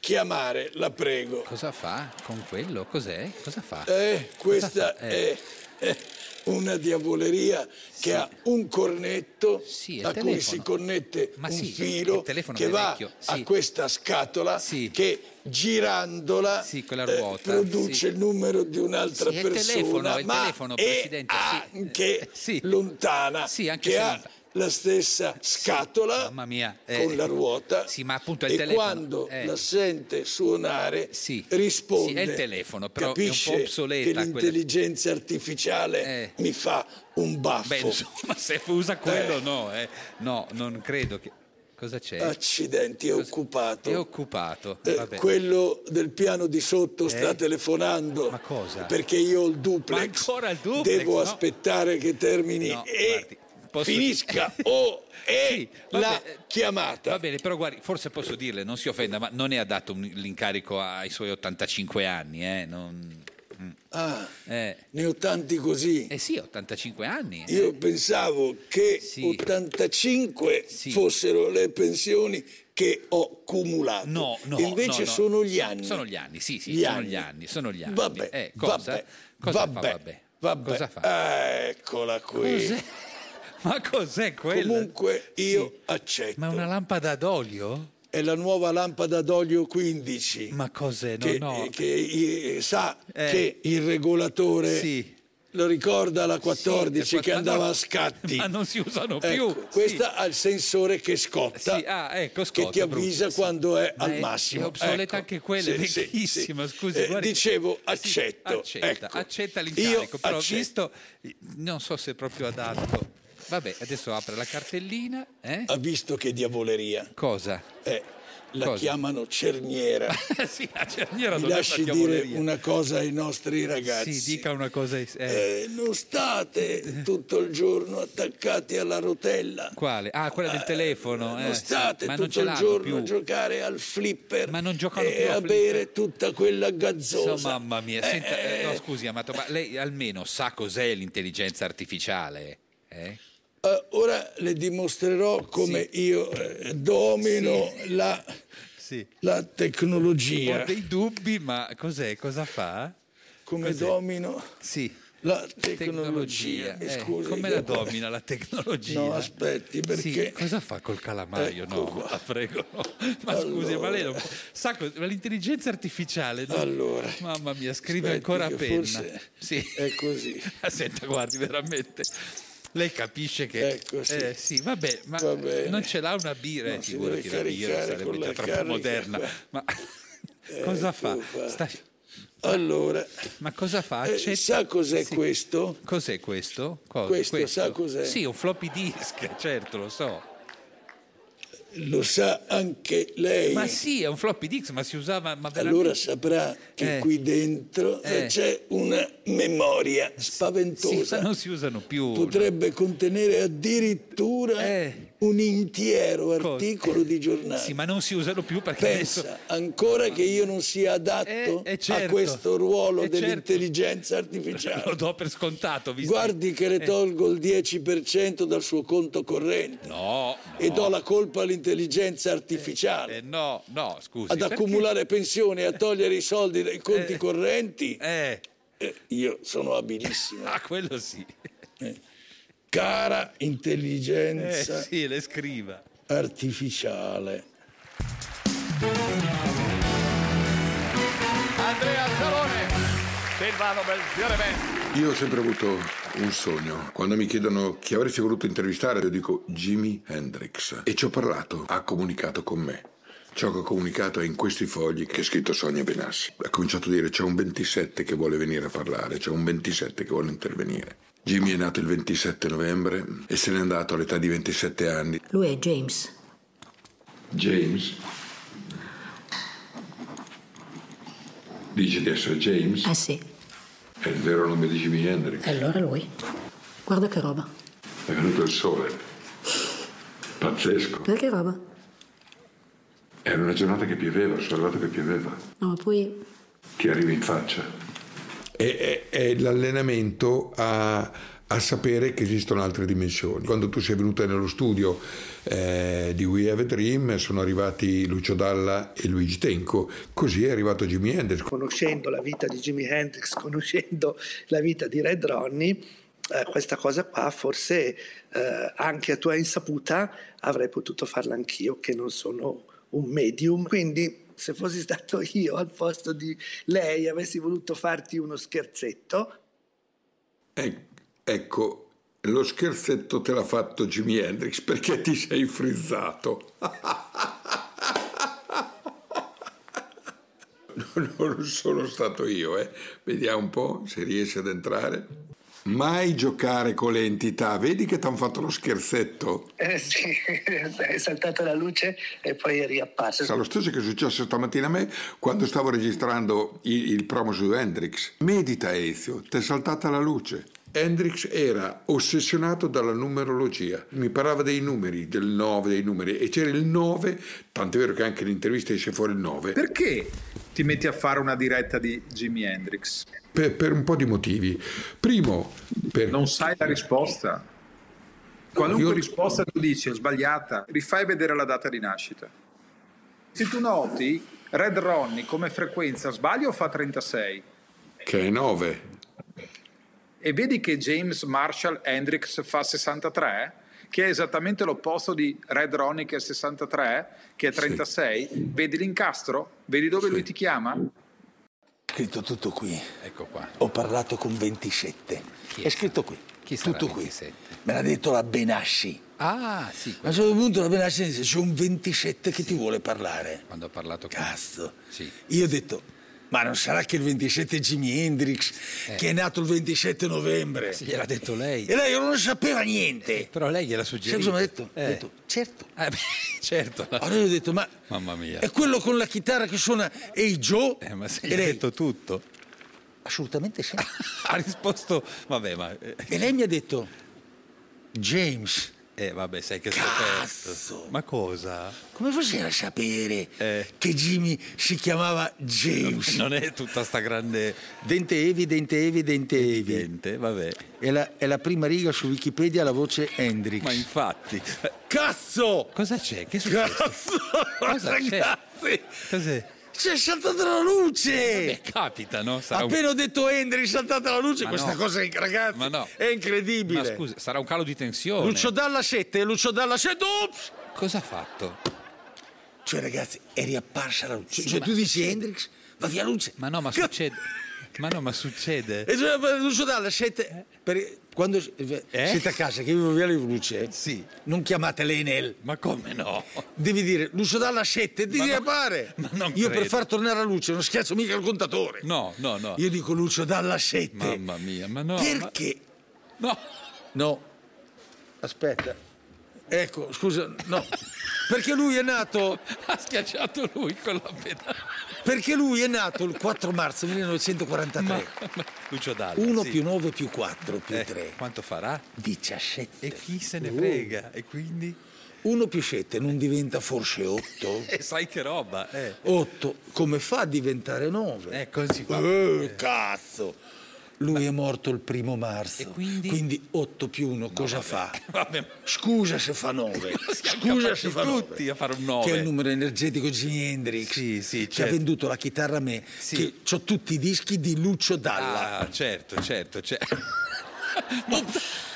[SPEAKER 3] chiamare, la prego.
[SPEAKER 5] Cosa fa con quello? Cos'è? Cosa fa?
[SPEAKER 3] Eh,
[SPEAKER 5] Cosa
[SPEAKER 3] questa
[SPEAKER 5] fa?
[SPEAKER 3] è, è una diavoleria che ha un cornetto
[SPEAKER 5] il
[SPEAKER 3] a
[SPEAKER 5] telefono.
[SPEAKER 3] cui si connette
[SPEAKER 5] Ma
[SPEAKER 3] un
[SPEAKER 5] sì,
[SPEAKER 3] filo
[SPEAKER 5] il telefono
[SPEAKER 3] che
[SPEAKER 5] del
[SPEAKER 3] va
[SPEAKER 5] vecchio,
[SPEAKER 3] a
[SPEAKER 5] sì.
[SPEAKER 3] questa scatola che girandola
[SPEAKER 5] quella
[SPEAKER 3] eh,
[SPEAKER 5] ruota,
[SPEAKER 3] produce
[SPEAKER 5] sì.
[SPEAKER 3] il numero di un'altra
[SPEAKER 5] Sì, è il
[SPEAKER 3] persona,
[SPEAKER 5] telefono, è il
[SPEAKER 3] ma
[SPEAKER 5] telefono,
[SPEAKER 3] è
[SPEAKER 5] Presidente, sì.
[SPEAKER 3] anche lontana,
[SPEAKER 5] anche
[SPEAKER 3] che
[SPEAKER 5] se
[SPEAKER 3] ha
[SPEAKER 5] lontana.
[SPEAKER 3] la stessa scatola
[SPEAKER 5] Mamma mia. eh,
[SPEAKER 3] con la ruota
[SPEAKER 5] Sì, ma appunto è il
[SPEAKER 3] e
[SPEAKER 5] telefono.
[SPEAKER 3] quando
[SPEAKER 5] eh.
[SPEAKER 3] la sente suonare risponde
[SPEAKER 5] Sì, è il telefono, però è un po'
[SPEAKER 3] capisce
[SPEAKER 5] obsoleta
[SPEAKER 3] che
[SPEAKER 5] quella- Eh.
[SPEAKER 3] l'intelligenza artificiale mi fa un baffo
[SPEAKER 5] Beh, insomma, se usa quello no, eh. no, non credo che... Cosa c'è?
[SPEAKER 3] accidenti è occupato
[SPEAKER 5] È occupato.
[SPEAKER 3] Eh,
[SPEAKER 5] Vabbè.
[SPEAKER 3] quello del piano di sotto sta
[SPEAKER 5] Eh?
[SPEAKER 3] telefonando
[SPEAKER 5] Ma cosa?
[SPEAKER 3] perché io ho il duplex,
[SPEAKER 5] ancora il duplex,
[SPEAKER 3] devo
[SPEAKER 5] no?
[SPEAKER 3] aspettare che termini
[SPEAKER 5] No,
[SPEAKER 3] e
[SPEAKER 5] posso-
[SPEAKER 3] finisca o è
[SPEAKER 5] vabbè,
[SPEAKER 3] la chiamata
[SPEAKER 5] Va bene, però guardi, forse posso dirle, non si offenda, ma non è adatto un- l'incarico ai suoi 85 anni, eh? Non... mm.
[SPEAKER 3] Ah,
[SPEAKER 5] Eh.
[SPEAKER 3] ne ho tanti così.
[SPEAKER 5] Eh sì, 85 anni. eh.
[SPEAKER 3] Io pensavo che 85 fossero le pensioni che ho cumulato.
[SPEAKER 5] No, no,
[SPEAKER 3] Invece
[SPEAKER 5] no, no.
[SPEAKER 3] sono gli anni.
[SPEAKER 5] Sono gli anni, sì, sì,
[SPEAKER 3] Gli
[SPEAKER 5] sono
[SPEAKER 3] anni.
[SPEAKER 5] gli anni, sono gli anni.
[SPEAKER 3] Vabbè,
[SPEAKER 5] Eh, cosa?
[SPEAKER 3] vabbè,
[SPEAKER 5] Cosa
[SPEAKER 3] vabbè,
[SPEAKER 5] fa? Vabbè.
[SPEAKER 3] vabbè.
[SPEAKER 5] Cosa fa?
[SPEAKER 3] Ah, eccola qui.
[SPEAKER 5] Cos'è? Ma cos'è quello?
[SPEAKER 3] Comunque io accetto.
[SPEAKER 5] Ma è una lampada d'olio?
[SPEAKER 3] È la nuova lampada d'olio 15.
[SPEAKER 5] Ma cos'è? No,
[SPEAKER 3] che,
[SPEAKER 5] no.
[SPEAKER 3] che, eh, sa
[SPEAKER 5] Eh.
[SPEAKER 3] che il regolatore
[SPEAKER 5] Sì.
[SPEAKER 3] lo ricorda la 14
[SPEAKER 5] Sì,
[SPEAKER 3] che
[SPEAKER 5] ma no,
[SPEAKER 3] andava a scatti.
[SPEAKER 5] Ma non si usano
[SPEAKER 3] Ecco,
[SPEAKER 5] più.
[SPEAKER 3] questa ha il sensore che scotta,
[SPEAKER 5] ah, ecco, scotta,
[SPEAKER 3] che ti avvisa
[SPEAKER 5] brutto, sì.
[SPEAKER 3] quando è
[SPEAKER 5] Ma
[SPEAKER 3] al
[SPEAKER 5] è-
[SPEAKER 3] massimo.
[SPEAKER 5] è obsoleta
[SPEAKER 3] Ecco,
[SPEAKER 5] anche quella, è
[SPEAKER 3] sì, sì,
[SPEAKER 5] vecchissima,
[SPEAKER 3] sì.
[SPEAKER 5] scusi,
[SPEAKER 3] Eh,
[SPEAKER 5] guardi.
[SPEAKER 3] dicevo, accetto.
[SPEAKER 5] accetta,
[SPEAKER 3] ecco.
[SPEAKER 5] accetta
[SPEAKER 3] Io
[SPEAKER 5] l'incarico, però
[SPEAKER 3] accetto.
[SPEAKER 5] visto non so se è proprio adatto. Vabbè, adesso apre la cartellina, eh?
[SPEAKER 3] Ha visto che diavoleria?
[SPEAKER 5] Cosa?
[SPEAKER 3] Eh, la
[SPEAKER 5] Cosa? Eh
[SPEAKER 3] chiamano cerniera.
[SPEAKER 5] sì, la cerniera
[SPEAKER 3] Mi
[SPEAKER 5] non è
[SPEAKER 3] lasci
[SPEAKER 5] una
[SPEAKER 3] dire
[SPEAKER 5] diavoleria.
[SPEAKER 3] una cosa ai nostri ragazzi.
[SPEAKER 5] Sì, dica una cosa. eh,
[SPEAKER 3] Eh, non state tutto il giorno attaccati alla rotella.
[SPEAKER 5] quale? Ah, quella del telefono, eh.
[SPEAKER 3] Non state
[SPEAKER 5] ma non
[SPEAKER 3] tutto
[SPEAKER 5] ce
[SPEAKER 3] il
[SPEAKER 5] l'hanno
[SPEAKER 3] giorno
[SPEAKER 5] più.
[SPEAKER 3] a giocare al flipper Eh,
[SPEAKER 5] Ma non giocano
[SPEAKER 3] e
[SPEAKER 5] più a
[SPEAKER 3] a bere tutta quella gazzosa.
[SPEAKER 5] So, mamma mia, senta, eh, no, scusi, Amato, ma lei almeno sa cos'è l'intelligenza artificiale? Eh?
[SPEAKER 3] Eh, ora le dimostrerò come io eh, domino la, la tecnologia.
[SPEAKER 5] Ho dei dubbi, ma cos'è? Cosa fa?
[SPEAKER 3] Come
[SPEAKER 5] Cos'è?
[SPEAKER 3] domino
[SPEAKER 5] Sì.
[SPEAKER 3] la
[SPEAKER 5] Tecnologia.
[SPEAKER 3] tecnologia. Mi
[SPEAKER 5] eh,
[SPEAKER 3] scusi,
[SPEAKER 5] come
[SPEAKER 3] che-
[SPEAKER 5] la domina la tecnologia?
[SPEAKER 3] No, aspetti, perché-
[SPEAKER 5] Sì, cosa fa col calamaio?
[SPEAKER 3] Ecco
[SPEAKER 5] no, la prego. no. Ma scusi, ma lei non... sa cos- ma l'intelligenza artificiale? no?
[SPEAKER 3] Allora.
[SPEAKER 5] Mamma mia, scrive
[SPEAKER 3] Aspetti
[SPEAKER 5] ancora a
[SPEAKER 3] che
[SPEAKER 5] penna.
[SPEAKER 3] forse
[SPEAKER 5] Sì.
[SPEAKER 3] È così.
[SPEAKER 5] Senta, guardi, veramente. Lei capisce che...
[SPEAKER 3] Ecco, sì.
[SPEAKER 5] Eh, sì, vabbè, ma
[SPEAKER 3] Va bene.
[SPEAKER 5] non ce l'ha una birra, eh,
[SPEAKER 3] No, si
[SPEAKER 5] figurati,
[SPEAKER 3] deve
[SPEAKER 5] la birra
[SPEAKER 3] caricare
[SPEAKER 5] sarebbe
[SPEAKER 3] con
[SPEAKER 5] già
[SPEAKER 3] la
[SPEAKER 5] troppo
[SPEAKER 3] carica Eh,
[SPEAKER 5] moderna.
[SPEAKER 3] qua.
[SPEAKER 5] Ma
[SPEAKER 2] Eh,
[SPEAKER 5] cosa fa?
[SPEAKER 3] qua.
[SPEAKER 5] Sta-
[SPEAKER 3] Allora,
[SPEAKER 5] Ma cosa fa?
[SPEAKER 3] eh,
[SPEAKER 5] Accetta-
[SPEAKER 3] sa cos'è
[SPEAKER 5] Sì.
[SPEAKER 3] questo?
[SPEAKER 5] Cos'è questo? Cosa?
[SPEAKER 3] Questo, sa cos'è?
[SPEAKER 5] Sì, un floppy disk, certo, lo so.
[SPEAKER 2] Lo sa anche lei.
[SPEAKER 5] Ma sì, è un floppy disk, ma si usava... Ma veramente-
[SPEAKER 2] Allora saprà ah, che
[SPEAKER 5] Eh.
[SPEAKER 2] qui dentro
[SPEAKER 5] Eh.
[SPEAKER 2] c'è una memoria
[SPEAKER 5] Sì, ma
[SPEAKER 2] spaventosa.
[SPEAKER 5] non si usano più.
[SPEAKER 2] Potrebbe contenere addirittura un intero
[SPEAKER 5] Cosa?
[SPEAKER 2] articolo di giornale.
[SPEAKER 5] Eh. Sì, ma non si usano più perché
[SPEAKER 2] Pensa
[SPEAKER 5] adesso...
[SPEAKER 2] ancora che io non sia adatto
[SPEAKER 5] Eh, eh, certo.
[SPEAKER 2] a questo ruolo
[SPEAKER 5] Eh, certo.
[SPEAKER 2] dell'intelligenza artificiale.
[SPEAKER 5] Lo do per scontato, visto...
[SPEAKER 2] ah, Guardi che le
[SPEAKER 5] Eh.
[SPEAKER 2] tolgo il 10% dal suo conto corrente
[SPEAKER 5] No,
[SPEAKER 2] e
[SPEAKER 5] no.
[SPEAKER 2] do la colpa all'intelligenza artificiale.
[SPEAKER 5] Eh, no, no, scusi.
[SPEAKER 2] Ad
[SPEAKER 5] perché-
[SPEAKER 2] accumulare pensioni e a togliere i soldi dai conti
[SPEAKER 5] Eh.
[SPEAKER 2] correnti,
[SPEAKER 5] Eh,
[SPEAKER 2] eh, io sono abilissimo. Eh.
[SPEAKER 5] ah, quello sì.
[SPEAKER 2] Cara
[SPEAKER 5] Eh,
[SPEAKER 2] intelligenza
[SPEAKER 5] sì, le scriva.
[SPEAKER 2] artificiale.
[SPEAKER 13] Andrea Zalone, Silvano Belfiore Benzi.
[SPEAKER 14] Io ho sempre avuto un sogno. Quando mi chiedono chi avresti voluto intervistare, io dico Jimi Hendrix. E ci ho parlato, ha comunicato con me. Ciò che ho comunicato è in questi fogli che è scritto Sonia Benassi. Ha cominciato a dire c'è un 27 che vuole venire a parlare, c'è un 27 che vuole intervenire. Jimmy è nato il 27 novembre e se n'è andato all'età di 27 anni.
[SPEAKER 12] Lui è James.
[SPEAKER 14] James. Dice di essere James.
[SPEAKER 12] Eh sì,
[SPEAKER 14] È il vero nome di Jimi Hendrix.
[SPEAKER 12] allora lui. Guarda che roba.
[SPEAKER 14] È venuto il sole. Pazzesco.
[SPEAKER 12] Guarda che roba.
[SPEAKER 14] Era una giornata che pioveva, ho salvato che pioveva.
[SPEAKER 12] No, ma poi
[SPEAKER 14] Ti arriva in faccia.
[SPEAKER 15] È, è- è l'allenamento a, a sapere che esistono altre dimensioni. Quando tu sei venuta nello studio eh, di We Have a Dream sono arrivati Lucio Dalla e Luigi Tenco, così è arrivato Jimi Hendrix.
[SPEAKER 16] conoscendo la vita di Jimi Hendrix, conoscendo la vita di Red Ronnie, eh, questa cosa qua forse eh, anche a tua insaputa avrei potuto farla anch'io, che non sono un medium. Quindi se fossi stato io al posto di lei avessi voluto farti uno scherzetto,
[SPEAKER 14] Ecco, lo scherzetto te l'ha fatto Jimi Hendrix perché ti sei frizzato. Non sono stato io, eh. Vediamo un po' se riesci ad entrare. Mai giocare con le entità, vedi che ti hanno fatto lo scherzetto.
[SPEAKER 16] eh, sì, è saltata la luce e poi è riapparsa.
[SPEAKER 14] Sa lo stesso che è successo stamattina a me quando stavo registrando il, il promo su Hendrix. Medita Ezio, ti è saltata la luce. Hendrix era ossessionato dalla numerologia, mi parlava dei numeri, del 9, dei numeri, e c'era il 9, tant'è vero che anche l'intervista esce fuori il 9.
[SPEAKER 7] Perché ti metti a fare una diretta di Jimi Hendrix?
[SPEAKER 15] Per, per un po' di motivi. Primo, per...
[SPEAKER 7] Non sai la risposta. Qualunque
[SPEAKER 15] Io-
[SPEAKER 7] risposta tu dici è sbagliata, rifai vedere la data di nascita. Se tu noti, Red Ronnie come frequenza sbaglia o fa 36?
[SPEAKER 14] Che è 9.
[SPEAKER 7] E vedi che James Marshall Hendrix fa 63, che è esattamente l'opposto di Red Ronnie che è 63, che è 36. Vedi l'incastro? Vedi dove lui ti chiama?
[SPEAKER 3] Scritto tutto qui.
[SPEAKER 5] Ecco qua.
[SPEAKER 3] Ho parlato con 27. è? scritto qui.
[SPEAKER 5] sarà
[SPEAKER 3] tutto qui.
[SPEAKER 5] 27?
[SPEAKER 3] Me l'ha detto la Benasci.
[SPEAKER 5] Ah, sì.
[SPEAKER 3] A un certo punto la Benasci dice c'è un 27 che ti vuole parlare.
[SPEAKER 5] Quando ha parlato con...
[SPEAKER 3] Cazzo.
[SPEAKER 5] Sì.
[SPEAKER 3] Io ho detto, ma non sarà che il 27 è Jimi Hendrix,
[SPEAKER 17] Eh.
[SPEAKER 3] che è nato il 27 novembre.
[SPEAKER 17] Sì, gliel'ha detto lei.
[SPEAKER 3] E lei non sapeva niente.
[SPEAKER 17] Però lei gliela
[SPEAKER 3] Sai
[SPEAKER 17] suggerì.
[SPEAKER 3] cosa mi ha detto?
[SPEAKER 17] Eh.
[SPEAKER 3] Ho detto, certo.
[SPEAKER 5] Ah, certo.
[SPEAKER 3] Allora io ho detto, ma eh,
[SPEAKER 5] Mamma mia.
[SPEAKER 3] è quello con la chitarra che suona Hey Joe?
[SPEAKER 5] Eh, Ma se
[SPEAKER 3] e
[SPEAKER 5] gli ha
[SPEAKER 3] lei,
[SPEAKER 5] detto tutto.
[SPEAKER 3] assolutamente sì.
[SPEAKER 5] Ha risposto... Vabbè, ma... eh,
[SPEAKER 3] e lei mi ha detto, James,
[SPEAKER 5] Eh, vabbè, sai che sto perso. Ma cosa?
[SPEAKER 3] come faceva a sapere
[SPEAKER 5] Eh.
[SPEAKER 3] che Jimmy si chiamava James?
[SPEAKER 5] Non è tutta sta grande...
[SPEAKER 17] Dente Evi, dente Evi, dente Evi.
[SPEAKER 5] Dente, vabbè.
[SPEAKER 17] È la, è la prima riga su Wikipedia la voce Hendrix.
[SPEAKER 5] Ma infatti...
[SPEAKER 3] Cazzo!
[SPEAKER 5] Cosa c'è? Che succede?
[SPEAKER 3] Cazzo!
[SPEAKER 5] Cosa c'è?
[SPEAKER 3] Ragazzi!
[SPEAKER 5] Cos'è?
[SPEAKER 3] C'è saltata la luce!
[SPEAKER 5] Beh, capita, no? Sarà un-
[SPEAKER 3] Appena ho detto Hendrix, è saltata la luce,
[SPEAKER 5] Ma
[SPEAKER 3] questa
[SPEAKER 5] no.
[SPEAKER 3] cosa, ragazzi,
[SPEAKER 5] Ma no.
[SPEAKER 3] è incredibile.
[SPEAKER 5] Ma scusa, sarà un calo di tensione.
[SPEAKER 3] Lucio Dalla 7, Lucio Dalla oh, 7, ops!
[SPEAKER 5] Cosa ha fatto?
[SPEAKER 3] Cioè, ragazzi, è riapparsa la luce.
[SPEAKER 5] Sì,
[SPEAKER 3] cioè,
[SPEAKER 5] ma-
[SPEAKER 3] tu dici Hendrix, va via luce.
[SPEAKER 5] Ma no, ma succede. ma no, ma succede.
[SPEAKER 3] E cioè, per Lucio Dalla 7, per- quando eh, siete a casa che vi va via la luce, non chiamate l'Enel.
[SPEAKER 5] Ma come no?
[SPEAKER 3] Devi dire Lucio Dalla 7, ti
[SPEAKER 5] Ma no-
[SPEAKER 3] riappare.
[SPEAKER 5] ma non
[SPEAKER 3] Io per
[SPEAKER 5] credo.
[SPEAKER 3] far tornare la luce non schiaccio mica il contatore.
[SPEAKER 5] No, no, no.
[SPEAKER 3] Io dico Lucio Dalla 7.
[SPEAKER 5] Mamma mia, ma no.
[SPEAKER 3] Perché?
[SPEAKER 5] ma- No.
[SPEAKER 3] No. Aspetta. Ecco, scusa, no. Perché lui è nato.
[SPEAKER 5] Ha schiacciato lui con la pedana.
[SPEAKER 3] Perché lui è nato il 4 marzo 1943.
[SPEAKER 5] Lucio Dalla.
[SPEAKER 3] 1
[SPEAKER 5] sì.
[SPEAKER 3] più 9 più 4 più
[SPEAKER 5] Eh,
[SPEAKER 3] 3.
[SPEAKER 5] Quanto farà?
[SPEAKER 3] 17.
[SPEAKER 5] E chi se ne frega? E quindi?
[SPEAKER 3] 1 più 7 non diventa forse 8?
[SPEAKER 5] Eh, sai che roba, eh.
[SPEAKER 3] 8 come fa a diventare 9?
[SPEAKER 5] Eh, così fa.
[SPEAKER 3] Eh, cazzo! Lui è morto il primo marzo,
[SPEAKER 5] quindi?
[SPEAKER 3] quindi? 8 più 1 cosa fa?
[SPEAKER 5] Vabbè,
[SPEAKER 3] Scusa se fa 9,
[SPEAKER 5] siamo
[SPEAKER 3] scusa
[SPEAKER 5] capaci
[SPEAKER 3] se fa 9,
[SPEAKER 5] tutti a fare un 9.
[SPEAKER 3] che è il numero energetico di Jimi Hendrix, che
[SPEAKER 5] certo.
[SPEAKER 3] ha venduto la chitarra a me, che ho tutti i dischi di Lucio Dalla.
[SPEAKER 5] Ah, certo, certo, certo. ma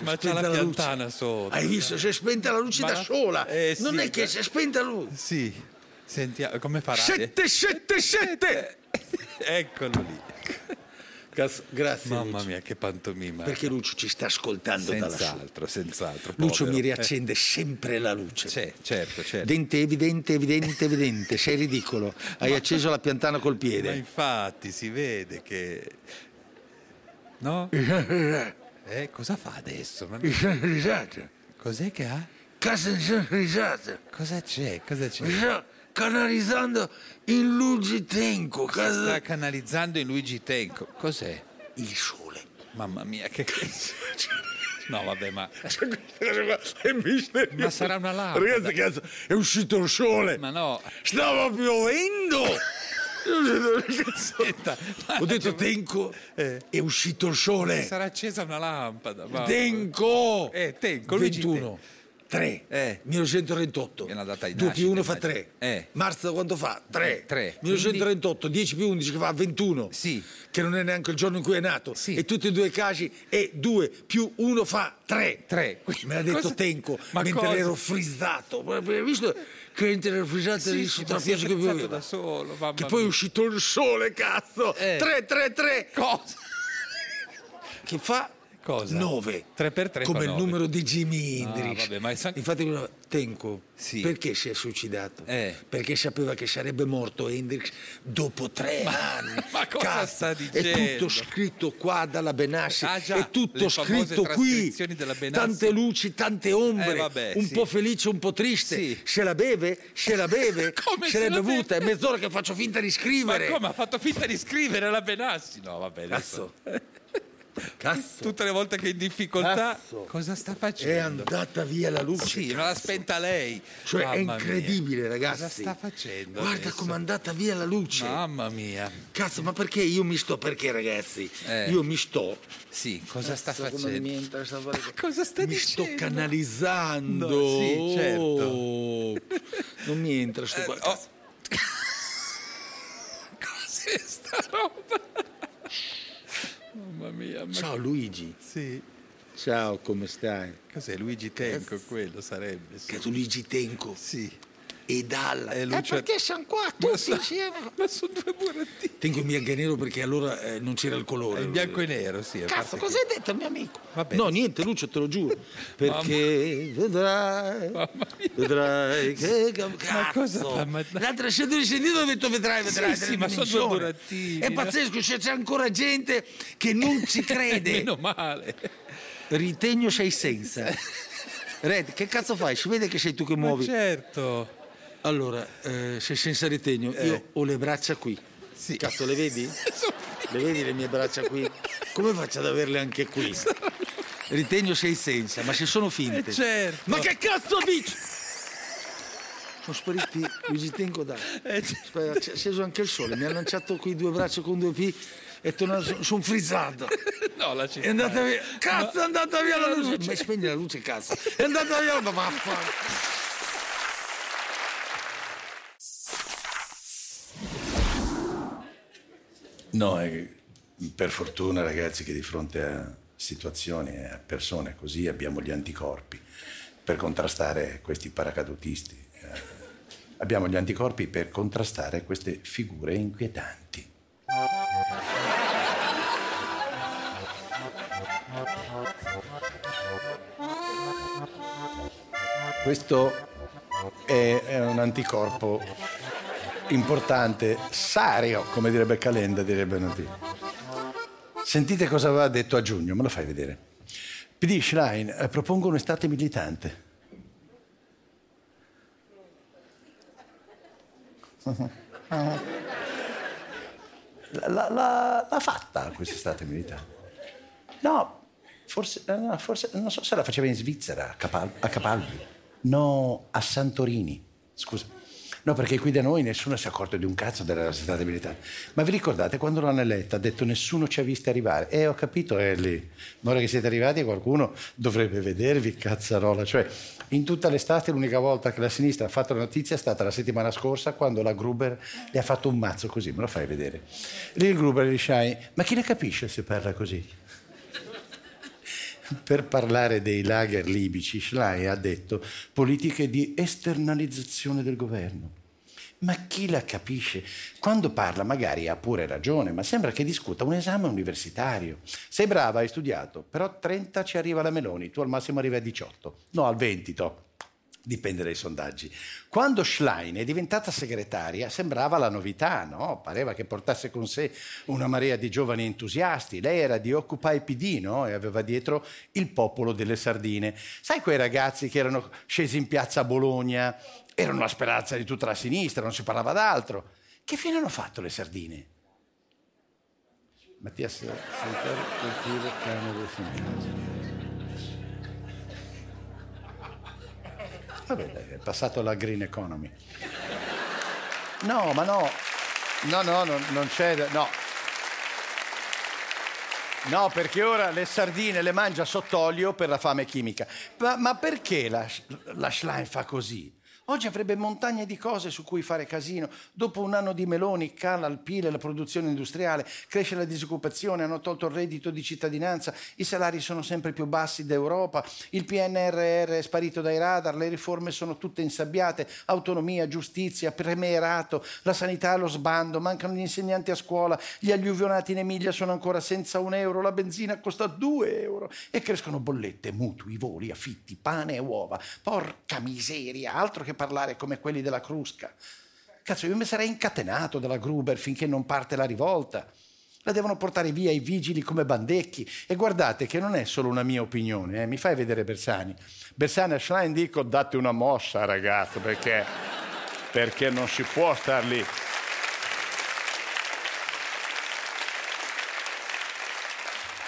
[SPEAKER 5] ma c'è
[SPEAKER 3] spenta
[SPEAKER 5] la
[SPEAKER 3] la luce.
[SPEAKER 5] piantana sotto.
[SPEAKER 3] Hai visto? Si è spenta la luce
[SPEAKER 5] Ma-
[SPEAKER 3] da sola,
[SPEAKER 5] eh,
[SPEAKER 3] non
[SPEAKER 5] sì,
[SPEAKER 3] è che
[SPEAKER 5] ma-
[SPEAKER 3] si è spenta la luce.
[SPEAKER 5] Sì. Sentiamo, come farà? Eh,
[SPEAKER 3] 777!
[SPEAKER 5] Eccolo lì.
[SPEAKER 3] grazie.
[SPEAKER 5] Mamma mia, che pantomima.
[SPEAKER 3] Perché Lucio ci sta ascoltando dalla sua.
[SPEAKER 5] Senz'altro, senz'altro.
[SPEAKER 3] Lucio
[SPEAKER 5] povero.
[SPEAKER 3] mi
[SPEAKER 5] Eh,
[SPEAKER 3] riaccende sempre la luce.
[SPEAKER 5] certo, certo.
[SPEAKER 3] Dente evidente, evidente, evidente, sei ridicolo. Hai acceso la piantana col
[SPEAKER 5] Ma
[SPEAKER 3] piede.
[SPEAKER 5] infatti si vede che... No? Eh, cosa fa adesso? Ma-
[SPEAKER 18] Mi sono risato.
[SPEAKER 5] Cos'è che ha?
[SPEAKER 18] Cazzo, mi sono risato.
[SPEAKER 5] Cosa c'è? Cosa c'è?
[SPEAKER 18] Mi sto canalizzando in Luigi Tenco.
[SPEAKER 5] Si sta
[SPEAKER 18] Cazzo.
[SPEAKER 5] canalizzando in Luigi Tenco. Cos'è?
[SPEAKER 3] Il sole.
[SPEAKER 5] Mamma mia, che... No, vabbè, ma...
[SPEAKER 3] Cioè,
[SPEAKER 1] È misterioso.
[SPEAKER 5] Ma sarà una lampada.
[SPEAKER 1] Ragazzi, cazzo, è uscito il sole.
[SPEAKER 5] Ma no.
[SPEAKER 1] Stava piovendo.
[SPEAKER 5] Senta,
[SPEAKER 1] Ho detto Tenco, è uscito il sole.
[SPEAKER 5] Si Eh. sarà accesa una lampada. ma-
[SPEAKER 3] Tenco!
[SPEAKER 5] Eh, Tenco, Luigi
[SPEAKER 3] 21, 3, 1938. 2 più 1 fa 3.
[SPEAKER 5] Eh.
[SPEAKER 3] Marzo quanto fa? 3.
[SPEAKER 5] Eh, tre.
[SPEAKER 3] 1938, 10 più 11 che fa 21. Che non è neanche il giorno in cui è nato. E tutti e due i casi è 2 più 1 fa 3.
[SPEAKER 5] 3.
[SPEAKER 3] Me l'ha detto
[SPEAKER 5] Cosa-
[SPEAKER 3] Tenco
[SPEAKER 5] Ma
[SPEAKER 3] mentre
[SPEAKER 5] cosa?
[SPEAKER 3] ero frizzato. Ma Hai visto che mentre ero frizzato
[SPEAKER 5] Sì,
[SPEAKER 3] lì
[SPEAKER 5] sì,
[SPEAKER 3] sotto
[SPEAKER 5] ma
[SPEAKER 3] la
[SPEAKER 5] si è
[SPEAKER 3] pioggia che
[SPEAKER 5] alzato
[SPEAKER 3] pioveva?
[SPEAKER 5] da solo, mamma
[SPEAKER 3] Che poi è
[SPEAKER 5] mia.
[SPEAKER 3] uscito il sole, cazzo!
[SPEAKER 5] Eh.
[SPEAKER 3] 3, 3, 3!
[SPEAKER 5] Cosa?
[SPEAKER 3] Che fa?
[SPEAKER 5] Cosa?
[SPEAKER 3] 9.
[SPEAKER 5] 3 per 3
[SPEAKER 3] Come il numero di Jimi Hendrix.
[SPEAKER 5] Ah, vabbè, ma è san-
[SPEAKER 3] Infatti, uno- Tenco,
[SPEAKER 5] Sì.
[SPEAKER 3] perché si è suicidato?
[SPEAKER 5] Eh.
[SPEAKER 3] Perché sapeva che sarebbe morto Hendrix dopo tre anni.
[SPEAKER 5] ma cosa
[SPEAKER 3] Cazzo,
[SPEAKER 5] sta dicendo?
[SPEAKER 3] È tutto scritto qua dalla Benassi,
[SPEAKER 5] Ah, già,
[SPEAKER 3] è tutto
[SPEAKER 5] le famose
[SPEAKER 3] scritto qui.
[SPEAKER 5] trascrizioni della Benassi.
[SPEAKER 3] Tante luci, tante ombre,
[SPEAKER 5] Eh, vabbè,
[SPEAKER 3] un
[SPEAKER 5] sì.
[SPEAKER 3] po' felice, un po' triste.
[SPEAKER 5] Sì.
[SPEAKER 3] Se la beve, se la beve,
[SPEAKER 5] Come
[SPEAKER 3] se
[SPEAKER 5] se
[SPEAKER 3] l'è
[SPEAKER 5] la
[SPEAKER 3] bevuta, è
[SPEAKER 5] beve?
[SPEAKER 3] mezz'ora che faccio finta di scrivere.
[SPEAKER 5] Ma come ha fatto finta di scrivere la Benassi? No, vabbè. adesso- Tutte le volte che è in difficoltà,
[SPEAKER 3] Cazzo.
[SPEAKER 5] cosa sta facendo?
[SPEAKER 3] Ah, È andata via la luce,
[SPEAKER 5] Sì, ma l'ha
[SPEAKER 3] cazzo.
[SPEAKER 5] spenta lei.
[SPEAKER 3] Cioè, è
[SPEAKER 5] Mamma mia.
[SPEAKER 3] incredibile, ragazzi.
[SPEAKER 5] Cosa sta facendo?
[SPEAKER 3] Guarda
[SPEAKER 5] adesso?
[SPEAKER 3] com'è andata via la luce.
[SPEAKER 5] Mamma mia.
[SPEAKER 3] Cazzo, ma perché io mi sto? Perché, ragazzi?
[SPEAKER 5] Eh.
[SPEAKER 3] Io mi sto.
[SPEAKER 5] Sì, cosa sta
[SPEAKER 3] Cazzo, come
[SPEAKER 5] facendo?
[SPEAKER 3] mi entra sta parola?
[SPEAKER 5] Cosa sta
[SPEAKER 3] Mi
[SPEAKER 5] dicendo?
[SPEAKER 3] sto canalizzando. Oh.
[SPEAKER 5] No, sì, certo.
[SPEAKER 3] Non mi entra sto qua.
[SPEAKER 5] oh. Cos'è sta roba? Mamma mia. Ma...
[SPEAKER 3] Ciao Luigi.
[SPEAKER 5] Sì.
[SPEAKER 3] Ciao, come stai? Eh,
[SPEAKER 5] Cos'è Luigi Tenco? Quello sarebbe. Sì.
[SPEAKER 3] Cazzo Luigi Tenco.
[SPEAKER 5] Sì.
[SPEAKER 3] E Dalla.
[SPEAKER 5] Eh, Lucio-
[SPEAKER 3] siamo qua
[SPEAKER 5] Ma so-
[SPEAKER 3] insieme?
[SPEAKER 5] Ma sono due burattini.
[SPEAKER 3] Tengo in bianco e nero perché allora eh, non c'era il colore.
[SPEAKER 5] In bianco e nero, sì. a parte che-
[SPEAKER 3] hai detto mio amico?
[SPEAKER 5] Vabbè.
[SPEAKER 3] No, niente, Lucio, te lo giuro. Perché vedrai, vedrai che
[SPEAKER 5] Ma cosa
[SPEAKER 3] cazzo.
[SPEAKER 5] fa? Ma-
[SPEAKER 3] L'altra scena di sentito ho detto vedrai, vedrai.
[SPEAKER 5] Sì,
[SPEAKER 3] della
[SPEAKER 5] sì, ma sono due eh.
[SPEAKER 3] dimensione.
[SPEAKER 5] burattini,
[SPEAKER 3] È
[SPEAKER 5] no?
[SPEAKER 3] pazzesco, cioè, c'è ancora gente che non ci crede.
[SPEAKER 5] Meno male.
[SPEAKER 3] Ritegno sei senza. Red, che cazzo fai? Si vede che sei tu che
[SPEAKER 5] Ma
[SPEAKER 3] muovi.
[SPEAKER 5] certo. Eh.
[SPEAKER 3] Allora, eh, sei senza ritegno, io ho le braccia qui.
[SPEAKER 5] Sì.
[SPEAKER 3] Cazzo, le vedi? le vedi le mie braccia qui? Come faccio ad averle anche qui? Ritegno sei senza, ma se sono finte.
[SPEAKER 5] Eh, certo.
[SPEAKER 3] Ma che cazzo dici? Sono spariti Luigi Tenco da.
[SPEAKER 5] Eh, certo.
[SPEAKER 3] Aspetta, c'è- è sceso anche il sole, mi ha lanciato quei due braccia con due P e tornato. Sono frizzato.
[SPEAKER 5] No, la città.
[SPEAKER 3] È andata via. Cazzo, è andata via la luce. Ma spegni la luce, cazzo. È andata via la vaffanculo.
[SPEAKER 2] No, eh, per fortuna ragazzi che di fronte a situazioni e a persone così abbiamo gli anticorpi per contrastare questi paracadutisti. eh, abbiamo gli anticorpi per contrastare queste figure inquietanti. Questo è, è un anticorpo importante, sario, come direbbe Calenda, direbbe Nati. Sentite cosa aveva detto a giugno, me lo fai vedere. PD Schlein, eh, propongo un'estate militante. L- la- la- l'ha fatta quest'estate militare. No, forse, eh, no, forse- non so se la faceva in Svizzera, a, Capal- a Capalbi. No, a Santorini. Scusa. No, perché qui da noi nessuno si è accorto di un cazzo della società militare. Ma vi ricordate quando l'Anelletta ha detto nessuno ci ha visto arrivare? E ho capito, è lì. Ma ora che siete arrivati qualcuno dovrebbe vedervi, cazzarola. Cioè, in tutta l'estate l'unica volta che la sinistra ha fatto la notizia è stata la settimana scorsa quando la Gruber le ha fatto un mazzo così, me lo fai vedere. Lì il Gruber gli sai, ma chi ne capisce se parla così? per parlare dei lager libici, Schlei ha detto politiche di esternalizzazione del governo. Ma chi la capisce? Quando parla magari ha pure ragione, ma sembra che discuta un esame universitario. Sei brava, hai studiato, però 30 ci arriva la Meloni, tu al massimo arrivi a 18. No, al 20, to. Dipende dai sondaggi. Quando Schlein è diventata segretaria sembrava la novità, no? Pareva che portasse con sé una marea di giovani entusiasti. Lei era di Occupy PD, no? E aveva dietro il popolo delle sardine. Sai quei ragazzi che erano scesi in piazza a Bologna? Erano la speranza di tutta la sinistra, non si parlava d'altro. Che fine hanno fatto le sardine? Mattia, se- sentare colpire cane del sindacato. Vabbè, dai, è passato la green economy. No, ma no, no, no, no, non c'è, da- no. No, perché ora le sardine le mangia sott'olio per la fame chimica. Ma, ma perché la, la Schlein fa così? Oggi avrebbe montagne di cose su cui fare casino. Dopo un anno di meloni, cala il PIL e la produzione industriale, cresce la disoccupazione, hanno tolto il reddito di cittadinanza, i salari sono sempre più bassi d'Europa, il PNRR è sparito dai radar, le riforme sono tutte insabbiate, autonomia, giustizia, premierato, la sanità allo sbando, mancano gli insegnanti a scuola, gli alluvionati in Emilia sono ancora senza un euro, la benzina costa 2 euro e crescono bollette, mutui, voli, affitti, pane e uova. Porca miseria, altro che parlare come quelli della Crusca. Cazzo, io mi sarei incatenato dalla Gruber finché non parte la rivolta. La devono portare via i vigili come bandecchi. E guardate che non è solo una mia opinione, eh, mi fai vedere Bersani. Bersani a Schlein dico date una mossa ragazzo perché, perché non si può star lì.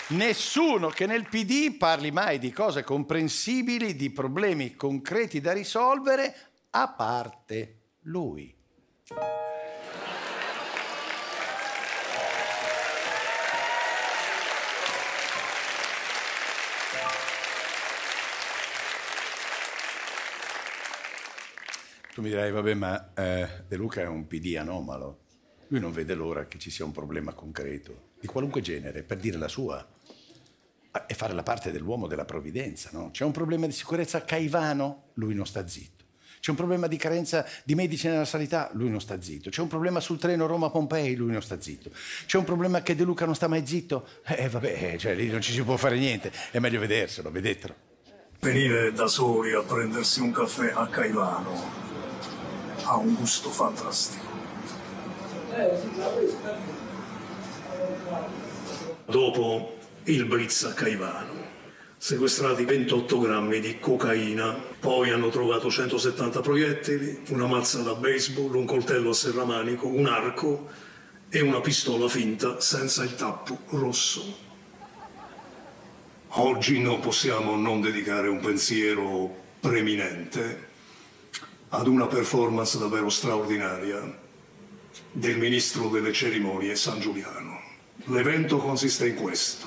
[SPEAKER 2] Nessuno che nel PD parli mai di cose comprensibili, di problemi concreti da risolvere, a parte lui.
[SPEAKER 1] Tu mi dirai, vabbè, ma eh, De Luca è un PD anomalo. Lui non vede l'ora che ci sia un problema concreto, di qualunque genere, per dire la sua Ah, e fare la parte dell'uomo della provvidenza. no? C'è un problema di sicurezza a Caivano, lui non sta zitto. C'è un problema di carenza di medici nella sanità, lui non sta zitto. C'è un problema sul treno Roma-Pompei, lui non sta zitto. C'è un problema che De Luca non sta mai zitto. Eh vabbè, cioè lì non ci si può fare niente, è meglio vederselo, vedetelo.
[SPEAKER 19] Venire da soli a prendersi un caffè a Caivano ha un gusto fantastico. Dopo il blitz a Caivano, sequestrati 28 grammi di cocaina, poi hanno trovato 170 proiettili, una mazza da baseball, un coltello a serramanico, un arco e una pistola finta senza il tappo rosso. Oggi non possiamo non dedicare un pensiero preminente ad una performance davvero straordinaria del ministro delle cerimonie San Giuliano. L'evento consiste in questo,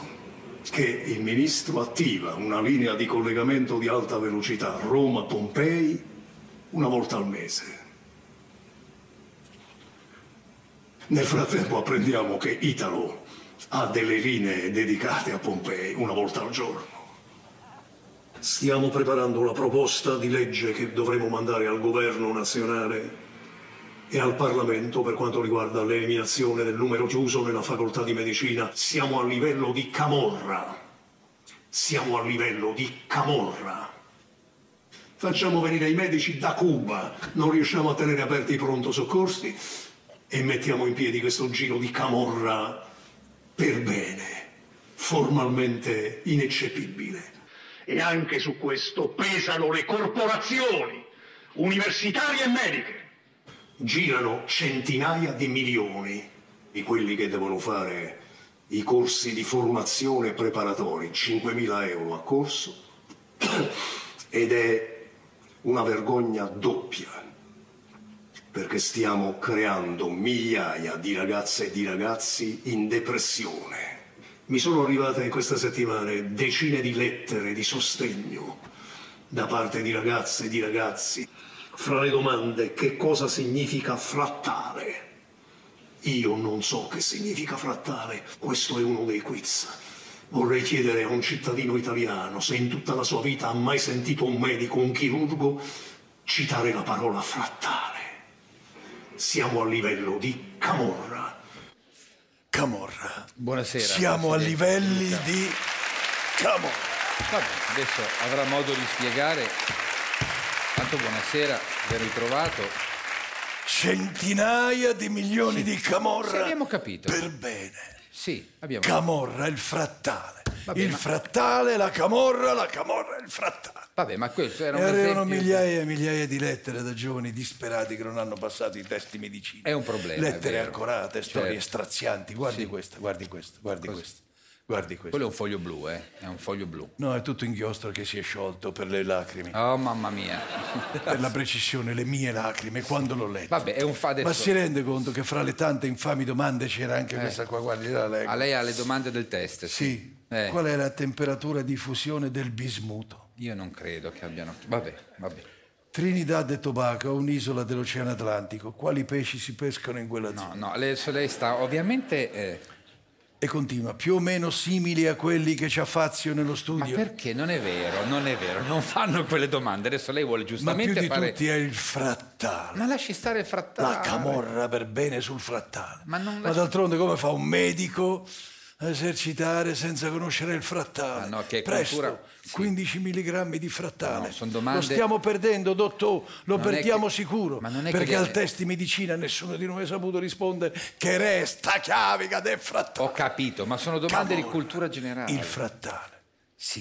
[SPEAKER 19] che il ministro attiva una linea di collegamento di alta velocità Roma-Pompei una volta al mese. Nel frattempo apprendiamo che Italo ha delle linee dedicate a Pompei una volta al giorno. Stiamo preparando una proposta di legge che dovremo mandare al governo nazionale e al Parlamento per quanto riguarda l'eliminazione del numero chiuso nella facoltà di medicina. Siamo a livello di Camorra. Siamo a livello di Camorra. Facciamo venire i medici da Cuba, non riusciamo a tenere aperti i pronto soccorsi e mettiamo in piedi questo giro di Camorra per bene, formalmente ineccepibile. E anche su questo pesano le corporazioni universitarie e mediche. girano centinaia di milioni di quelli che devono fare i corsi di formazione preparatori, 5.000 euro a corso, ed è una vergogna doppia, perché stiamo creando migliaia di ragazze e di ragazzi in depressione. Mi sono arrivate in queste settimane decine di lettere di sostegno da parte di ragazze e di ragazzi fra le domande che cosa significa frattare. Io non so che significa frattare, questo è uno dei quiz. Vorrei chiedere a un cittadino italiano se in tutta la sua vita ha mai sentito un medico, un chirurgo, citare la parola frattare. Siamo a livello di Camorra.
[SPEAKER 2] Camorra. Buonasera.
[SPEAKER 3] Siamo a livelli di
[SPEAKER 2] Camorra.
[SPEAKER 5] Vabbè, adesso avrà modo di spiegare. Tanto buonasera, ben ritrovato.
[SPEAKER 3] centinaia di milioni
[SPEAKER 5] Sì.
[SPEAKER 3] di camorra.
[SPEAKER 5] Sì, abbiamo capito.
[SPEAKER 3] Per bene.
[SPEAKER 5] Sì, abbiamo
[SPEAKER 3] Camorra, il frattale.
[SPEAKER 5] Vabbè,
[SPEAKER 3] il
[SPEAKER 5] ma-
[SPEAKER 3] frattale, la camorra, la camorra, il frattale.
[SPEAKER 5] Vabbè, ma questo era
[SPEAKER 3] E
[SPEAKER 5] un
[SPEAKER 3] arrivano
[SPEAKER 5] esempio.
[SPEAKER 3] migliaia e migliaia di lettere da giovani disperati che non hanno passato i testi medicini.
[SPEAKER 5] È un problema.
[SPEAKER 3] lettere
[SPEAKER 5] è vero.
[SPEAKER 3] ancorate, storie
[SPEAKER 5] Certo.
[SPEAKER 3] strazianti. Guardi questa, guardi questa, guardi questa. Guardi questa.
[SPEAKER 5] Quello è un foglio blu, eh? È un foglio blu.
[SPEAKER 3] No, è tutto inchiostro che si è sciolto per le lacrime.
[SPEAKER 5] Oh, mamma mia.
[SPEAKER 3] Per la precisione, le mie lacrime quando l'ho letto.
[SPEAKER 5] Vabbè, è un fa adesso-
[SPEAKER 3] Ma si rende conto che fra le tante infami domande c'era anche
[SPEAKER 5] Eh.
[SPEAKER 3] questa qua, guardi, la leggo.
[SPEAKER 5] A lei ha le domande del test.
[SPEAKER 3] Sì.
[SPEAKER 5] Eh,
[SPEAKER 3] Qual è la temperatura di fusione del bismuto?
[SPEAKER 5] Io non credo che abbiano... Vabbè, vabbè.
[SPEAKER 3] Trinidad e Tobago, un'isola dell'Oceano Atlantico. Quali pesci si pescano in quella zona?
[SPEAKER 5] No, adesso lei sta ovviamente... eh,
[SPEAKER 3] E continua, più o meno simili a quelli che c'ha Fazio nello
[SPEAKER 5] Ma
[SPEAKER 3] studio.
[SPEAKER 5] perché? Non è vero, non è vero. Non fanno quelle domande. Adesso lei vuole
[SPEAKER 3] Ma più
[SPEAKER 5] giustamente
[SPEAKER 3] di
[SPEAKER 5] fare...
[SPEAKER 3] tutti è il frattale.
[SPEAKER 5] Ma lasci stare il frattale.
[SPEAKER 3] La camorra per bene sul frattale.
[SPEAKER 5] Ma non
[SPEAKER 3] Ma
[SPEAKER 5] lasci-
[SPEAKER 3] d'altronde come fa un medico a esercitare senza conoscere il frattale?
[SPEAKER 5] Ah, no, che
[SPEAKER 3] Presto,
[SPEAKER 5] cultura-
[SPEAKER 3] 15 mg di frattale.
[SPEAKER 5] No, son domande-
[SPEAKER 3] Lo stiamo perdendo, dottore, lo
[SPEAKER 5] Non è
[SPEAKER 3] perdiamo
[SPEAKER 5] che-
[SPEAKER 3] sicuro.
[SPEAKER 5] Ma non è che
[SPEAKER 3] perché
[SPEAKER 5] viene-
[SPEAKER 3] al test di medicina nessuno di noi ha saputo rispondere che resta chiavica del frattale.
[SPEAKER 5] Ho capito, ma sono domande di cultura generale.
[SPEAKER 3] Il frattale.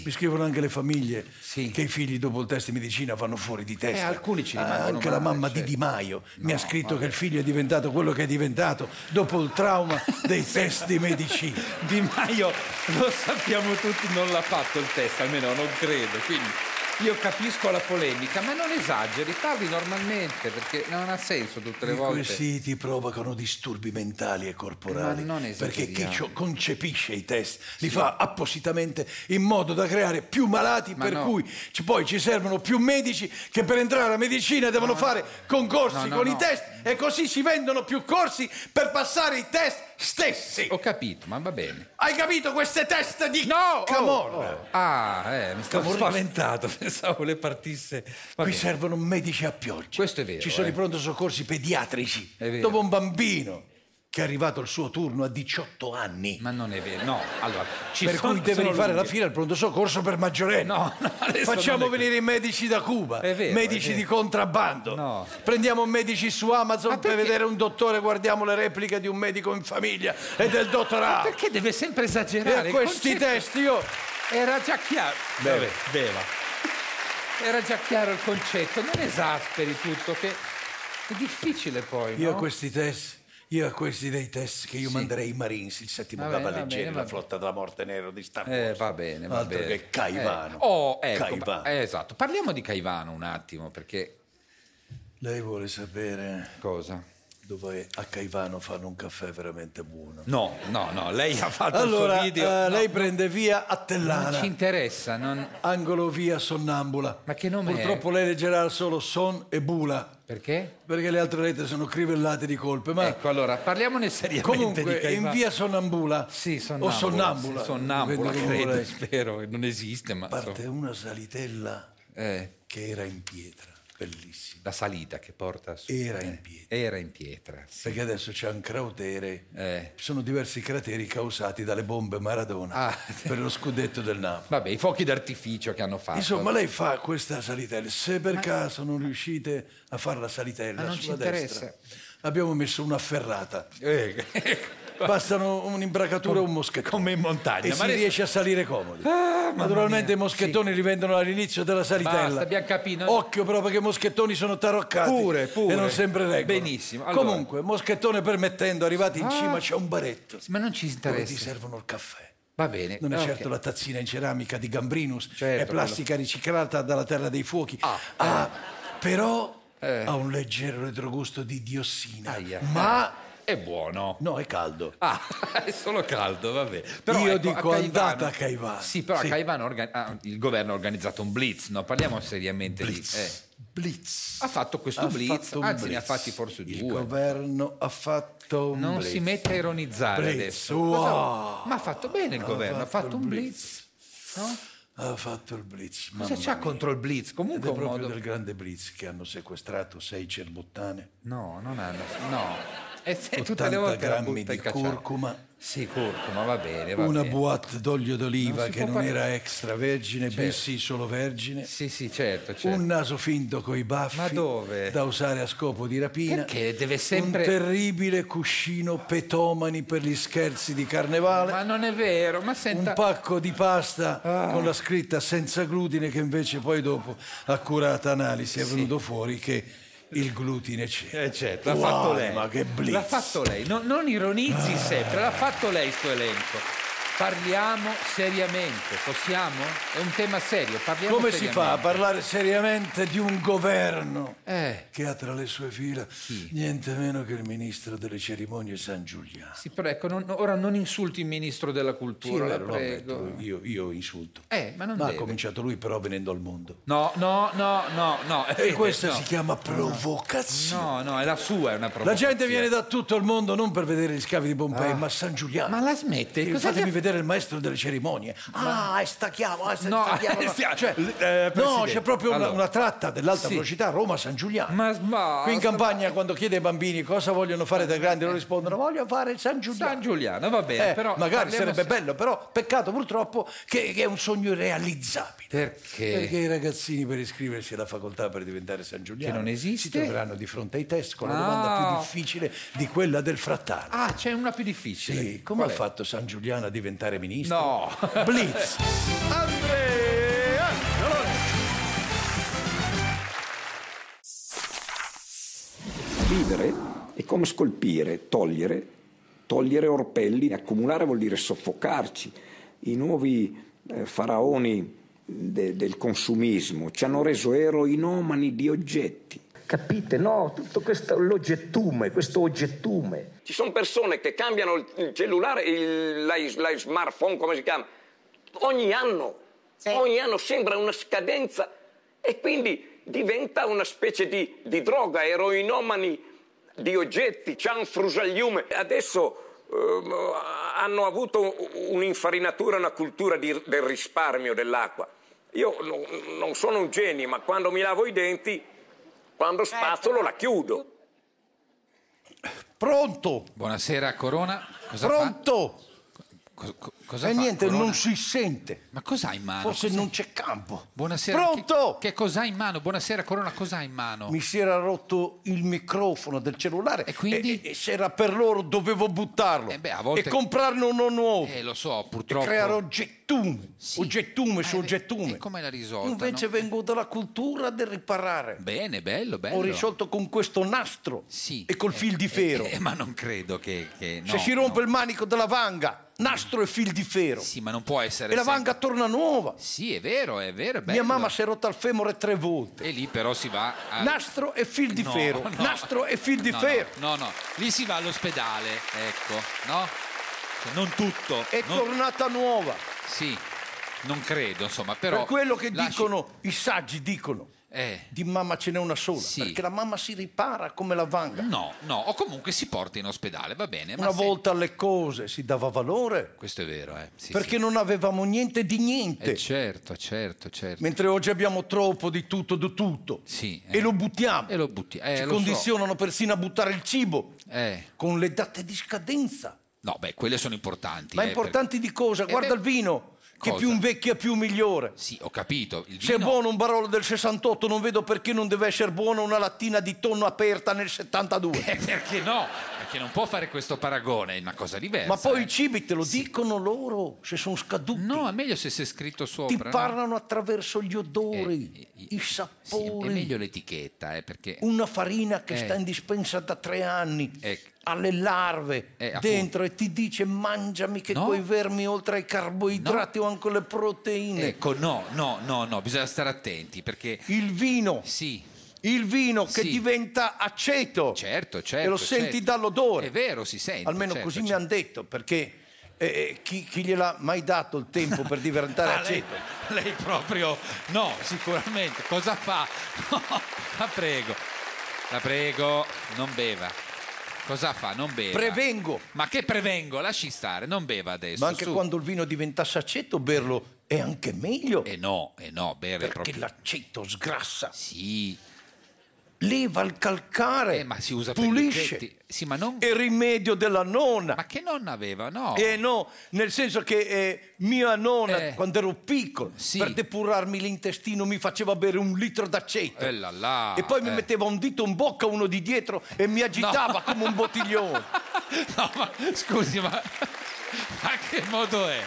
[SPEAKER 3] Mi scrivono anche le famiglie che i figli dopo il test di medicina vanno fuori di testa.
[SPEAKER 5] Eh, alcuni ci
[SPEAKER 3] Ah,
[SPEAKER 5] rimangono
[SPEAKER 3] Anche la
[SPEAKER 5] male,
[SPEAKER 3] mamma di
[SPEAKER 5] certo.
[SPEAKER 3] Di Maio mi
[SPEAKER 5] No,
[SPEAKER 3] ha scritto
[SPEAKER 5] vabbè.
[SPEAKER 3] che il figlio è diventato quello che è diventato dopo il trauma dei test di medicina.
[SPEAKER 5] Di Maio lo sappiamo tutti, non l'ha fatto il test, almeno non credo. Quindi io capisco la polemica, ma non esageri, parli normalmente perché non ha senso tutte le
[SPEAKER 3] I
[SPEAKER 5] volte.
[SPEAKER 3] quesiti provocano disturbi mentali e corporali
[SPEAKER 5] Eh, Ma non
[SPEAKER 3] perché chi
[SPEAKER 5] esageriamo.
[SPEAKER 3] ciò concepisce i test li fa appositamente in modo da creare più malati
[SPEAKER 5] Ma
[SPEAKER 3] per
[SPEAKER 5] no.
[SPEAKER 3] cui ci- poi ci servono più medici che per entrare alla medicina devono fare concorsi
[SPEAKER 5] No, no,
[SPEAKER 3] con i
[SPEAKER 5] no.
[SPEAKER 3] test e così si vendono più corsi per passare i test stessi.
[SPEAKER 5] Ho capito, ma va bene.
[SPEAKER 3] Hai capito queste teste di
[SPEAKER 5] No! Oh,
[SPEAKER 3] camorra?
[SPEAKER 5] Ah, eh, mi stavo
[SPEAKER 3] Camorra.
[SPEAKER 5] spaventato, pensavo le partisse. Va
[SPEAKER 3] Qui
[SPEAKER 5] bene.
[SPEAKER 3] servono medici a pioggia.
[SPEAKER 5] Questo è vero.
[SPEAKER 3] Ci sono
[SPEAKER 5] eh.
[SPEAKER 3] i pronto soccorsi pediatrici.
[SPEAKER 5] È vero.
[SPEAKER 3] Dopo un bambino che è arrivato al suo turno a 18 anni.
[SPEAKER 5] Ma non è vero, no. Allora, ci
[SPEAKER 3] per
[SPEAKER 5] sono-
[SPEAKER 3] cui devi
[SPEAKER 5] sono
[SPEAKER 3] fare la
[SPEAKER 5] lunghe.
[SPEAKER 3] fila al pronto soccorso per maggiorenni.
[SPEAKER 5] No, no, adesso
[SPEAKER 3] Facciamo
[SPEAKER 5] non è
[SPEAKER 3] venire i medici da Cuba,
[SPEAKER 5] È vero,
[SPEAKER 3] medici
[SPEAKER 5] è
[SPEAKER 3] di
[SPEAKER 5] vero.
[SPEAKER 3] contrabbando.
[SPEAKER 5] No.
[SPEAKER 3] Prendiamo medici su Amazon per
[SPEAKER 5] perché-
[SPEAKER 3] vedere un dottore, guardiamo le repliche di un medico in famiglia e del
[SPEAKER 5] Ma
[SPEAKER 3] dottorato.
[SPEAKER 5] perché deve sempre
[SPEAKER 3] E a
[SPEAKER 5] esagerare?
[SPEAKER 3] questi
[SPEAKER 5] Il concetto
[SPEAKER 3] test io
[SPEAKER 5] Era già chiaro.
[SPEAKER 3] Beva,
[SPEAKER 5] Vabbè, beva. Era già chiaro il concetto, non esasperi tutto, che è difficile poi.
[SPEAKER 3] Io a
[SPEAKER 5] no?
[SPEAKER 3] questi test, io a questi dei test che io
[SPEAKER 5] Sì.
[SPEAKER 3] manderei i Marines, il settimo
[SPEAKER 5] Va bene, va
[SPEAKER 3] cavaliere,
[SPEAKER 5] bene, va
[SPEAKER 3] la
[SPEAKER 5] bene.
[SPEAKER 3] flotta della morte nero di Star Wars.
[SPEAKER 5] Eh, va bene, va
[SPEAKER 3] Altro
[SPEAKER 5] bene.
[SPEAKER 3] che Caivano.
[SPEAKER 5] Eh, Oh, ecco,
[SPEAKER 3] Caivano.
[SPEAKER 5] eh, esatto. Parliamo di Caivano un attimo, perché...
[SPEAKER 3] Lei vuole sapere
[SPEAKER 5] Cosa?
[SPEAKER 3] dove a Caivano fanno un caffè veramente buono?
[SPEAKER 5] No, no, no, lei ha fatto il
[SPEAKER 3] Allora,
[SPEAKER 5] suo video...
[SPEAKER 3] eh,
[SPEAKER 5] no,
[SPEAKER 3] lei prende via
[SPEAKER 5] non ci
[SPEAKER 3] Attellana,
[SPEAKER 5] interessa, non...
[SPEAKER 3] angolo via Sonnambula.
[SPEAKER 5] Ma che nome è?
[SPEAKER 3] Purtroppo lei leggerà solo Son e Bula,
[SPEAKER 5] Perché?
[SPEAKER 3] perché le altre lettere sono crivellate di colpe. Ma
[SPEAKER 5] Ecco, allora, parliamone seriamente di
[SPEAKER 3] comunque, in
[SPEAKER 5] Caivano.
[SPEAKER 3] via Sonnambula
[SPEAKER 5] Sì,
[SPEAKER 3] o
[SPEAKER 5] sonnambula.
[SPEAKER 3] Oh, Sonnambula,
[SPEAKER 5] sì, Sonnambula,
[SPEAKER 3] dipende come
[SPEAKER 5] credo,
[SPEAKER 3] vuole.
[SPEAKER 5] spero, che non esiste, ma...
[SPEAKER 3] parte
[SPEAKER 5] insomma.
[SPEAKER 3] una salitella
[SPEAKER 5] Eh.
[SPEAKER 3] che era in pietra, bellissima.
[SPEAKER 5] la salita che porta su.
[SPEAKER 3] Era
[SPEAKER 5] eh,
[SPEAKER 3] in pietra.
[SPEAKER 5] Era in pietra. sì.
[SPEAKER 3] Perché adesso c'è un cratere,
[SPEAKER 5] Eh.
[SPEAKER 3] sono diversi crateri causati dalle bombe Maradona
[SPEAKER 5] Ah, sì.
[SPEAKER 3] per lo scudetto del Napoli.
[SPEAKER 5] Vabbè, i fuochi d'artificio che hanno fatto.
[SPEAKER 3] Insomma, lei fa questa salitella. Se per caso non riuscite a fare la salitella
[SPEAKER 5] Ma non ci
[SPEAKER 3] sulla destra,
[SPEAKER 5] interessa.
[SPEAKER 3] abbiamo messo una ferrata.
[SPEAKER 5] Eh,
[SPEAKER 3] Bastano un'imbracatura e un moschettone. Come in montagna. E
[SPEAKER 2] ma
[SPEAKER 3] si
[SPEAKER 2] adesso-
[SPEAKER 3] riesce a salire comodi.
[SPEAKER 2] Ah, mamma
[SPEAKER 3] Naturalmente
[SPEAKER 2] mia.
[SPEAKER 3] i moschettoni li vendono all'inizio della
[SPEAKER 5] Basta,
[SPEAKER 3] salitella.
[SPEAKER 5] abbiamo capito. no?
[SPEAKER 3] Occhio però perché i moschettoni sono taroccati
[SPEAKER 5] Pure, pure.
[SPEAKER 3] e non sempre reggono.
[SPEAKER 5] Benissimo, allora.
[SPEAKER 3] Comunque, moschettone permettendo, arrivati in
[SPEAKER 5] Ah.
[SPEAKER 3] cima c'è un baretto.
[SPEAKER 5] Ma non ci
[SPEAKER 3] Dove
[SPEAKER 5] interessa.
[SPEAKER 3] ti servono il caffè.
[SPEAKER 5] Va bene.
[SPEAKER 3] Non è
[SPEAKER 5] ah,
[SPEAKER 3] certo
[SPEAKER 5] ok.
[SPEAKER 3] la tazzina in ceramica di Gambrinus, è
[SPEAKER 5] Certo,
[SPEAKER 3] plastica riciclata dalla terra dei fuochi. Ah,
[SPEAKER 5] eh.
[SPEAKER 3] però ha un leggero retrogusto di diossina. Ma
[SPEAKER 5] Eh. È buono.
[SPEAKER 3] No, è caldo.
[SPEAKER 5] Ah, è solo caldo, vabbè. Però
[SPEAKER 3] Io
[SPEAKER 5] ecco,
[SPEAKER 3] dico
[SPEAKER 5] a Caivano-
[SPEAKER 3] andate a Caivano.
[SPEAKER 5] Sì, però
[SPEAKER 3] Sì.
[SPEAKER 5] a Caivano orga- ah, il governo ha organizzato un blitz, no? Parliamo seriamente di... eh.
[SPEAKER 3] Blitz.
[SPEAKER 5] Ha fatto questo
[SPEAKER 3] Ha
[SPEAKER 5] blitz,
[SPEAKER 3] fatto un
[SPEAKER 5] anzi ne ha
[SPEAKER 3] blitz.
[SPEAKER 5] fatti forse
[SPEAKER 3] Il
[SPEAKER 5] due.
[SPEAKER 3] governo ha fatto un
[SPEAKER 5] Non
[SPEAKER 3] blitz.
[SPEAKER 5] si mette a ironizzare
[SPEAKER 3] Blitz,
[SPEAKER 5] adesso.
[SPEAKER 3] wow.
[SPEAKER 5] Cosa- Ma ha fatto bene il
[SPEAKER 3] Ha
[SPEAKER 5] governo, ha
[SPEAKER 3] fatto
[SPEAKER 5] fatto
[SPEAKER 3] il
[SPEAKER 5] un blitz. no?
[SPEAKER 3] Ha fatto il blitz.
[SPEAKER 5] Cosa
[SPEAKER 3] mamma
[SPEAKER 5] c'ha
[SPEAKER 3] mia.
[SPEAKER 5] contro il blitz?
[SPEAKER 3] Ed
[SPEAKER 5] Comunque
[SPEAKER 3] è
[SPEAKER 5] un
[SPEAKER 3] proprio
[SPEAKER 5] modo...
[SPEAKER 3] del grande blitz che hanno sequestrato sei cerbottane.
[SPEAKER 5] No, non hanno... No. E se Eh, tutte le
[SPEAKER 3] 80
[SPEAKER 5] volte la
[SPEAKER 3] grammi
[SPEAKER 5] butta
[SPEAKER 3] di
[SPEAKER 5] in cacciata.
[SPEAKER 3] curcuma,
[SPEAKER 5] Sì, curcuma, va bene, va
[SPEAKER 3] una
[SPEAKER 5] bene.
[SPEAKER 3] boîte d'olio d'oliva
[SPEAKER 5] Non si
[SPEAKER 3] che
[SPEAKER 5] può
[SPEAKER 3] non
[SPEAKER 5] parlare.
[SPEAKER 3] era extravergine,
[SPEAKER 5] Certo.
[SPEAKER 3] bensì solo vergine.
[SPEAKER 5] Sì, sì, certo, certo.
[SPEAKER 3] Un naso finto coi baffi.
[SPEAKER 5] Ma dove?
[SPEAKER 3] Da usare a scopo di rapina.
[SPEAKER 5] Perché deve sempre-
[SPEAKER 3] Un terribile cuscino petomani per gli scherzi di carnevale.
[SPEAKER 5] Ma non è vero, ma senta...
[SPEAKER 3] Un
[SPEAKER 5] Ah.
[SPEAKER 3] pacco di pasta con la scritta senza glutine che invece poi dopo accurata analisi è venuto fuori che il glutine c'è.
[SPEAKER 5] Eh certo, l'ha
[SPEAKER 3] Wow,
[SPEAKER 5] fatto lei.
[SPEAKER 3] Ma che blitz. Ah.
[SPEAKER 5] L'ha fatto lei, non, non ironizzi sempre, l'ha fatto lei sto elenco. Parliamo seriamente, possiamo? È un tema serio, parliamo
[SPEAKER 3] Come si
[SPEAKER 5] seriamente.
[SPEAKER 3] fa a parlare seriamente di un governo
[SPEAKER 5] Eh.
[SPEAKER 3] che ha tra le sue fila niente meno che il ministro delle cerimonie San Giuliano?
[SPEAKER 5] Sì, però ecco, non- ora non insulti il ministro della cultura,
[SPEAKER 3] Sì,
[SPEAKER 5] la
[SPEAKER 3] è vero, lo
[SPEAKER 5] prego.
[SPEAKER 3] ammetto, io, io insulto.
[SPEAKER 5] Eh, ma non
[SPEAKER 3] Ma ha
[SPEAKER 5] deve.
[SPEAKER 3] cominciato lui però venendo al mondo.
[SPEAKER 5] No, no, no, no, no. eh,
[SPEAKER 3] E questa
[SPEAKER 5] no.
[SPEAKER 3] si chiama provocazione.
[SPEAKER 5] No, no, è la sua, è una
[SPEAKER 3] La
[SPEAKER 5] provocazione.
[SPEAKER 3] gente viene da tutto il mondo non per vedere gli scavi di Pompei,
[SPEAKER 5] Ah.
[SPEAKER 3] ma San Giuliano.
[SPEAKER 5] Ma la smette?
[SPEAKER 3] Eh,
[SPEAKER 5] Cosa
[SPEAKER 3] Fatemi
[SPEAKER 5] gli ha-
[SPEAKER 3] vedere il maestro delle cerimonie. Ah, è stacchiamo, ah, è
[SPEAKER 5] No,
[SPEAKER 3] stacchiamo. no.
[SPEAKER 5] stia-
[SPEAKER 3] Cioè,
[SPEAKER 5] eh, Presidente,
[SPEAKER 3] no, c'è proprio una,
[SPEAKER 5] allora.
[SPEAKER 3] una tratta dell'alta
[SPEAKER 5] Sì.
[SPEAKER 3] velocità Roma-San Giuliano.
[SPEAKER 5] Ma sbasta.
[SPEAKER 3] Qui in campagna, quando chiede ai bambini cosa vogliono fare da grandi, loro rispondono: Voglio fare il San Giuliano.
[SPEAKER 5] San Giuliano, va bene,
[SPEAKER 3] Eh,
[SPEAKER 5] però
[SPEAKER 3] magari
[SPEAKER 5] parliamo
[SPEAKER 3] sarebbe
[SPEAKER 5] se-
[SPEAKER 3] bello, però peccato purtroppo che, che è un sogno irrealizzabile.
[SPEAKER 5] Perché?
[SPEAKER 3] Perché i ragazzini per iscriversi alla facoltà per diventare San Giuliano
[SPEAKER 5] non esiste?
[SPEAKER 3] si troveranno di fronte ai test con la
[SPEAKER 5] Ah.
[SPEAKER 3] domanda più difficile di quella del frattale.
[SPEAKER 5] Ah, c'è una più difficile.
[SPEAKER 3] Sì, come
[SPEAKER 5] Qual
[SPEAKER 3] ha
[SPEAKER 5] è?
[SPEAKER 3] fatto San Giuliano a diventare ministro?
[SPEAKER 5] No.
[SPEAKER 3] Blitz.
[SPEAKER 13] Andrea
[SPEAKER 20] Vivere è come scolpire, togliere, togliere orpelli, accumulare vuol dire soffocarci. I nuovi eh, faraoni eh, de- del consumismo ci hanno reso eroinomani di oggetti.
[SPEAKER 21] Capite? No, tutto questo l'oggettume, questo oggettume.
[SPEAKER 20] Ci sono persone che cambiano il- il cellulare, il, l'i- l'i- smartphone, come si chiama, ogni anno. Ogni anno sembra una scadenza e quindi diventa una specie di, di droga, eroinomani di oggetti, c'è un frusagliume. Adesso ehm, hanno avuto un'infarinatura, una cultura di- del risparmio dell'acqua. Io no- non sono un genio, ma quando mi lavo i denti, quando spazzolo la chiudo.
[SPEAKER 3] Pronto?
[SPEAKER 5] Buonasera Corona. Cosa
[SPEAKER 3] Pronto?
[SPEAKER 5] Fa? Co- cosa
[SPEAKER 3] e
[SPEAKER 5] fa,
[SPEAKER 3] niente,
[SPEAKER 5] Corona?
[SPEAKER 3] non si sente.
[SPEAKER 5] Ma cos'ha in mano?
[SPEAKER 3] Forse
[SPEAKER 5] Cos'è?
[SPEAKER 3] non c'è campo.
[SPEAKER 5] Buonasera. Pronto? Che, che cos'ha in mano? Buonasera Corona, cos'ha in mano?
[SPEAKER 3] Mi si era rotto il microfono del cellulare e Eh
[SPEAKER 5] quindi?
[SPEAKER 3] e se era per loro dovevo buttarlo
[SPEAKER 5] beh, a volte-
[SPEAKER 3] e comprarne uno nuovo.
[SPEAKER 5] Eh, lo so, purtroppo.
[SPEAKER 3] E creare oggettume,
[SPEAKER 5] Eh,
[SPEAKER 3] oggettume su oggettume.
[SPEAKER 5] E come l'ha risolta?
[SPEAKER 3] Invece
[SPEAKER 5] no?
[SPEAKER 3] vengo dalla cultura del riparare.
[SPEAKER 5] Bene, bello, bello.
[SPEAKER 3] Ho risolto con questo nastro e col fil di fero.
[SPEAKER 5] Eh, eh, ma non credo che... che- no,
[SPEAKER 3] se si rompe il manico della vanga, nastro e fil di fero.
[SPEAKER 5] Sì, ma non può essere...
[SPEAKER 3] e la
[SPEAKER 5] sempre-
[SPEAKER 3] vanga torna nuova.
[SPEAKER 5] Sì, è vero, è vero, è bello.
[SPEAKER 3] Mia mamma si è rotta il femore tre volte.
[SPEAKER 5] E lì però si va... A...
[SPEAKER 3] Nastro e fil di
[SPEAKER 5] No,
[SPEAKER 3] ferro.
[SPEAKER 5] no.
[SPEAKER 3] Nastro e fil di
[SPEAKER 5] No,
[SPEAKER 3] ferro.
[SPEAKER 5] No, no, no. lì si va all'ospedale, ecco, no? Cioè, non tutto.
[SPEAKER 3] È
[SPEAKER 5] non-
[SPEAKER 3] tornata nuova.
[SPEAKER 5] Sì, non credo, insomma, però...
[SPEAKER 3] per quello che
[SPEAKER 5] lasci-
[SPEAKER 3] dicono, i saggi dicono,
[SPEAKER 5] Eh.
[SPEAKER 3] di mamma ce n'è una sola, perché la mamma si ripara come la vanga.
[SPEAKER 5] No, no, o comunque si porta in ospedale, va bene.
[SPEAKER 3] Una
[SPEAKER 5] ma se-
[SPEAKER 3] volta alle cose si dava valore
[SPEAKER 5] Questo è vero, eh. Sì,
[SPEAKER 3] perché non avevamo niente di niente.
[SPEAKER 5] Eh, certo, certo, certo.
[SPEAKER 3] Mentre oggi abbiamo troppo di tutto, di tutto.
[SPEAKER 5] Sì, eh.
[SPEAKER 3] E lo buttiamo.
[SPEAKER 5] E lo butti. eh,
[SPEAKER 3] Ci
[SPEAKER 5] lo so.
[SPEAKER 3] condizionano persino a buttare il cibo
[SPEAKER 5] Eh.
[SPEAKER 3] con le date di scadenza.
[SPEAKER 5] No, beh, quelle sono importanti.
[SPEAKER 3] Ma
[SPEAKER 5] eh,
[SPEAKER 3] importanti di cosa?
[SPEAKER 5] Eh,
[SPEAKER 3] Guarda
[SPEAKER 5] beh,
[SPEAKER 3] il vino, che
[SPEAKER 5] cosa?
[SPEAKER 3] più invecchia più migliore.
[SPEAKER 5] perché- Sì, ho capito. Il
[SPEAKER 3] Se è
[SPEAKER 5] vino-
[SPEAKER 3] buono un Barolo del 68, non vedo perché non deve essere buono una lattina di tonno aperta nel 72.
[SPEAKER 5] Perché no? che non può fare questo paragone, è una cosa diversa.
[SPEAKER 3] Ma poi
[SPEAKER 5] eh.
[SPEAKER 3] i cibi te lo dicono loro, se sono scaduti.
[SPEAKER 5] No, è meglio se sei scritto sopra.
[SPEAKER 3] Ti
[SPEAKER 5] no? Eh,
[SPEAKER 3] parlano attraverso gli odori, i
[SPEAKER 5] Sì, è
[SPEAKER 3] sapori.
[SPEAKER 5] meglio l'etichetta, eh, perché...
[SPEAKER 3] Una farina che
[SPEAKER 5] Eh.
[SPEAKER 3] sta in dispensa da tre anni,
[SPEAKER 5] Eh,
[SPEAKER 3] alle larve
[SPEAKER 5] Eh, appunto.
[SPEAKER 3] dentro e ti dice mangiami che
[SPEAKER 5] No.
[SPEAKER 3] coi vermi oltre ai carboidrati o anche le proteine.
[SPEAKER 5] Ecco, no, no, no, no, bisogna stare attenti perché...
[SPEAKER 3] Il vino.
[SPEAKER 5] Sì.
[SPEAKER 3] Il vino che
[SPEAKER 5] Sì.
[SPEAKER 3] diventa aceto.
[SPEAKER 5] Certo, certo.
[SPEAKER 3] e lo senti
[SPEAKER 5] certo.
[SPEAKER 3] dall'odore.
[SPEAKER 5] È vero, si sente.
[SPEAKER 3] Almeno
[SPEAKER 5] certo,
[SPEAKER 3] così
[SPEAKER 5] certo.
[SPEAKER 3] mi hanno detto, perché eh, chi, chi gliel'ha mai dato il tempo per diventare
[SPEAKER 5] Ah, lei,
[SPEAKER 3] aceto?
[SPEAKER 5] lei proprio no, sicuramente. Cosa fa? la prego, la prego, non beva. Cosa fa? Non beva.
[SPEAKER 3] Prevengo.
[SPEAKER 5] Ma che prevengo? Lasci stare, non beva adesso.
[SPEAKER 3] Ma anche
[SPEAKER 5] su.
[SPEAKER 3] quando il vino diventasse aceto, berlo è anche meglio.
[SPEAKER 5] Eh no, eh no, beve
[SPEAKER 3] perché
[SPEAKER 5] proprio.
[SPEAKER 3] l'aceto sgrassa.
[SPEAKER 5] Sì.
[SPEAKER 3] Leva il calcare.
[SPEAKER 5] Eh, ma si usa
[SPEAKER 3] pulisce.
[SPEAKER 5] per gli oggetti. Sì, ma non...
[SPEAKER 3] È il rimedio della nonna.
[SPEAKER 5] Ma che nonna aveva? No.
[SPEAKER 3] Eh no, nel senso che eh, mia nonna, quando ero piccolo, per depurarmi l'intestino mi faceva bere un litro d'aceto.
[SPEAKER 5] Eh là là,
[SPEAKER 3] e poi mi
[SPEAKER 5] eh.
[SPEAKER 3] metteva un dito in bocca uno di dietro e mi agitava come un bottiglione.
[SPEAKER 5] No, ma scusi, ma, ma che modo è?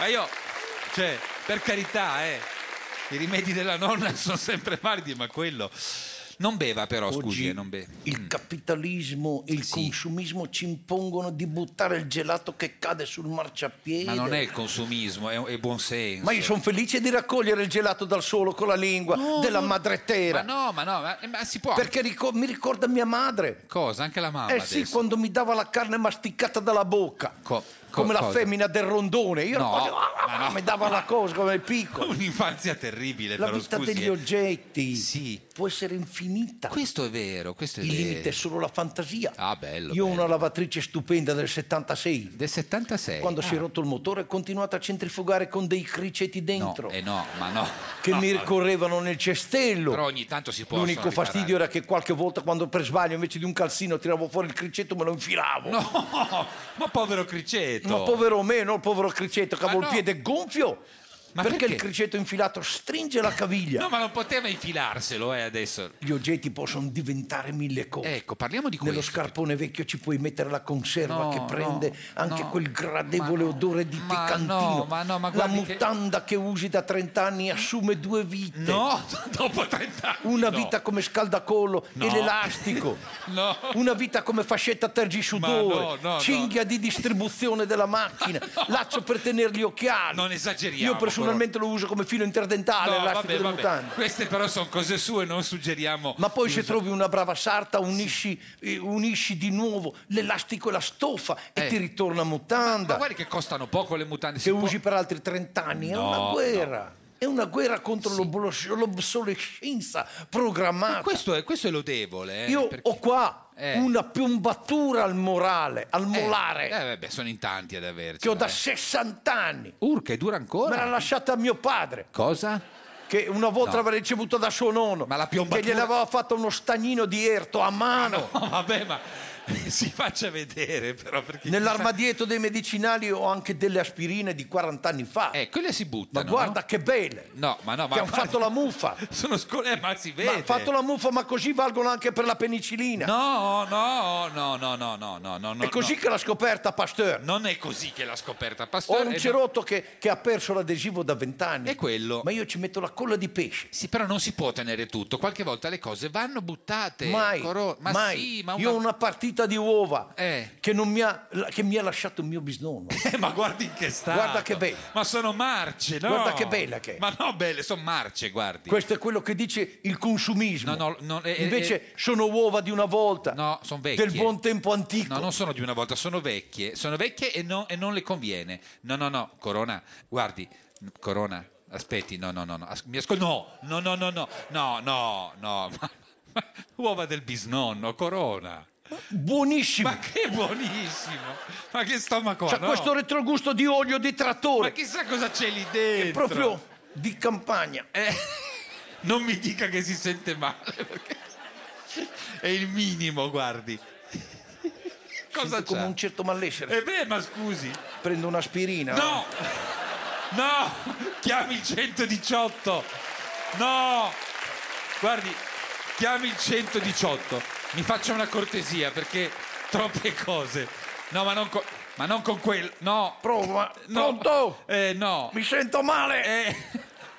[SPEAKER 5] Ma io, cioè, per carità, eh, i rimedi della nonna sono sempre validi, ma quello... Non beva però, scusi, eh, non beva.
[SPEAKER 3] Il capitalismo e il consumismo ci impongono di buttare il gelato che cade sul marciapiede.
[SPEAKER 5] Ma non è il consumismo, è, è buon senso.
[SPEAKER 3] Ma io sono felice di raccogliere il gelato dal solo con la lingua della madretera.
[SPEAKER 5] Ma no, ma no, ma, eh, ma si può...
[SPEAKER 3] Perché ricor- mi ricorda mia madre.
[SPEAKER 5] Cosa? Anche la mamma
[SPEAKER 3] eh
[SPEAKER 5] adesso.
[SPEAKER 3] sì, quando mi dava la carne masticata dalla bocca,
[SPEAKER 5] Co- co-
[SPEAKER 3] come la
[SPEAKER 5] cosa?
[SPEAKER 3] femmina del rondone. Io
[SPEAKER 5] No,
[SPEAKER 3] voglio- ah, ah,
[SPEAKER 5] ma no.
[SPEAKER 3] mi dava la cosa come il piccolo.
[SPEAKER 5] Un'infanzia terribile,
[SPEAKER 3] La
[SPEAKER 5] però,
[SPEAKER 3] vita
[SPEAKER 5] scusi,
[SPEAKER 3] degli
[SPEAKER 5] eh.
[SPEAKER 3] oggetti
[SPEAKER 5] Sì.
[SPEAKER 3] può essere infinita.
[SPEAKER 5] Questo è vero, questo è
[SPEAKER 3] Il
[SPEAKER 5] vero.
[SPEAKER 3] limite è solo la fantasia.
[SPEAKER 5] Ah, bello.
[SPEAKER 3] Io ho
[SPEAKER 5] bello.
[SPEAKER 3] una lavatrice stupenda del 76.
[SPEAKER 5] Del 76?
[SPEAKER 3] Quando si è
[SPEAKER 5] Ah.
[SPEAKER 3] rotto il motore ho continuato a centrifugare con dei criceti dentro.
[SPEAKER 5] No, eh no, ma no.
[SPEAKER 3] Che
[SPEAKER 5] No,
[SPEAKER 3] mi
[SPEAKER 5] ma-
[SPEAKER 3] ricorrevano nel cestello.
[SPEAKER 5] Però ogni tanto si può.
[SPEAKER 3] L'unico fastidio era che qualche volta quando per sbaglio invece di un calzino tiravo fuori il criceto me lo infilavo.
[SPEAKER 5] No, certo. ma povero Criceto.
[SPEAKER 3] Ma povero me, non il povero criceto che
[SPEAKER 5] Ma
[SPEAKER 3] avevo il
[SPEAKER 5] no.
[SPEAKER 3] piede gonfio.
[SPEAKER 5] Ma
[SPEAKER 3] perché,
[SPEAKER 5] perché?
[SPEAKER 3] il criceto infilato stringe la caviglia?
[SPEAKER 5] No, ma non poteva infilarselo, eh, adesso.
[SPEAKER 3] Gli oggetti possono diventare mille cose.
[SPEAKER 5] Ecco, parliamo di
[SPEAKER 3] Nello
[SPEAKER 5] questo.
[SPEAKER 3] scarpone vecchio ci puoi mettere la conserva
[SPEAKER 5] No,
[SPEAKER 3] che prende
[SPEAKER 5] no,
[SPEAKER 3] anche
[SPEAKER 5] no,
[SPEAKER 3] quel gradevole odore di
[SPEAKER 5] ma
[SPEAKER 3] piccantino.
[SPEAKER 5] no, ma no, ma
[SPEAKER 3] la
[SPEAKER 5] guardi che-
[SPEAKER 3] mutanda che... usi da 30 anni assume due vite.
[SPEAKER 5] No, dopo 30 anni.
[SPEAKER 3] Una
[SPEAKER 5] no.
[SPEAKER 3] vita come scaldacollo
[SPEAKER 5] No.
[SPEAKER 3] e l'elastico.
[SPEAKER 5] No.
[SPEAKER 3] Una vita come fascetta tergisudore,
[SPEAKER 5] Ma no, no,
[SPEAKER 3] cinghia di distribuzione della macchina, laccio per tenere gli occhiali.
[SPEAKER 5] Non esageriamo,
[SPEAKER 3] Io personalmente lo uso come filo interdentale,
[SPEAKER 5] No,
[SPEAKER 3] l'elastico
[SPEAKER 5] vabbè,
[SPEAKER 3] delle
[SPEAKER 5] vabbè.
[SPEAKER 3] mutande.
[SPEAKER 5] Queste però sono cose sue, non suggeriamo.
[SPEAKER 3] Ma poi se trovi una brava sarta unisci, eh, unisci di nuovo l'elastico e la stoffa e
[SPEAKER 5] Eh.
[SPEAKER 3] ti ritorna mutanda
[SPEAKER 5] Ma guardi che costano poco le mutande.
[SPEAKER 3] che usi per altri 30 anni. è
[SPEAKER 5] No,
[SPEAKER 3] una guerra. È una guerra contro l'oblos- l'obsolescenza programmata.
[SPEAKER 5] Questo è, questo è lodevole. eh,
[SPEAKER 3] Io
[SPEAKER 5] perché-
[SPEAKER 3] ho qua
[SPEAKER 5] Eh.
[SPEAKER 3] una piombatura al morale, al
[SPEAKER 5] eh,
[SPEAKER 3] molare,
[SPEAKER 5] Eh, vabbè, sono in tanti ad averci.
[SPEAKER 3] che ho da 60 anni.
[SPEAKER 5] Urca, e dura
[SPEAKER 3] Me
[SPEAKER 5] ancora?
[SPEAKER 3] l'ha lasciata mio padre.
[SPEAKER 5] Cosa?
[SPEAKER 3] Che una volta
[SPEAKER 5] No.
[SPEAKER 3] aveva ricevuto da suo nonno,
[SPEAKER 5] Ma la
[SPEAKER 3] che
[SPEAKER 5] piombatura-
[SPEAKER 3] gliel'aveva fatto uno stagnino di erto a mano.
[SPEAKER 5] No, vabbè, ma si faccia vedere però perché
[SPEAKER 3] Nell'armadietto dei medicinali ho anche delle aspirine di 40 anni fa.
[SPEAKER 5] Eh, quelle si buttano.
[SPEAKER 3] ma guarda che belle!
[SPEAKER 5] no? No, ma no, ma
[SPEAKER 3] che hanno
[SPEAKER 5] guarda-
[SPEAKER 3] fatto la muffa!
[SPEAKER 5] Sono scuole, eh, ma si vede.
[SPEAKER 3] Ma hanno fatto la muffa, ma così valgono anche per la penicillina.
[SPEAKER 5] No, no, no, no, no, no, no, no.
[SPEAKER 3] È così
[SPEAKER 5] no.
[SPEAKER 3] che l'ha scoperta Pasteur.
[SPEAKER 5] Non è così che l'ha scoperta
[SPEAKER 3] Ho
[SPEAKER 5] Pastore.
[SPEAKER 3] un
[SPEAKER 5] eh,
[SPEAKER 3] cerotto che, che ha perso l'adesivo da vent'anni.
[SPEAKER 5] È quello.
[SPEAKER 3] Ma io ci metto la colla di pesce.
[SPEAKER 5] Sì, però non si può tenere tutto. Qualche volta le cose vanno buttate.
[SPEAKER 3] Mai,
[SPEAKER 5] Coro- Ma
[SPEAKER 3] mai.
[SPEAKER 5] sì, ma
[SPEAKER 3] Io ho una partita di uova
[SPEAKER 5] Eh.
[SPEAKER 3] che, non mi ha, Ah, che mi ha lasciato il mio bisnonno.
[SPEAKER 5] Eh, ma guardi in che stato.
[SPEAKER 3] Guarda che bella.
[SPEAKER 5] Ma sono marce, no?
[SPEAKER 3] Guarda che bella che è.
[SPEAKER 5] Ma no, belle, sono marce, guardi.
[SPEAKER 3] Questo è quello che dice il consumismo.
[SPEAKER 5] No, no, no, eh, eh,
[SPEAKER 3] Invece sono uova di una volta,
[SPEAKER 5] No, sono vecchie.
[SPEAKER 3] del buon tempo antico.
[SPEAKER 5] No, non sono di una volta, sono vecchie. Sono vecchie e, no- e non le conviene. No, no, no, Corona, guardi, Corona, aspetti, no, no, no, no. as- mi ascolti, no, no, no, no, no, no, no, no, ma- ma- uova del bisnonno, Corona.
[SPEAKER 3] Buonissimo.
[SPEAKER 5] Ma che buonissimo! Ma che stomaco ha,
[SPEAKER 3] C'ha
[SPEAKER 5] no?
[SPEAKER 3] questo retrogusto di olio di trattore.
[SPEAKER 5] Ma chissà cosa c'è lì dentro.
[SPEAKER 3] È proprio di campagna.
[SPEAKER 5] Eh, non mi dica che si sente male, perché è il minimo, guardi. Cosa
[SPEAKER 3] Sento come
[SPEAKER 5] c'è?
[SPEAKER 3] un certo malessere.
[SPEAKER 5] Eh beh, ma scusi.
[SPEAKER 3] Prendo un'aspirina.
[SPEAKER 5] No! No! Chiami il 118! No! Guardi, chiami il 118. Mi faccia una cortesia perché Troppe cose. No, ma non con, ma non con quello. No.
[SPEAKER 13] Prova.
[SPEAKER 5] No.
[SPEAKER 13] Pronto?
[SPEAKER 5] Eh, no. Eh.
[SPEAKER 13] Mi sento male.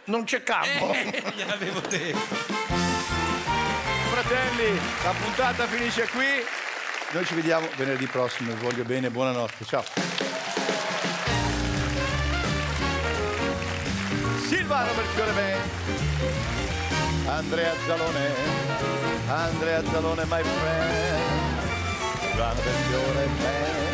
[SPEAKER 13] Non c'è campo.
[SPEAKER 5] Gliel'avevo detto.
[SPEAKER 13] Fratelli, la puntata finisce qui. Noi ci vediamo venerdì prossimo. Vi voglio bene, buonanotte. Ciao. Silvano Berzione Andrea Zalone, Andrea Zalone, my friend. Silvano Berzione, man.
[SPEAKER 5] Eh,